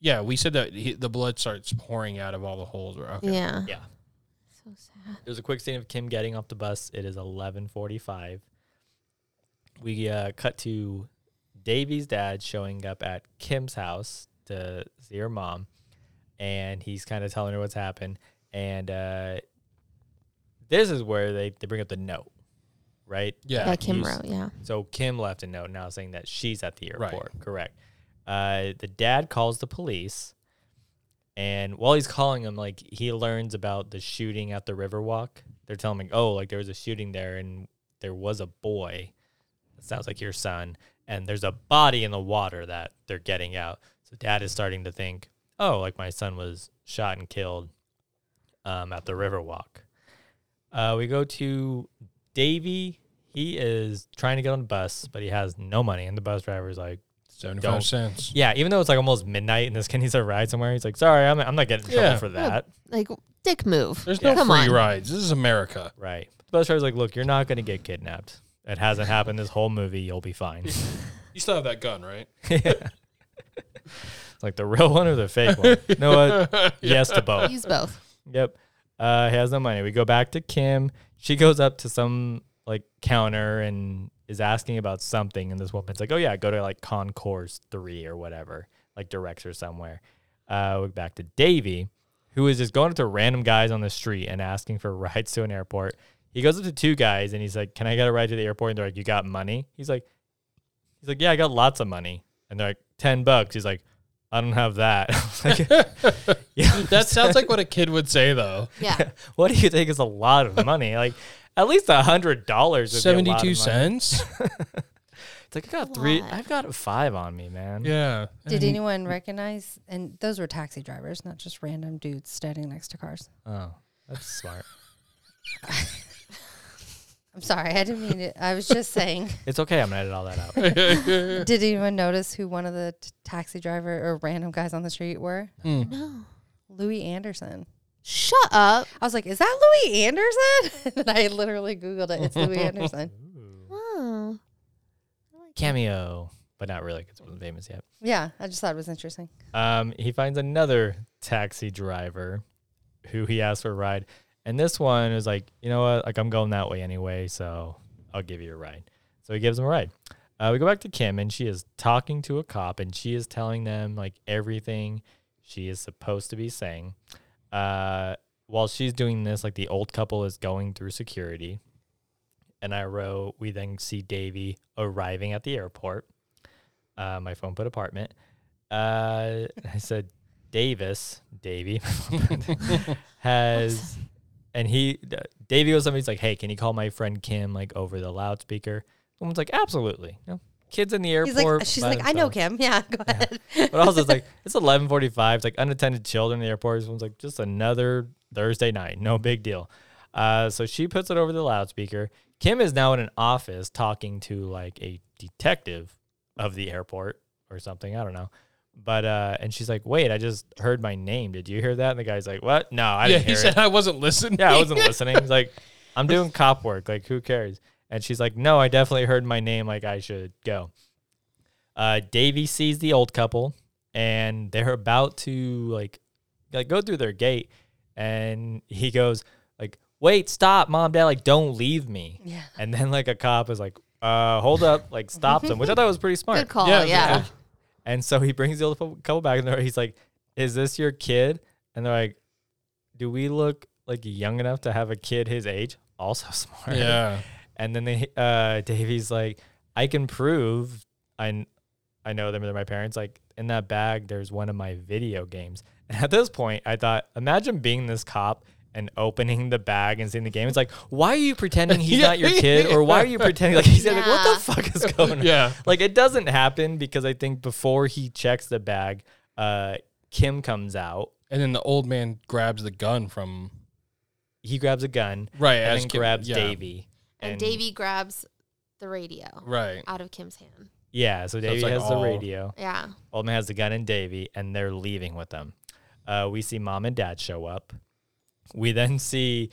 S3: Yeah, we said that he, the blood starts pouring out of all the holes. Or okay.
S5: Yeah.
S2: Yeah.
S5: So sad.
S2: There's a quick scene of Kim getting off the bus. It is 11:45. We uh, cut to Davy's dad showing up at Kim's house to see her mom, and he's kind of telling her what's happened. And uh, this is where they, they bring up the note, right?
S3: Yeah.
S5: That Kim
S2: he's-
S5: wrote, yeah.
S2: So Kim left a note now saying that she's at the
S3: Right.
S2: airport. Correct. Uh, the dad calls the police, and while he's calling him, like he learns about the shooting at the Riverwalk. They're telling him, "Oh, like there was a shooting there, and there was a boy. That sounds like your son. And there's a body in the water that they're getting out." So dad is starting to think, "Oh, like my son was shot and killed um, at the Riverwalk." Uh, we go to Davy. He is trying to get on the bus, but he has no money. And the bus driver is like,
S3: Seventy-five
S2: Don't.
S3: cents.
S2: Yeah, even though it's like almost midnight and this kid needs a ride somewhere, he's like, Sorry, I'm, I'm not getting in trouble
S3: Yeah.
S2: for that.
S5: Like dick move.
S3: There's no
S5: Come
S3: free
S5: on.
S3: rides. This is America.
S2: Right. The bus driver's like, Look, you're not going to get kidnapped. It hasn't happened this whole movie. You'll be fine.
S3: You still have that gun, right?
S2: it's like the real one or the fake one? You know what? Yes to both.
S5: Use both.
S2: Yep. Uh, he has no money. We go back to Kim. She goes up to some like counter and is asking about something, and this woman's like, "Oh yeah, go to like Concourse Three or whatever." Like directs her somewhere. Uh, we're back to Davy, who is just going up to random guys on the street and asking for rides to an airport. He goes up to two guys and he's like, "Can I get a ride to the airport?" And they're like, "You got money?" He's like, "He's like, yeah, I got lots of money." And they're like, 10 bucks." He's like, "I don't have that." I was like, yeah,
S3: That sounds like what a kid would say, though.
S5: Yeah.
S2: what do you think is a lot of money? Like at least a hundred dollars. would be a lot of
S3: Seventy-two
S2: money.
S3: cents.
S2: It's like I got three.
S5: lot.
S2: I've got five on me, man.
S3: yeah.
S1: Did anyone recognize? And those were taxi drivers, not just random dudes standing next to cars.
S2: Oh, that's smart.
S1: I'm sorry, I didn't mean it. I was just saying.
S2: It's okay. I'm gonna edit all that out.
S1: Did anyone notice who one of the t- taxi driver or random guys on the street were?
S5: No.
S1: Louis Anderson.
S5: Shut up.
S1: I was like, "Is that Louis Anderson?" and I literally Googled it. It's Louis Anderson.
S5: Oh.
S2: Cameo but not really because it wasn't famous yet.
S1: Yeah, I just thought it was interesting.
S2: Um, he finds another taxi driver who he asks for a ride. And this one is like, you know what? Like, I'm going that way anyway, so I'll give you a ride. So he gives him a ride. Uh, we go back to Kim, and she is talking to a cop, and she is telling them like everything she is supposed to be saying. Uh, while she's doing this, like the old couple is going through security, and I wrote, we then see Davy arriving at the airport. Uh, my phone put apartment. Uh, I said Davis, Davy has, and he uh, Davy goes something. He's like, "Hey, can you call my friend Kim like over the loudspeaker?" Someone's like, "Absolutely." You know, kids in the airport.
S1: He's like, she's
S2: by
S1: like, I know Kim.
S2: themselves."
S1: Yeah, go ahead.
S2: But also, it's like it's eleven forty-five. It's like unattended children in the airport. Someone's like, just another Thursday night. No big deal. Uh, so she puts it over the loudspeaker. Kim is now in an office talking to like a detective of the airport or something. I don't know. But uh, and she's like, "Wait, I just heard my name. Did you hear that?" And the guy's like, "What? No, I
S3: yeah,
S2: didn't
S3: he
S2: hear
S3: said
S2: it.
S3: I wasn't listening.
S2: yeah, I wasn't listening." He's like, "I'm doing cop work. Like, who cares?" And she's like, "No, I definitely heard my name. Like, I should go." Uh, Davy sees the old couple, and they're about to like, like go through their gate, and he goes like, "Wait, stop, mom, dad! Like, don't leave me."
S1: Yeah.
S2: And then like a cop is like, "Uh, hold up!" Like, stops him, which I thought was pretty smart.
S5: Good call.
S3: Yeah,
S5: Oh, Yeah.
S3: good
S2: And so he brings the old couple back, and they're- he's like, "Is this your kid?" And they're like, "Do we look like young enough to have a kid his age?" Also smart.
S3: Yeah.
S2: And then they, uh, Davey's like, "I can prove I, kn- I know them. They're my parents. Like in that bag, there's one of my video games." And at this point, I thought, imagine being this cop. And opening the bag and seeing the game, it's like, why are you pretending he's
S3: Yeah.
S2: not your kid, or why are you pretending like he's like, what the fuck is going on?
S3: Yeah.
S2: like it doesn't happen because I think before he checks the bag, uh, Kim comes out.
S3: And then the old man grabs the gun from
S2: He grabs a gun,
S3: Right,
S2: and
S3: as
S2: then
S3: Kim-
S2: grabs
S3: yeah.
S2: Davy.
S5: And, Davy grabs the radio
S3: right.
S5: out of Kim's hand.
S2: yeah, so Davy
S3: it's like
S2: has the
S3: all-
S2: radio.
S5: Yeah.
S2: Old man has the gun and Davy, and they're leaving with them. Uh, we see mom and dad show up. We then see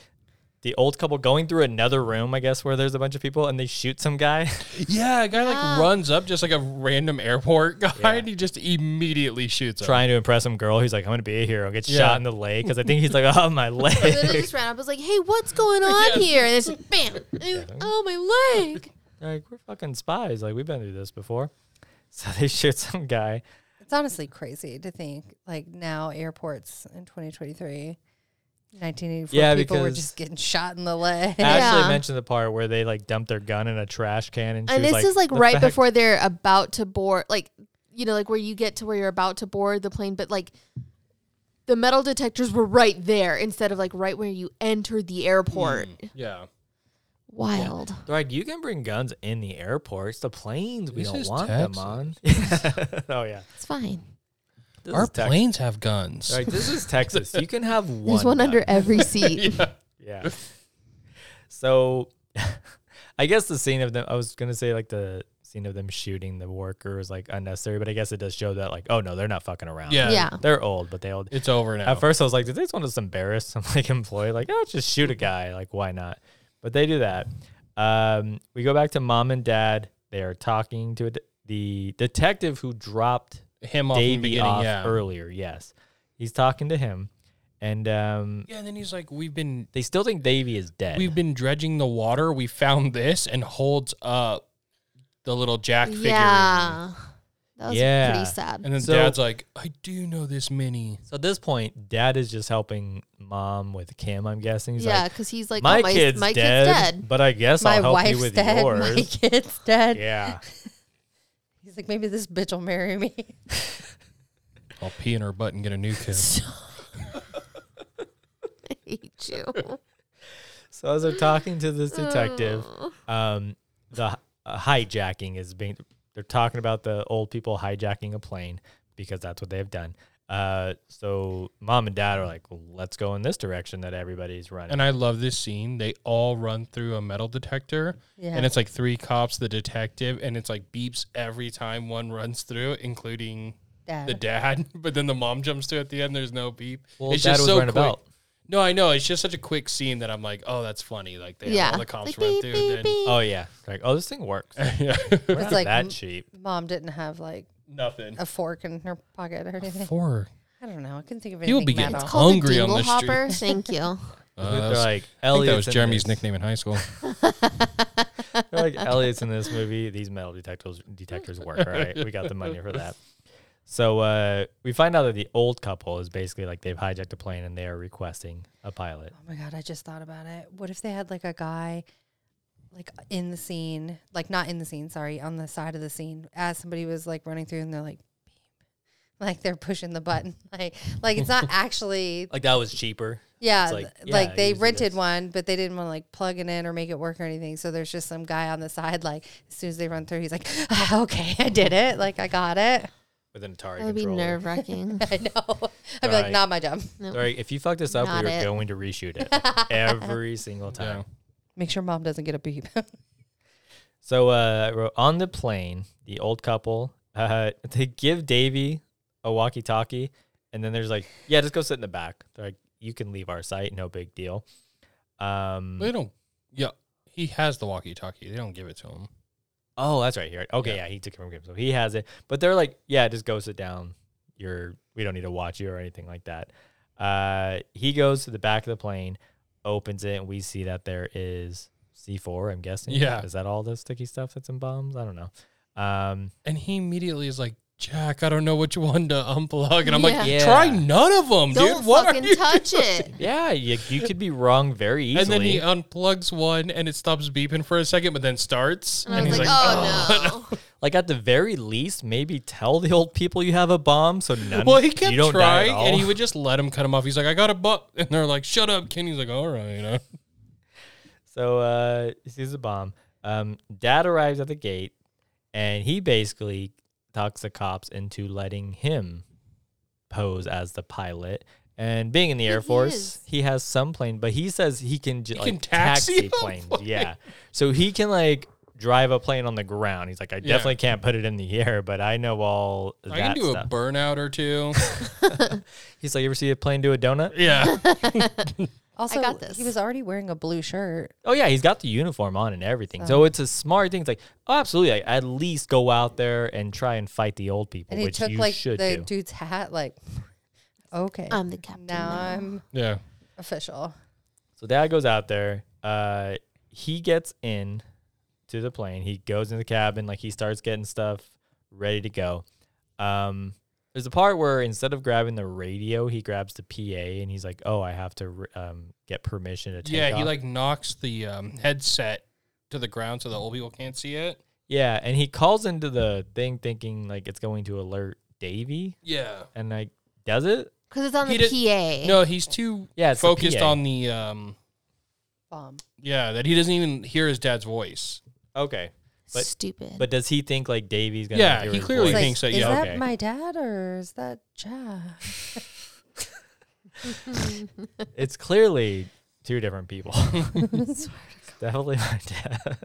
S2: the old couple going through another room, I guess, where there's a bunch of people, and they shoot some guy.
S3: Yeah, a guy like
S5: Ah.
S3: runs up just like a random airport guy,
S2: Yeah.
S3: and he just immediately shoots. him.
S2: Trying to impress some girl, he's like, "I'm gonna be a hero." Gets
S3: Yeah.
S2: shot in the leg because I think he's like, "Oh, my
S5: I literally
S2: leg."
S5: just ran up. I was like, "Hey, what's going on here?" And it's like, bam! And he was, oh my leg!
S2: like we're fucking spies. Like we've been through this before. So they shoot some guy.
S1: It's honestly crazy to think like now airports in 2023, 1984,
S2: Yeah,
S1: people were
S2: because-
S1: just getting shot in the leg.
S2: Ashley
S5: Yeah.
S2: mentioned the part where they like dumped their gun in a trash can, and, she
S5: And
S2: was
S5: this is like
S2: "The
S5: right
S2: fact-
S5: before they're about to board, like you know, like where you get to where you're about to board the plane, but like the metal detectors were right there instead of like right where you entered the airport.
S3: Mm. Yeah.
S5: Wild.
S2: They're like, you can bring guns in the airports. The planes we
S3: This
S2: don't
S3: is
S2: want
S3: Texas.
S2: them on. oh yeah,
S5: It's fine.
S2: This
S3: Our
S2: is Texas.
S3: planes have guns.
S2: They're Like this is Texas. You can have one.
S5: There's one
S2: gun."
S5: under every seat.
S2: Yeah. So I guess the scene of them I was gonna say like the scene of them shooting the worker was like unnecessary, but I guess it does show that like, oh no, they're not fucking around.
S3: Yeah.
S5: Yeah.
S2: They're old, but they old
S3: It's over now.
S2: At first, I was like, did they just want to just embarrass some like employee? Like, oh, just shoot a guy. Like, why not? But they do that. Um, we go back to mom and dad. They are talking to a de- the detective who dropped
S3: Him off in the
S2: Davey
S3: beginning.
S2: off
S3: yeah.
S2: earlier. Yes, he's talking to him, and um,
S3: Yeah, and then he's like, "We've been
S2: they still think Davey is dead.
S3: we've been dredging the water. We found this," and holds up the little Jack figure.
S5: yeah. That was
S2: Yeah.
S5: pretty sad.
S3: And then
S2: So-
S3: Dad's like, "I do know this mini."
S2: so at this point, dad is just helping mom with Kim. I'm guessing. He's
S5: yeah,
S2: like,
S5: because he's like,
S2: my,
S5: oh, my
S2: kid's,
S5: my
S2: dead,
S5: kid's dead.
S2: but I guess
S1: my
S2: I'll help you
S1: wife's
S2: with
S1: dead.
S2: yours.
S1: My kid's dead.
S2: yeah.
S1: He's like, maybe this bitch will marry me.
S3: I'll pee in her butt and get a new kid.
S5: I hate you.
S2: So as they're talking to this detective, um, the hi- uh, hijacking is being. They're talking about the old people hijacking a plane because that's what they have done. Uh, so mom and dad are like, "Let's go in this direction that everybody's running."
S3: And I love this scene. They all run through a metal detector,
S1: Yeah.
S3: and it's like three cops, the detective, and it's like beeps every time one runs through, including
S1: Dad.
S3: the dad. But then the mom jumps to at the end. There's no beep.
S2: well,
S3: it's
S2: dad
S3: just
S2: was
S3: so
S2: wearing a
S3: quick.
S2: belt.
S3: No, I know. It's just such a quick scene that I'm like, oh, that's funny. Like they yeah.
S5: yeah.
S3: all the cops
S5: Like,
S3: run
S5: beep,
S3: through.
S5: beep,
S3: then,
S5: beep.
S2: Oh yeah, like oh this thing works.
S3: yeah,
S2: We're not
S1: like-
S2: that cheap.
S1: Mom didn't have like
S3: nothing.
S1: a fork in her pocket or anything.
S3: Four.
S1: I don't know. I couldn't think of
S3: You'll
S1: anything.
S3: be getting
S1: metal.
S3: caught.
S5: Called a
S3: Hungry on the
S5: dingle hopper. Thank you.
S3: Uh,
S2: They're
S3: that was,
S2: like
S3: I think
S2: Elliot's
S3: that was
S2: in
S3: Jeremy's
S2: this.
S3: nickname in high school.
S2: They're like Elliot's in this movie. These metal detectors detectors work. All right, we got the money for that. So uh, we find out that the old couple is basically like they've hijacked a plane and they are requesting a pilot.
S1: Oh my god, I just thought about it. What if they had like a guy like in the scene, like not in the scene, sorry, on the side of the scene as somebody was like running through and they're like beep. Like they're pushing the button. Like like it's not actually
S2: Like that was cheaper.
S1: yeah,
S2: like,
S1: like,
S2: yeah,
S1: they
S2: use it
S1: rented
S2: as-
S1: one, but they didn't want to like plug it in or make it work or anything. So there's just some guy on the side like as soon as they run through he's like, "Ah, "Okay, I did it. Like I got it."
S2: with an Atari
S5: That would be
S2: controller.
S5: nerve wracking.
S1: I know. I'd be
S2: Right.
S1: like, "Not my job."
S2: Sorry, if you fuck this up,
S5: Not
S2: we are
S5: it.
S2: going to reshoot it every single time.
S3: Yeah.
S1: Make sure mom doesn't get a beep.
S2: So uh, I wrote, on the plane, the old couple uh, they give Davy a walkie-talkie, and then there's like, yeah, just go sit in the back. They're like, you can leave our site, no big deal. Um,
S3: They don't. Yeah, he has the walkie-talkie. They don't give it to him.
S2: oh, that's right here. Okay, yeah. he took it from him, so he has it. But they're like, yeah, just go sit down. You're we don't need to watch you or anything like that. Uh, he goes to the back of the plane, opens it, and we see that there is C4. I'm guessing.
S3: Yeah.
S2: is that all the sticky stuff that's in bombs? I don't know. Um,
S3: And he immediately is like, Jack, I don't know which one to unplug. And I'm
S5: Yeah.
S3: like,
S2: Yeah.
S3: try none of them,
S5: Don't
S3: dude. What are
S5: fucking
S3: you
S5: touch
S3: doing?"
S5: it.
S2: Yeah, you, you could be wrong very easily.
S3: And then he unplugs one and it stops beeping for a second, but then starts.
S5: And I was like, oh, no.
S3: uh,
S2: like at the very least, maybe tell the old people you have a bomb so none.
S3: Well, he kept
S2: you don't die at
S3: trying,
S2: all.
S3: and he would just let him cut him off. He's like, "I got a buck," and they're like, "Shut up, Kenny's like, "All right." uh, You know?
S2: So uh, he sees a bomb. Um, Dad arrives at the gate, and he basically talks the cops into letting him pose as the pilot. And being in the Air Force,
S5: is.
S2: he has some plane, but he says he can just
S3: He
S2: like
S3: can taxi a
S2: planes.
S3: plane.
S2: Yeah, so he can like drive a plane on the ground. He's like, I
S3: Yeah.
S2: definitely can't put it in the air, but I know all.
S3: I
S2: that
S3: can do
S2: stuff.
S3: a burnout or two.
S2: He's like, you ever see a plane do a donut?
S3: yeah,
S1: Also,
S5: got this.
S1: he was already wearing a blue shirt.
S2: Oh yeah, he's got the uniform on and everything.
S1: Uh-huh.
S2: So it's a smart thing. It's like, oh, absolutely, like, at least go out there and try and fight the old people,
S1: and he
S2: which
S1: took
S2: you
S1: like
S2: should
S1: the
S2: do.
S1: dude's hat like okay
S5: I'm the captain.
S1: now i'm
S3: yeah.
S1: official
S2: So dad goes out there. Uh, he gets in to the plane. He goes in the cabin. Like he starts getting stuff ready to go. Um, there's a part where instead of grabbing the radio, he grabs the PA and he's like, "Oh, I have to um, get permission to take
S3: Yeah, he
S2: off.
S3: like knocks the um, headset to the ground so the old people can't see it.
S2: yeah." And he calls into the thing thinking like it's going to alert Davy,
S3: Yeah.
S2: and like does it?
S5: Because it's on
S3: He
S5: the
S3: did-
S5: PA.
S3: No, he's too
S2: Yeah, it's the
S3: focused
S2: PA.
S3: on the um
S1: bomb
S3: yeah, that he doesn't even hear his dad's voice.
S2: Okay, but-
S5: Stupid.
S2: but does he think like Davy's gonna?
S3: Yeah,
S2: hear
S3: he
S2: his
S3: clearly
S2: voice?
S1: Like,
S3: thinks that,
S1: is
S3: yeah,
S1: that
S2: okay.
S1: my dad or is that jack
S2: it's clearly two different people. Definitely my dad.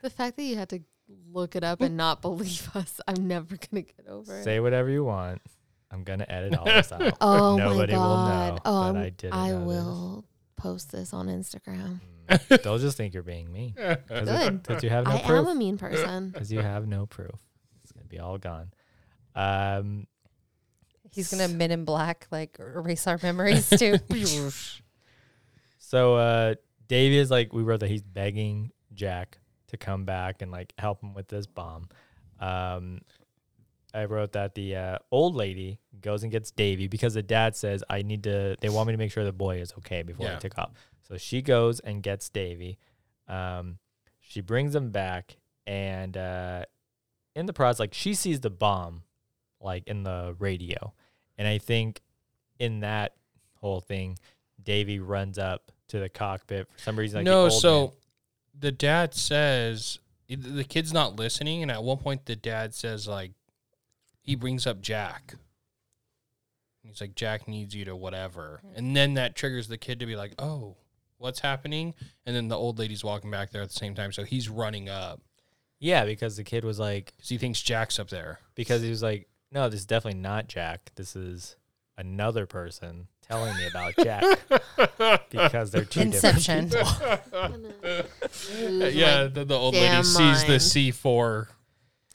S5: the fact that you had to look it up and not believe us, I'm never going to get over it.
S2: Say whatever you want. I'm gonna edit all this out.
S5: Oh
S2: Nobody
S5: my
S2: will
S5: god!
S2: know
S5: oh,
S2: that
S5: I'm-
S2: I did.
S5: I will post this on Instagram.
S2: They'll just think you're being mean
S5: Good.
S2: because you have no
S5: I am
S2: proof.
S5: a mean person.
S2: Because you have no proof. It's gonna be all gone. Um,
S1: he's gonna men in black like erase our memories too
S2: So uh Davey is like we wrote that he's begging Jack to come back and like help him with this bomb. Um I wrote that the uh, old lady goes and gets Davy because the dad says I need to they want me to make sure the boy is okay before I
S3: Yeah.
S2: take off. So she goes and gets Davy. Um she brings him back and uh in the process like she sees the bomb like in the radio. And I think in that whole thing, Davy runs up to the cockpit for some reason. Like the
S3: no,
S2: old
S3: so
S2: man-
S3: the dad says the kid's not listening and at one point the dad says like he brings up Jack. He's like Jack needs you to whatever. And then that triggers the kid to be like, "Oh, what's happening?" And then the old lady's walking back there at the same time, so he's running up
S2: yeah, because the kid was like,
S3: cuz he thinks Jack's up there.
S2: because he was like, no, this is definitely not Jack. This is another person telling me about Jack because they're two
S1: Inception.
S2: different people.
S3: yeah, the, the old lady
S5: damn
S3: sees the
S5: mind.
S3: C four.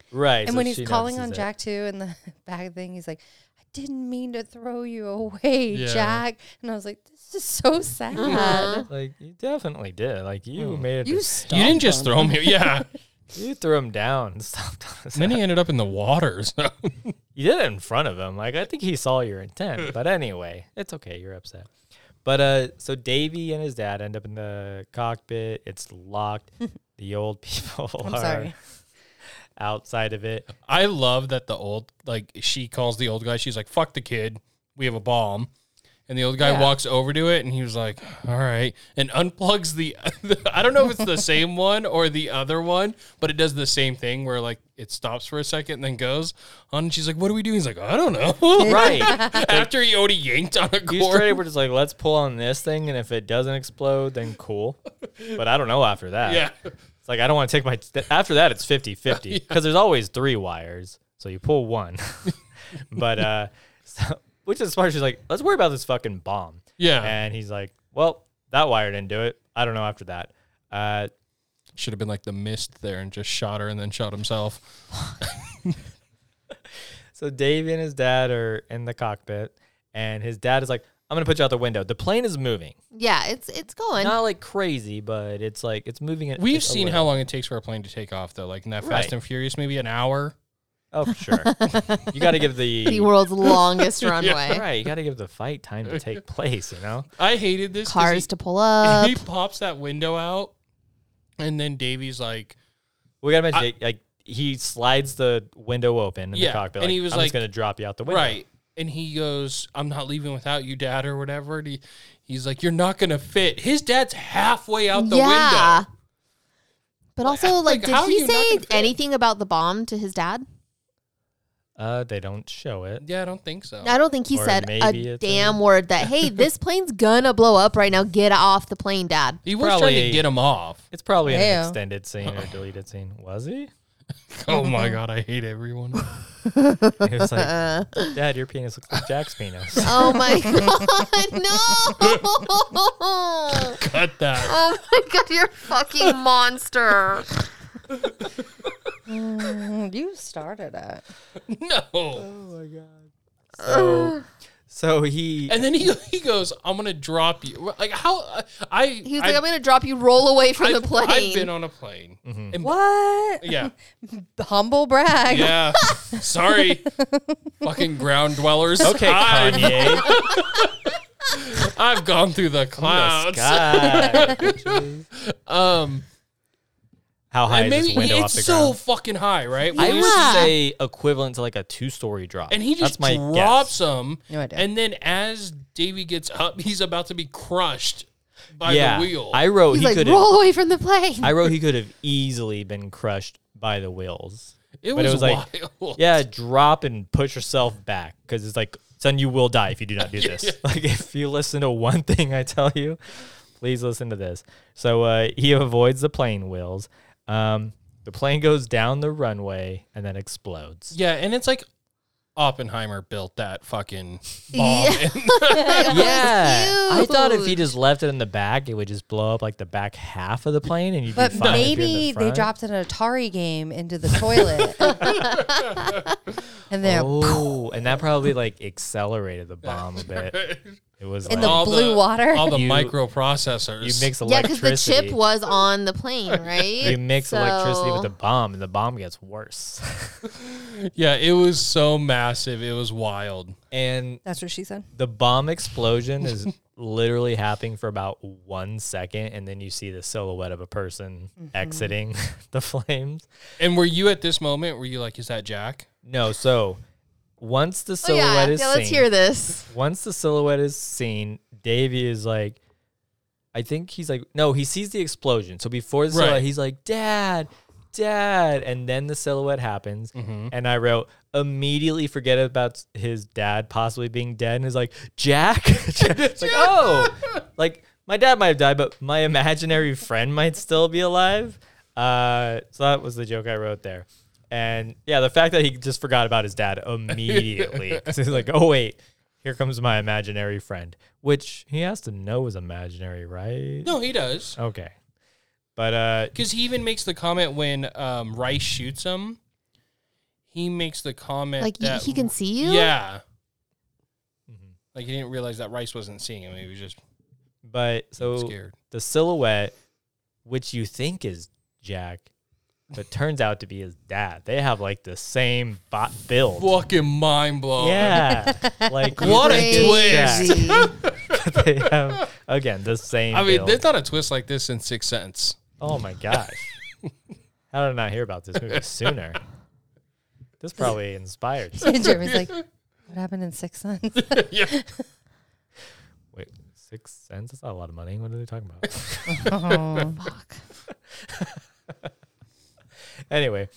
S2: Right.
S1: and
S2: so
S1: when he's
S2: she
S1: calling on
S2: notices it.
S1: Jack too, in the back thing, he's like, "I didn't mean to throw you away,
S3: Yeah.
S1: Jack." And I was like, "This is so sad."
S5: Uh-huh.
S2: like you definitely did. Like you
S3: Hmm.
S2: made it.
S1: You
S3: You didn't just
S1: stomped on
S3: throw him here. Yeah.
S2: you threw him down and stopped. on his
S3: and then he
S2: head.
S3: ended up in the water. So.
S2: you did it in front of him. Like I think he saw your intent. But anyway, it's okay. You're upset. But uh, so Davy and his dad end up in the cockpit. It's locked. the old people
S1: I'm
S2: are
S1: sorry.
S2: outside of it.
S3: I love that the old like she calls the old guy. She's like, "Fuck the kid. We have a bomb." And the old guy
S1: Yeah.
S3: walks over to it, and he was like, "All right," and unplugs the. I don't know if it's the same one or the other one, but it does the same thing where like it stops for a second and then goes on. And she's like, "What do we do?" He's like, "I don't know."
S2: Right.
S3: After he already yanked on a
S2: You straight
S3: cord.
S2: were just like, let's pull on this thing, and if it doesn't explode, then cool. But I don't know after that.
S3: Yeah,
S2: It's like, I don't want to take my. after that, it's 50 50 because there's always three wires. So you pull one. but, uh, so, which is smart. She's like, let's worry about this fucking bomb.
S3: yeah.
S2: And he's like, well, that wire didn't do it. I don't know after that. Uh,
S3: Should have been like the mist there and just shot her and then shot himself.
S2: So Davey and his dad are in the cockpit, and his dad is like, I'm going to put you out the window. The plane is moving.
S5: Yeah, it's it's going.
S2: Not like crazy, but it's like, it's moving. It,
S3: We've
S2: just a
S3: seen
S2: little.
S3: how long it takes for a plane to take off though. Like in that Fast
S2: Right.
S3: and Furious, maybe an hour.
S2: Oh, for sure. you got to give
S5: the
S2: the
S5: world's longest runway.
S2: right. You got to give the fight time to take place. You know.
S3: I hated this. 'cause
S5: Cars
S3: he-
S5: to pull up.
S3: he pops that window out, and then Davy's like,
S2: We got to mention
S3: I-
S2: it, like he slides the window open in
S3: Yeah,
S2: the cockpit,
S3: and
S2: like,
S3: he was
S2: I'm
S3: like-
S2: just gonna drop you out the window.
S3: right. And he goes, I'm not leaving without you, dad, or whatever. And he, he's like, You're not going to fit. His dad's halfway out the
S5: yeah.
S3: window.
S5: But also,
S3: like,
S5: like, did
S3: how are you
S5: he
S3: not
S5: say
S3: gonna fit?
S5: anything about the bomb to his dad?
S2: Uh, they don't show it.
S3: Yeah, I don't think so.
S5: I don't think he
S2: Or
S5: said
S2: maybe
S5: a
S2: it's a-
S5: damn word that, hey, this plane's gonna blow up right now. Get off the plane, dad.
S3: He was trying to
S2: Probably-
S3: get him off.
S2: It's probably an
S1: Yeah.
S2: extended scene or deleted scene. Was he?
S3: Oh
S2: Mm-hmm.
S3: my God, I hate everyone.
S2: He was like, "Dad, your penis looks like Jack's penis."
S5: Oh my god, no!
S3: Cut that.
S2: Uh,
S5: Oh my god, you're a fucking monster.
S1: Mm, You started it.
S3: No.
S2: so, so he
S3: And then he, he goes, I'm going to drop you. Like, how? I.
S5: He was like, I'm gonna drop you, roll away from the plane.
S3: I've been on a plane.
S2: Mm-hmm.
S3: And-
S1: What?
S3: Yeah.
S1: Humble brag.
S3: Yeah. Sorry. Fucking ground dwellers.
S2: okay,
S3: I've-
S2: Kanye,
S3: I've gone through
S2: Oh
S3: the
S2: the
S3: clouds.
S2: sky. bitches.
S3: Um,
S2: How high
S3: and
S2: is
S3: maybe
S2: this window
S3: it's
S2: off the
S3: so
S2: ground?
S3: fucking high, right?
S2: I
S3: Well,
S2: would say equivalent to like a two story drop.
S3: and he just
S2: That's my
S3: drops
S2: guess.
S3: him,
S1: No idea.
S3: and then as Davy gets up, he's about to be crushed by
S2: yeah,
S3: the wheel.
S2: I wrote
S5: He's
S2: he
S5: like,
S2: could.
S5: roll away from the plane.
S2: I wrote he could have easily been crushed by the wheels.
S3: it,
S2: but
S3: was
S2: it was like,
S3: wild.
S2: Yeah, drop and push yourself back because it's like, son, you will die if you do not do this. Like, if you listen to one thing I tell you, please listen to this. So uh, he avoids the plane wheels. Um, the plane goes down the runway and then explodes.
S3: yeah, and it's like Oppenheimer built that fucking bomb.
S2: Yeah, I thought if he
S5: huge.
S2: just left it in the back, it would just blow up like the back half of the plane, and you'd
S1: But
S2: be fine. if you're in the
S1: maybe they
S2: front.
S1: dropped an Atari game into the toilet. and they're
S2: Oh, and that probably like accelerated the bomb a bit. It was
S1: In the
S2: like
S3: all
S1: blue
S3: the,
S1: water.
S3: all the
S2: You-
S3: microprocessors.
S2: you mix
S5: yeah, because
S2: electricity.
S5: the chip was on the plane, right?
S2: you mix electricity with
S5: So- oh,
S2: the bomb, and the bomb gets worse.
S3: yeah, it was so massive, it was wild.
S2: and
S1: That's what she said.
S2: the bomb explosion is literally happening for about one second, and then you see the silhouette of a person
S5: Mm-hmm.
S2: exiting the flames.
S3: And were you at this moment? Were you like, is that Jack?
S2: No, so once the
S5: Oh, yeah,
S2: silhouette is
S5: yeah
S2: seen,
S5: let's hear this.
S2: once the silhouette is seen, Davy is like, I think he's like, no, he sees the explosion. So before the
S3: Right.
S2: silhouette, he's like, Dad, Dad, and then the silhouette happens, and I wrote immediately forget about his dad possibly being dead, and is like, Jack, it's like, oh, like my dad might have died, but my imaginary friend might still be alive. Uh, so that was the joke I wrote there. And yeah, the fact that he just forgot about his dad immediately. 'Cause he's like, oh, wait, Here comes my imaginary friend, which he has to know is imaginary, right?
S3: No, he does.
S2: Okay. But uh
S3: Because he even makes the comment when um, Rice shoots him. He makes the comment
S5: Like, y-
S2: uh,
S3: that
S5: he can see you?
S3: Yeah. Like he didn't realize that Rice wasn't seeing him. He was just
S2: but so
S3: scared.
S2: the silhouette, which you think is Jack, but turns out to be his dad. They have like the same bot build.
S3: Fucking mind blowing.
S2: Yeah. like you
S3: What a
S2: think it's
S3: twist.
S2: Jack, but they have again the same
S3: I mean,
S2: build.
S3: there's not a twist like this in Sixth Sense.
S2: Oh my gosh. How did I not hear about this movie sooner? This probably inspired.
S1: Jeremy's like, what happened in Six Sense?
S3: yeah.
S2: Wait, six cents? That's not a lot of money. What are they talking about?
S1: Oh.
S2: anyway,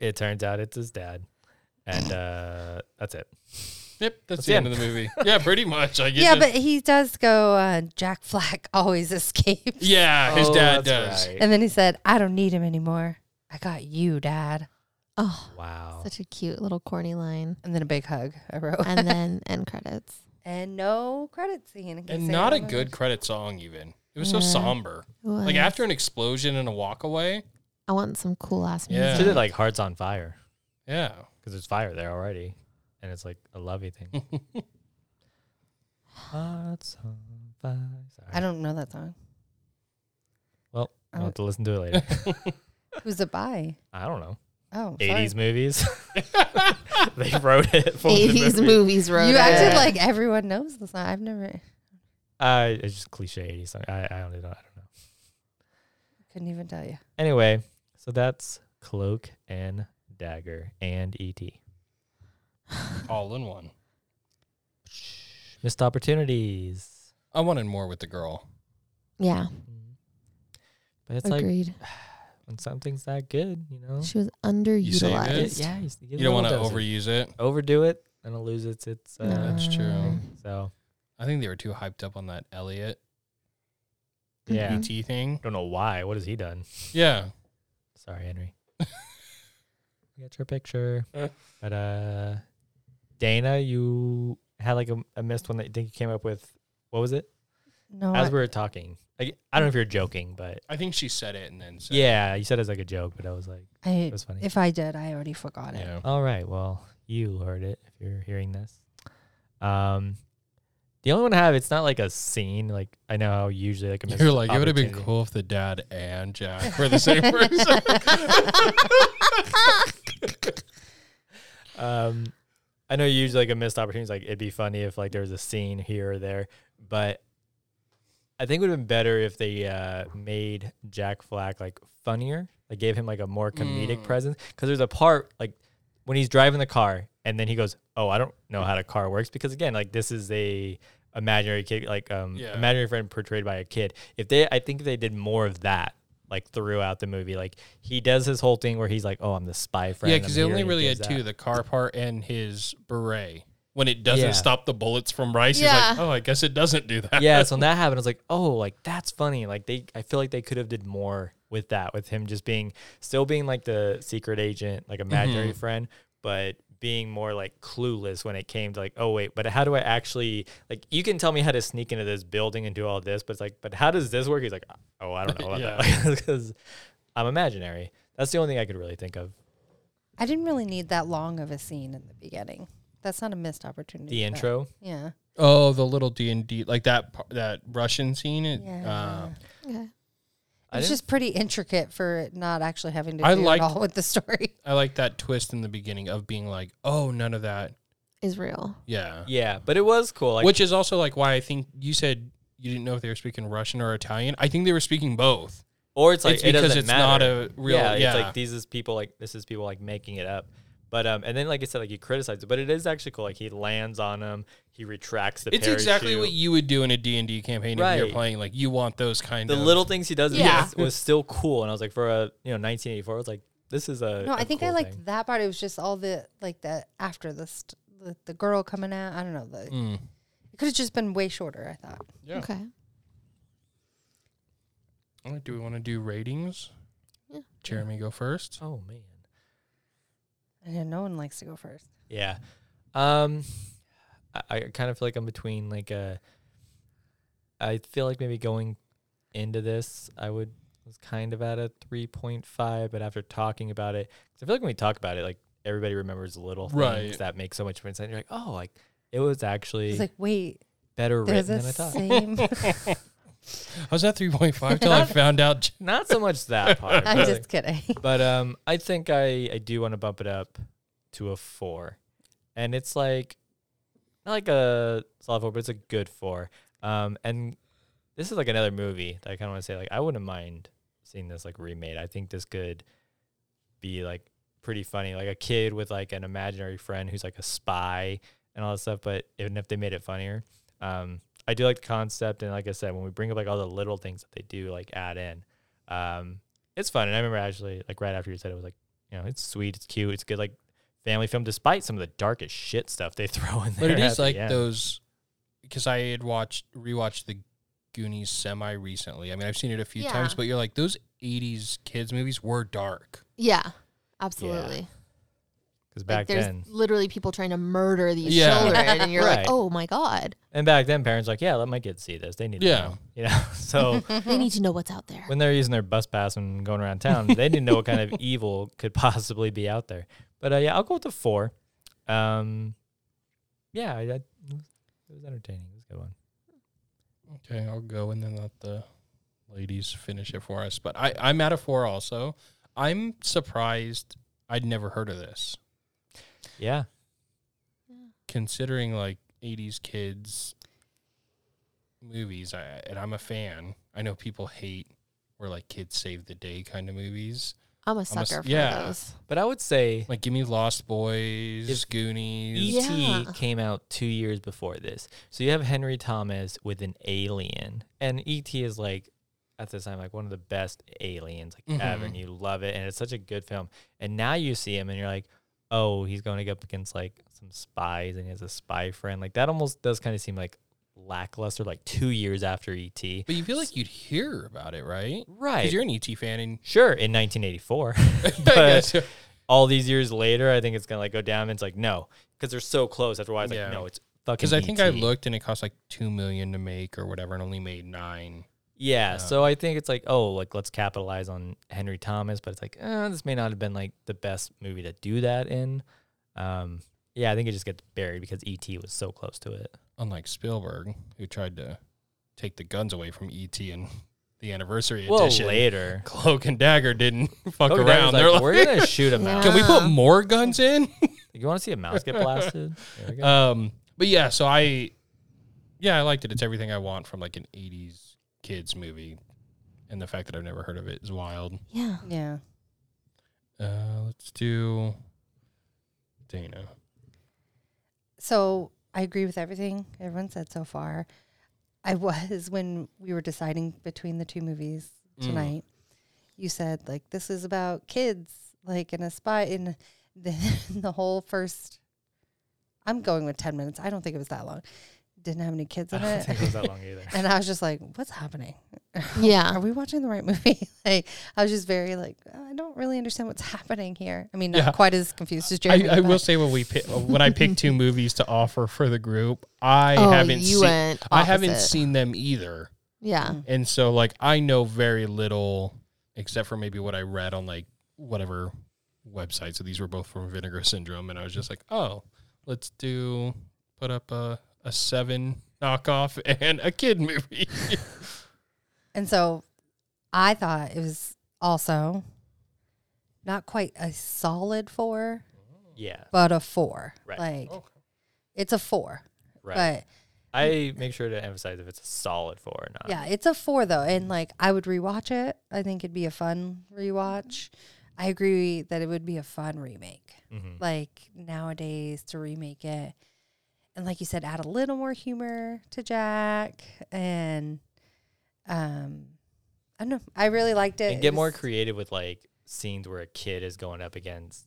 S2: it turns out it's his dad. And uh, that's it.
S3: Yep. That's
S2: That's
S3: the
S2: it.
S3: end of the movie. Yeah, pretty much. I get
S1: yeah,
S3: it.
S1: but he does go, uh, Jack Flack always escapes.
S3: yeah, his
S2: Oh,
S3: dad
S2: that's
S3: does.
S2: right.
S1: And then he said, I don't need him anymore. I got you, Dad.
S5: Oh,
S2: Wow.
S5: such a cute little corny line.
S1: And then a big hug, I wrote.
S5: And then end credits.
S1: and no credit scene. in case
S3: And not a
S1: anyone
S3: good
S1: was-
S3: credit song, even. It was so
S5: Yeah.
S3: somber. Like
S5: Ooh,
S3: after an explosion and a walk away.
S5: I want some cool ass
S3: Yeah.
S5: music.
S2: Should it like Hearts on Fire
S3: Yeah.
S2: because there's fire there already. And it's like a lovey thing. Hearts on Fire. Sorry.
S1: I don't know that song.
S2: well,
S1: I
S2: I'll
S1: don't-
S2: have to listen to it later.
S1: Who's it by?
S2: I don't know.
S1: Oh, sorry.
S2: 80s movies. they wrote it for the
S5: 80s
S2: movie.
S5: movies wrote
S1: You
S5: it.
S1: acted like everyone knows the song. I've never,
S2: I it's just cliche 80s. song. I, I don't know. I don't know.
S1: couldn't even tell you.
S2: Anyway, so that's Cloak and Dagger and E E.T.
S3: All in one.
S2: Missed opportunities.
S3: I wanted more with the girl.
S5: Yeah,
S2: But it's like
S5: agreed.
S2: when something's that good, you know?
S5: she was
S3: save
S2: Yeah,
S3: it?
S5: underutilized.
S2: yeah, you,
S3: You don't want to overuse it.
S2: overdo it and it'll lose its its uh,
S5: No.
S3: That's true.
S2: so
S3: I think they were too hyped up on that Elliot
S2: yeah.
S3: ET thing.
S2: Don't know why. What has he done?
S3: Yeah.
S2: Sorry, Henry. we got your picture. But uh Dana, you had like a, a missed one that you think you came up with. What was it?
S1: No,
S2: As
S1: I,
S2: we were talking. I, I don't know if you're joking, but
S3: I think she said it and then said
S2: Yeah, you said it was like a joke, but I was like,
S1: I-
S2: it was funny.
S1: if I did, I already forgot it.
S3: Yeah.
S2: All right, well, you heard it if you're hearing this. Um, the only one I have, it's not like a scene. Like I know how usually like a missed
S3: You're like, it would have been
S2: opportunity-
S3: cool if the dad and Jack were the same person.
S2: Um, I know usually like a missed opportunity. is, Like it'd be funny if like there was a scene here or there, but I think it would have been better if they uh, made Jack Flack like funnier. Like gave him like a more comedic
S3: Mm.
S2: presence because there's a part like when he's driving the car and then he goes, "Oh, I don't know how the car works," because again, like this is a imaginary kid, like um,
S3: Yeah.
S2: imaginary friend portrayed by a kid. If they, I think if they did more of that. Like throughout the movie, like he does his whole thing where he's like, "Oh, I'm the spy friend."
S3: yeah,
S2: I'm
S3: because they
S2: here,"
S3: only
S2: and he
S3: really
S2: gives
S3: had
S2: that.
S3: two the car part and his beret. When it doesn't
S2: Yeah.
S3: stop the bullets from Rice, he's
S5: Yeah.
S3: like, oh, I guess it doesn't do that.
S2: yeah, so when that happened, I was like, oh, like that's funny. Like they, I feel like they could have did more with that, with him just being still being like the secret agent, like imaginary
S1: Mm-hmm.
S2: friend, but being more like clueless when it came to like, oh wait, but how do I actually like? You can tell me how to sneak into this building and do all this, but it's like, but how does this work? He's like, oh, I don't know about that because I'm imaginary. That's the only thing I could really think of.
S1: I didn't really need that long of a scene in the beginning. That's not a missed opportunity.
S2: The
S1: but-
S2: intro,
S1: Yeah.
S3: Oh, the little D and D, like that par- that Russian scene. It,
S1: Yeah.
S3: uh,
S5: Okay.
S2: I
S1: it's
S2: didn't-
S1: just pretty intricate for it not actually having to do
S3: I
S1: it
S3: liked-
S1: all with the story.
S3: I like that twist in the beginning of being like, oh, none of that.
S5: Is real.
S3: Yeah.
S2: yeah, but it was cool. Like,
S3: Which is also like why I think you said you didn't know if they were speaking Russian or Italian. I think they were speaking both.
S2: or it's like
S3: It's
S2: it
S3: because
S2: doesn't
S3: it's
S2: matter.
S3: not a real-
S2: Yeah,
S3: yeah.
S2: it's like these is people like this is people like making it up. But um, and then like I said, like he criticized it, but it is actually cool. Like he lands on him, he retracts the.
S3: It's exactly
S2: parachute.
S3: what you would do in a D and D campaign if
S2: Right.
S3: you're playing. Like you want those kind
S2: the
S3: of
S2: little things he does.
S5: Yeah.
S2: Yeah, was still cool, and I was like, for a you know 1984, I was like, this is a.
S1: No,
S2: I
S1: I think I
S2: cool
S1: liked
S2: thing.
S1: that part. It was just all the like the after the st- the, the girl coming out. I don't know. The,
S3: Mm.
S1: It could have just been way shorter. I thought.
S3: Yeah.
S5: Okay.
S3: All right, do we want to do ratings?
S5: Yeah.
S3: Jeremy, go first.
S2: Oh man.
S1: I know no one likes to go first.
S2: Yeah. Um, I, I kind of feel like I'm between like a. I feel like maybe going into this, I would was kind of at a 3.5, but after talking about it, 'cause I feel like when we talk about it, like everybody remembers little things
S3: Right.
S2: that make so much difference. And you're like, oh, like it was actually
S1: It's like, wait,
S2: better
S1: there's
S2: written
S1: a
S2: than I thought.
S1: same.
S3: I was at 3.5 till I found out.
S2: Not so much that part.
S1: I'm
S2: but,
S1: just kidding.
S2: but um, I think I I do want to bump it up to a four, and it's like not like a solid four, but it's a good four. Um, and this is like another movie that I kind of want to say like I wouldn't mind seeing this like remade. I think this could be like pretty funny, like a kid with like an imaginary friend who's like a spy and all that stuff. But even if they made it funnier, um, I do like the concept, and like I said, when we bring up like all the little things that they do, like add in, um, it's fun. And I remember actually, like right after you said it, was like, you know, it's sweet, it's cute, it's good, like family film, despite some of the darkest shit stuff they throw in there.
S3: But it
S2: at
S3: is
S2: the
S3: like
S2: end.
S3: those because I had watched rewatched the Goonies semi recently. I mean, I've seen it a few
S4: Yeah.
S3: times, but you're like those '80s kids movies were dark.
S5: Yeah, absolutely.
S2: because
S5: Like
S2: back
S5: there's
S2: then,
S5: literally people trying to murder these
S3: Yeah.
S5: children, and you're
S2: Right.
S5: like, oh my god,
S2: and back then, parents were like, yeah, let my kids see this. They need, to
S3: Yeah.
S2: know," you know. So
S5: they need to know what's out there.
S2: when they're using their bus pass and going around town, they didn't know what kind of evil could possibly be out there. But uh, yeah, I'll go with the four. Um, yeah, I, I, it was entertaining. It was a good one.
S3: Okay, I'll go and then let the ladies finish it for us. But I, I'm at a four also. I'm surprised I'd never heard of this,
S2: Yeah,
S3: considering like '80s kids movies. I, and I'm a fan. I know people hate or like kids save the day kind of movies.
S5: I'm
S3: I'm
S5: a
S3: a s-
S5: sucker for
S3: yeah.
S5: those.
S2: but I would say
S3: Like, give me Lost Boys,
S2: If-
S3: Goonies.
S2: E.T.
S5: Yeah.
S2: E came out two years before this. So you have Henry Thomas with an alien. And E.T. is like, at this time, like one of the best aliens like ever.
S3: Mhm.
S2: And you love it. And it's such a good film. And now you see him and you're like, oh, he's going up against like some spies and he has a spy friend. Like that almost does kind of seem like lackluster, like two years after E E.T.
S3: But you feel like you'd hear about it, right?
S2: Right.
S3: Because you're an ET fan, and
S2: Sure, in 1984.
S3: I guess,
S2: but all these years later, I think it's going to like go down. And it's like, no, because they're so close. That's why it's
S3: Yeah.
S2: like, no, it's fucking E
S3: because I think I
S2: E.T..
S3: looked and it cost like two million to make or whatever, and only made nine.
S2: Yeah,
S3: Yeah.
S2: so I think it's like, oh, like let's capitalize on Henry Thomas, but it's like, eh, this may not have been like the best movie to do that in. Um, yeah, I think it just gets buried because ET was so close to it.
S3: Unlike Spielberg, who tried to take the guns away from ET and the anniversary
S2: Well,
S3: edition.
S2: later,
S3: Cloak and Dagger didn't fuck
S2: Coke Daddy's like,
S3: around.
S2: Ah.
S3: They're like,
S2: we're gonna shoot a
S5: Yeah.
S2: mouse.
S3: can we put more guns in?
S2: You want to see a mouse get blasted? There we go.
S3: um, but yeah, so I, yeah, I liked it. It's everything I want from like an '80s kids movie, and the fact that I've never heard of it is wild.
S5: Yeah,
S1: yeah.
S3: Uh, let's do Dana.
S1: So I agree with everything everyone said so far. I was when we were deciding between the two movies
S3: Mm.
S1: tonight. You said like this is about kids, like in a spy in the, the whole first. I'm going with ten minutes. I don't think it was that long. Didn't have any kids
S2: I
S1: in
S2: don't
S1: it,
S2: think it was that long either.
S1: and I was just like, "What's happening? Are
S5: yeah.
S1: we watching the right movie?" like I was just very like, "I don't really understand what's happening here." I mean, not
S3: Yeah.
S1: quite as confused as Jeremy.
S3: I, I will
S1: but-
S3: say when we pick, when I pick two movies to offer for the group, I
S5: oh,
S3: haven't
S5: you
S3: seen
S5: went.
S3: I haven't
S5: opposite. Mm.
S3: seen them either,
S5: Yeah,
S3: and so like I know very little except for maybe what I read on like whatever website. So these were both from Vinegar Syndrome, and I was just like, oh, let's do put up a a seven knockoff and a kid movie.
S1: And so I thought it was also not quite a solid four,
S2: Yeah,
S1: but a four.
S2: Right.
S1: Like it's a four.
S2: right. I make sure to emphasize if it's a solid four or not.
S1: But yeah, it's a four though. And like I would rewatch it. I think it'd be a fun rewatch. I agree that it would be a fun remake.
S2: Mhm.
S1: Like nowadays to remake it. And like you said, add a little more humor to Jack and um I don't know. I really liked it.
S2: and
S1: It
S2: get more
S1: was-
S2: creative with like scenes where a kid is going up against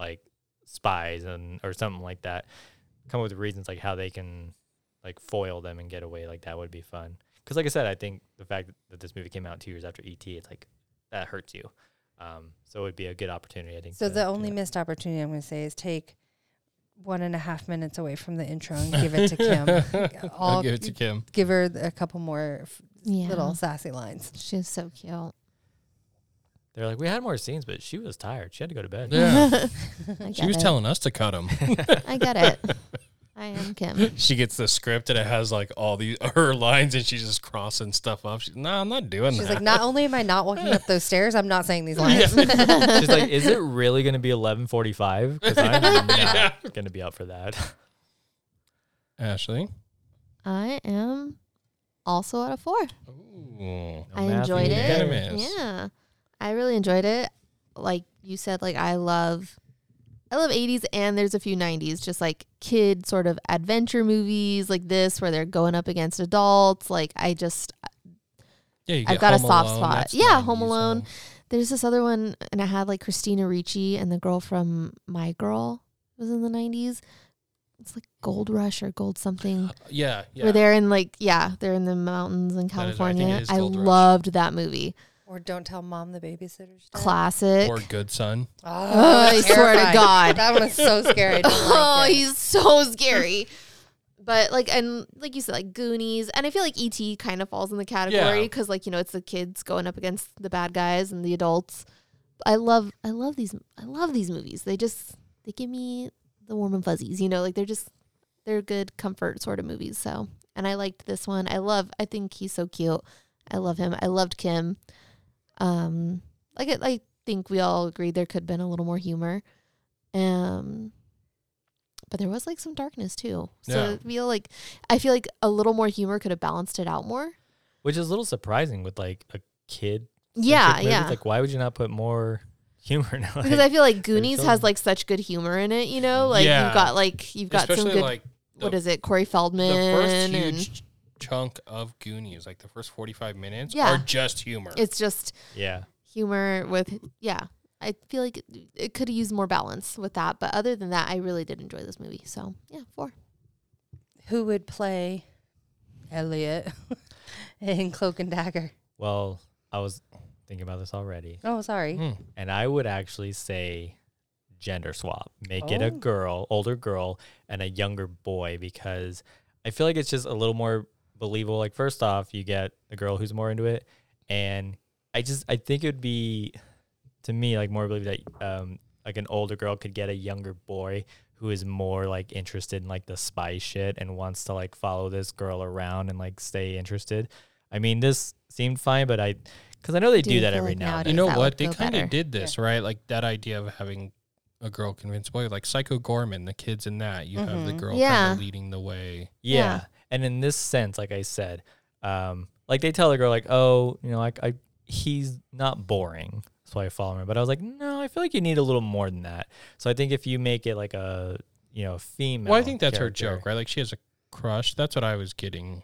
S2: like spies and or something like that. Come up with reasons like how they can like foil them and get away. Like that would be fun. Because like I said, I think the fact that this movie came out two years after ET, it's like that hurts you. Um, so it would be a good opportunity, I think.
S1: So
S2: to do
S1: the only
S2: that.
S1: missed opportunity I'm going to say is take one and a half minutes away from the intro and give it to Kim.
S3: I'll
S1: I'll
S3: give it to Kim.
S1: give her a couple more f-
S5: Yeah.
S1: little sassy lines.
S5: She was so cute.
S2: They're like, we had more scenes, but she was tired. She had to go to bed.
S3: Yeah,
S5: I
S3: she was
S5: get it.
S3: telling us to cut him.
S5: I get it. I am Kim.
S3: she gets the script and it has like all these her lines, and she's just crossing stuff off. She's no, I'm not doing
S1: She's
S3: that.
S1: like, not only am I not walking up those stairs, I'm not saying these lines.
S2: She's like, is it really going to be 11:45? Because I'm not going to be up for that.
S3: Ashley,
S5: I am also at a four.
S3: Ooh.
S2: No
S5: I
S2: math
S5: enjoyed
S2: needed.
S5: it.
S3: Anime. Yes.
S5: Yeah. I really enjoyed it. Like you said, like I love I love 80s and there's a few 90s, just like kid sort of adventure movies like this where they're going up against adults. Like I just
S3: yeah, you get
S5: I've got a
S3: Home
S5: soft
S3: Alone,
S5: spot.
S3: that's
S5: Yeah, Home
S3: 90s,
S5: Alone.
S3: so-
S5: there's this other one and I had like Christina Ricci and the girl from My Girl was in the 90s. It's like Gold Rush or Gold something.
S3: Yeah, yeah.
S5: Where they're in like yeah, they're in the mountains in
S3: That is- I think it
S5: California.
S3: is
S5: I,
S3: Gold Rush.
S5: loved that movie.
S1: or don't tell mom the babysitter's dead.
S5: Classic.
S3: Or Good Son.
S1: Oh,
S5: Oh, I swear to
S1: terrifying.
S5: God.
S1: That one was so scary. I didn't
S5: oh,
S1: like it.
S5: he's so scary. But like and like you said, like Goonies, and I feel like ET kind of falls in the category
S3: Yeah.
S5: because like you know it's the kids going up against the bad guys and the adults. I love I love these I love these movies. They just they give me the warm and fuzzies. You know, like they're just they're good comfort sort of movies. So and I liked this one. I love I think he's so cute. I love him. I loved Kim. Um, like I, I think we all agreed there could have been a little more humor. Um, but there was like some darkness too. So
S3: Yeah.
S5: I feel like I feel like a little more humor could have balanced it out more.
S2: Which is a little surprising with like a kid.
S5: Yeah,
S2: movie. It's
S5: yeah.
S2: Like, why would you not put more humor in it?
S5: because I
S2: Like,
S5: feel like Goonies
S2: so-
S5: has like such good humor in it, you know? Like
S3: Yeah.
S5: you've got like you've got
S3: Especially
S5: some good
S3: like
S5: what
S3: the-
S5: is it, Corey
S3: the
S5: Feldman
S3: first
S5: and
S3: huge ch- chunk of Goonies, like the first 45 minutes,
S5: Yeah.
S3: are just humor.
S5: it's just
S2: yeah.
S5: humor with yeah. I feel like it, it could use more balance with that. But other than that, I really did enjoy this movie. So yeah, four.
S1: Who would play Elliot in Cloak and Dagger?
S2: Well, I was thinking about this already,
S1: Oh, sorry.
S3: Hmm.
S2: and I would actually say gender swap. Make it a
S1: Oh.
S2: girl, older girl, and a younger boy because I feel like it's just a little more believable. Like first off, you get the girl who's more into it, and I just I think it would be to me like more believe that um like an older girl could get a younger boy who is more like interested in like the spy shit and wants to like follow this girl around and like stay interested. I mean, this seemed fine, but I because I know they
S5: Do
S2: do,
S5: you
S2: that
S5: feel
S2: every
S5: like
S2: now and
S5: nowadays
S2: then.
S3: you know
S5: that
S3: what?
S5: would
S3: They
S5: go
S3: kind
S5: better.
S3: of did this, right? Like that idea of having a girl convince boy, like Psycho Gorman, the kids in that, you have the
S1: Mhm.
S3: girl
S5: Mm-hmm. Yeah.
S3: kind of leading the way.
S2: Yeah.
S5: Yeah.
S2: And in this sense, like I said, um, like they tell the girl, like, oh, you know, like I he's not boring. That's why I follow him. But I was like, no, I feel like you need a little more than that. So I think if you make it like a you know, female
S3: Well, I think that's her
S2: character-
S3: joke, right? Like she has a crush. That's what I was getting.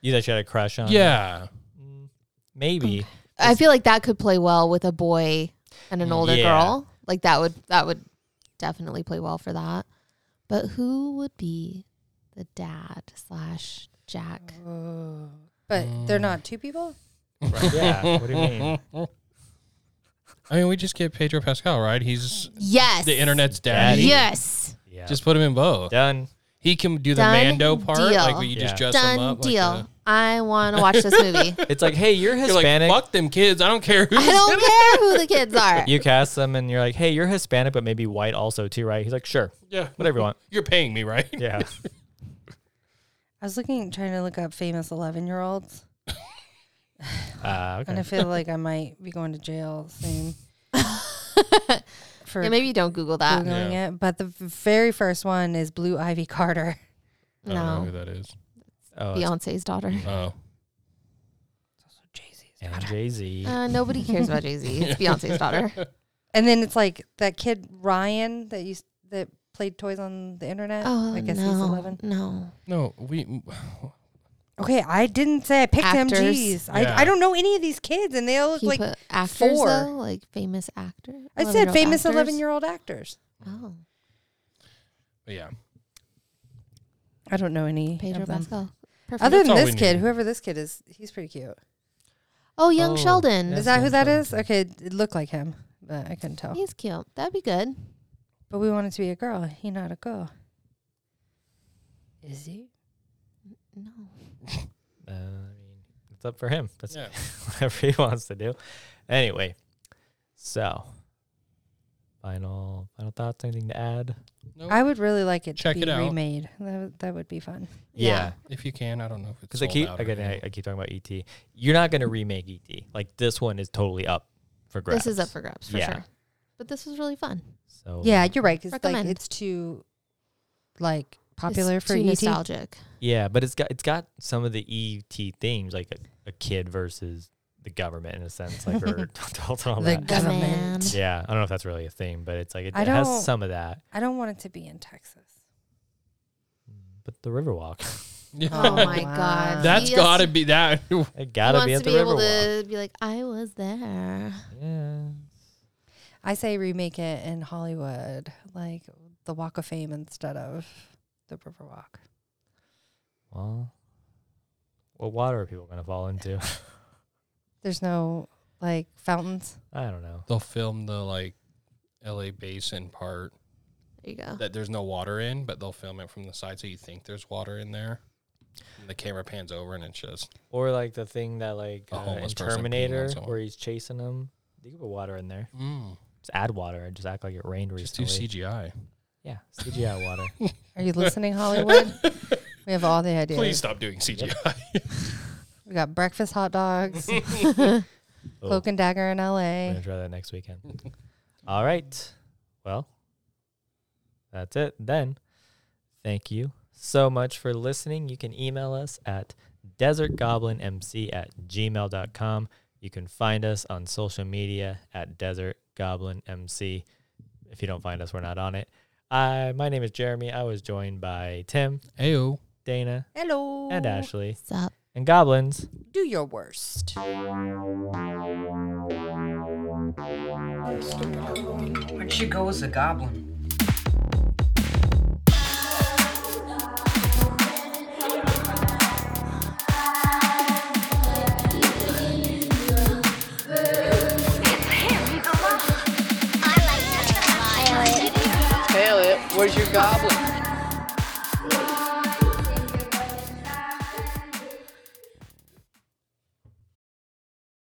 S2: You that she had a crush on
S3: Yeah.
S2: Mm, Maybe.
S5: I feel like that could play well with a boy and an older
S2: Yeah.
S5: girl. Like that would that would definitely play well for that. But who would be the dad slash Jack?
S1: Oh. But they're not two people?
S2: Yeah. What do you mean?
S3: I mean, we just get Pedro Pascal, right? He's
S5: Yes.
S3: the internet's daddy.
S5: Yes.
S2: Yeah.
S3: Just put him in both.
S2: done.
S3: He can do the
S5: Done
S3: Mando part, like
S5: deal.
S3: where you just
S2: Yeah.
S3: dress him
S5: Done
S3: up.
S5: deal.
S3: Like a-
S5: I want to watch this movie.
S2: It's like, hey, you're
S3: you're like,
S2: Hispanic.
S3: fuck them kids. I don't care who's
S5: I don't care who the kids are.
S2: you cast them and you're like, hey, you're Hispanic, but maybe white also too, right? He's like, sure,
S3: Yeah.
S2: whatever you want.
S3: You're paying me, right?
S2: Yeah.
S1: I was looking, trying to look up famous 11 year olds,
S2: Uh,
S1: and I
S2: okay.
S1: feel like I might be going to jail soon for
S5: Yeah, maybe you don't Google that.
S1: Googling it. But the v- very first one is Blue Ivy Carter.
S3: I don't know who
S5: No.
S3: that is.
S2: Oh, it's
S5: Beyonce's daughter.
S3: Oh.
S2: and Jay Z.
S5: Uh, nobody cares about Jay Z. It's Beyonce's daughter.
S1: And then it's like that kid Ryan that used that played toys on the internet.
S5: Oh,
S1: I guess
S5: no.
S1: he's 11.
S5: No.
S3: No, we.
S1: Okay, I didn't say I picked him.
S5: Actors.
S1: Jeez,
S3: Yeah.
S1: I, I don't know any of these kids, and they all look
S5: He
S1: like
S5: put actors
S1: four.
S5: though, like famous actors.
S1: I said famous 11 year old actors.
S5: Oh,
S3: Yeah.
S1: I don't know any.
S5: Pedro
S1: of them.
S5: Pascal. Perfect.
S1: Other
S3: That's
S1: than
S3: all
S1: this
S3: we
S1: kid,
S3: need.
S1: whoever this kid is, he's pretty cute.
S5: oh, young
S2: Oh,
S5: Sheldon.
S2: yeah.
S1: Is that
S2: Yes,
S1: who that
S2: yes,
S1: is? Okay, it looked like him, but I couldn't tell.
S5: He's cute. That'd be good.
S1: But we wanted to be a girl. He not a girl. Is he?
S5: No.
S2: Uh, I mean, it's up for him. That's
S3: Yeah.
S2: whatever he wants to do. Anyway, so final final thoughts. Anything to add?
S3: Nope.
S1: I would really like it
S3: Check
S1: to
S3: it
S1: be
S3: out.
S1: remade. That, would- that would be fun.
S5: Yeah.
S3: if you can, I don't know if it's
S2: Because I
S3: sold
S2: keep
S3: out or
S2: again, I,
S3: not.
S2: I keep talking about ET. You're not going to remake ET. Like this one is totally up for grabs.
S5: This is up for grabs for
S2: Yeah.
S5: sure. But this was really fun.
S2: So
S1: Yeah, you're right. 'cause, like
S5: Recommend.
S1: it's too like
S5: It's
S1: popular for
S5: too
S1: ET.
S5: nostalgic.
S2: Yeah, but it's got it's got some of the ET themes, like a, a kid versus the government in a sense, like or adults and all
S1: The
S2: that.
S1: government.
S5: man.
S2: yeah, I don't know if that's really a theme, but it's like it,
S1: I
S2: it has
S1: don't-
S2: some of that.
S1: I don't want it to be in Texas.
S2: But the Riverwalk,
S3: Yeah.
S5: Oh my
S1: Wow.
S5: god.
S3: That's
S5: He has
S3: gotta
S5: to-
S3: be that.
S2: it
S5: He
S2: gotta
S5: wants
S2: be
S5: to
S2: at the
S5: be able
S2: Riverwalk.
S5: to be like, I was there.
S2: Yeah,
S1: I say remake it in Hollywood, like the Walk of Fame instead of the Riverwalk.
S2: well, what water are people gonna fall into?
S1: There's no like fountains.
S2: I don't know.
S3: They'll film the like LA basin part
S5: There you go.
S3: that there's no water in, but they'll film it from the side so you think there's water in there. And the camera pans over and it's just
S2: Or like the thing that like
S3: A
S2: uh, in
S3: homeless person peeing on
S2: Terminator
S3: someone.
S2: where he's chasing them. You could put water in there.
S3: mm,
S2: Just add water and just act like it rained
S3: just do
S2: recently.
S3: CGI.
S2: yeah, CGI water.
S1: Are you listening, Hollywood? we have all the ideas.
S3: Please stop doing CGI.
S1: We got breakfast hot dogs,
S2: Oh.
S1: cloak and dagger in
S2: We're
S1: LA.
S2: gonna try that next weekend. All right. Well, that's it then. Thank you so much for listening. You can email us at desertgoblinmc at gmail.com. You can find us on social media at desertgoblinmc. If you don't find us, we're not on it. I, my name is Jeremy. I was joined by Tim,
S3: Ayo.
S2: Dana,
S1: Hello.
S2: and Ashley.
S5: Sup.
S2: And goblins.
S1: Do your worst.
S6: When she goes, a goblin.
S7: Hell, it, where's your goblin?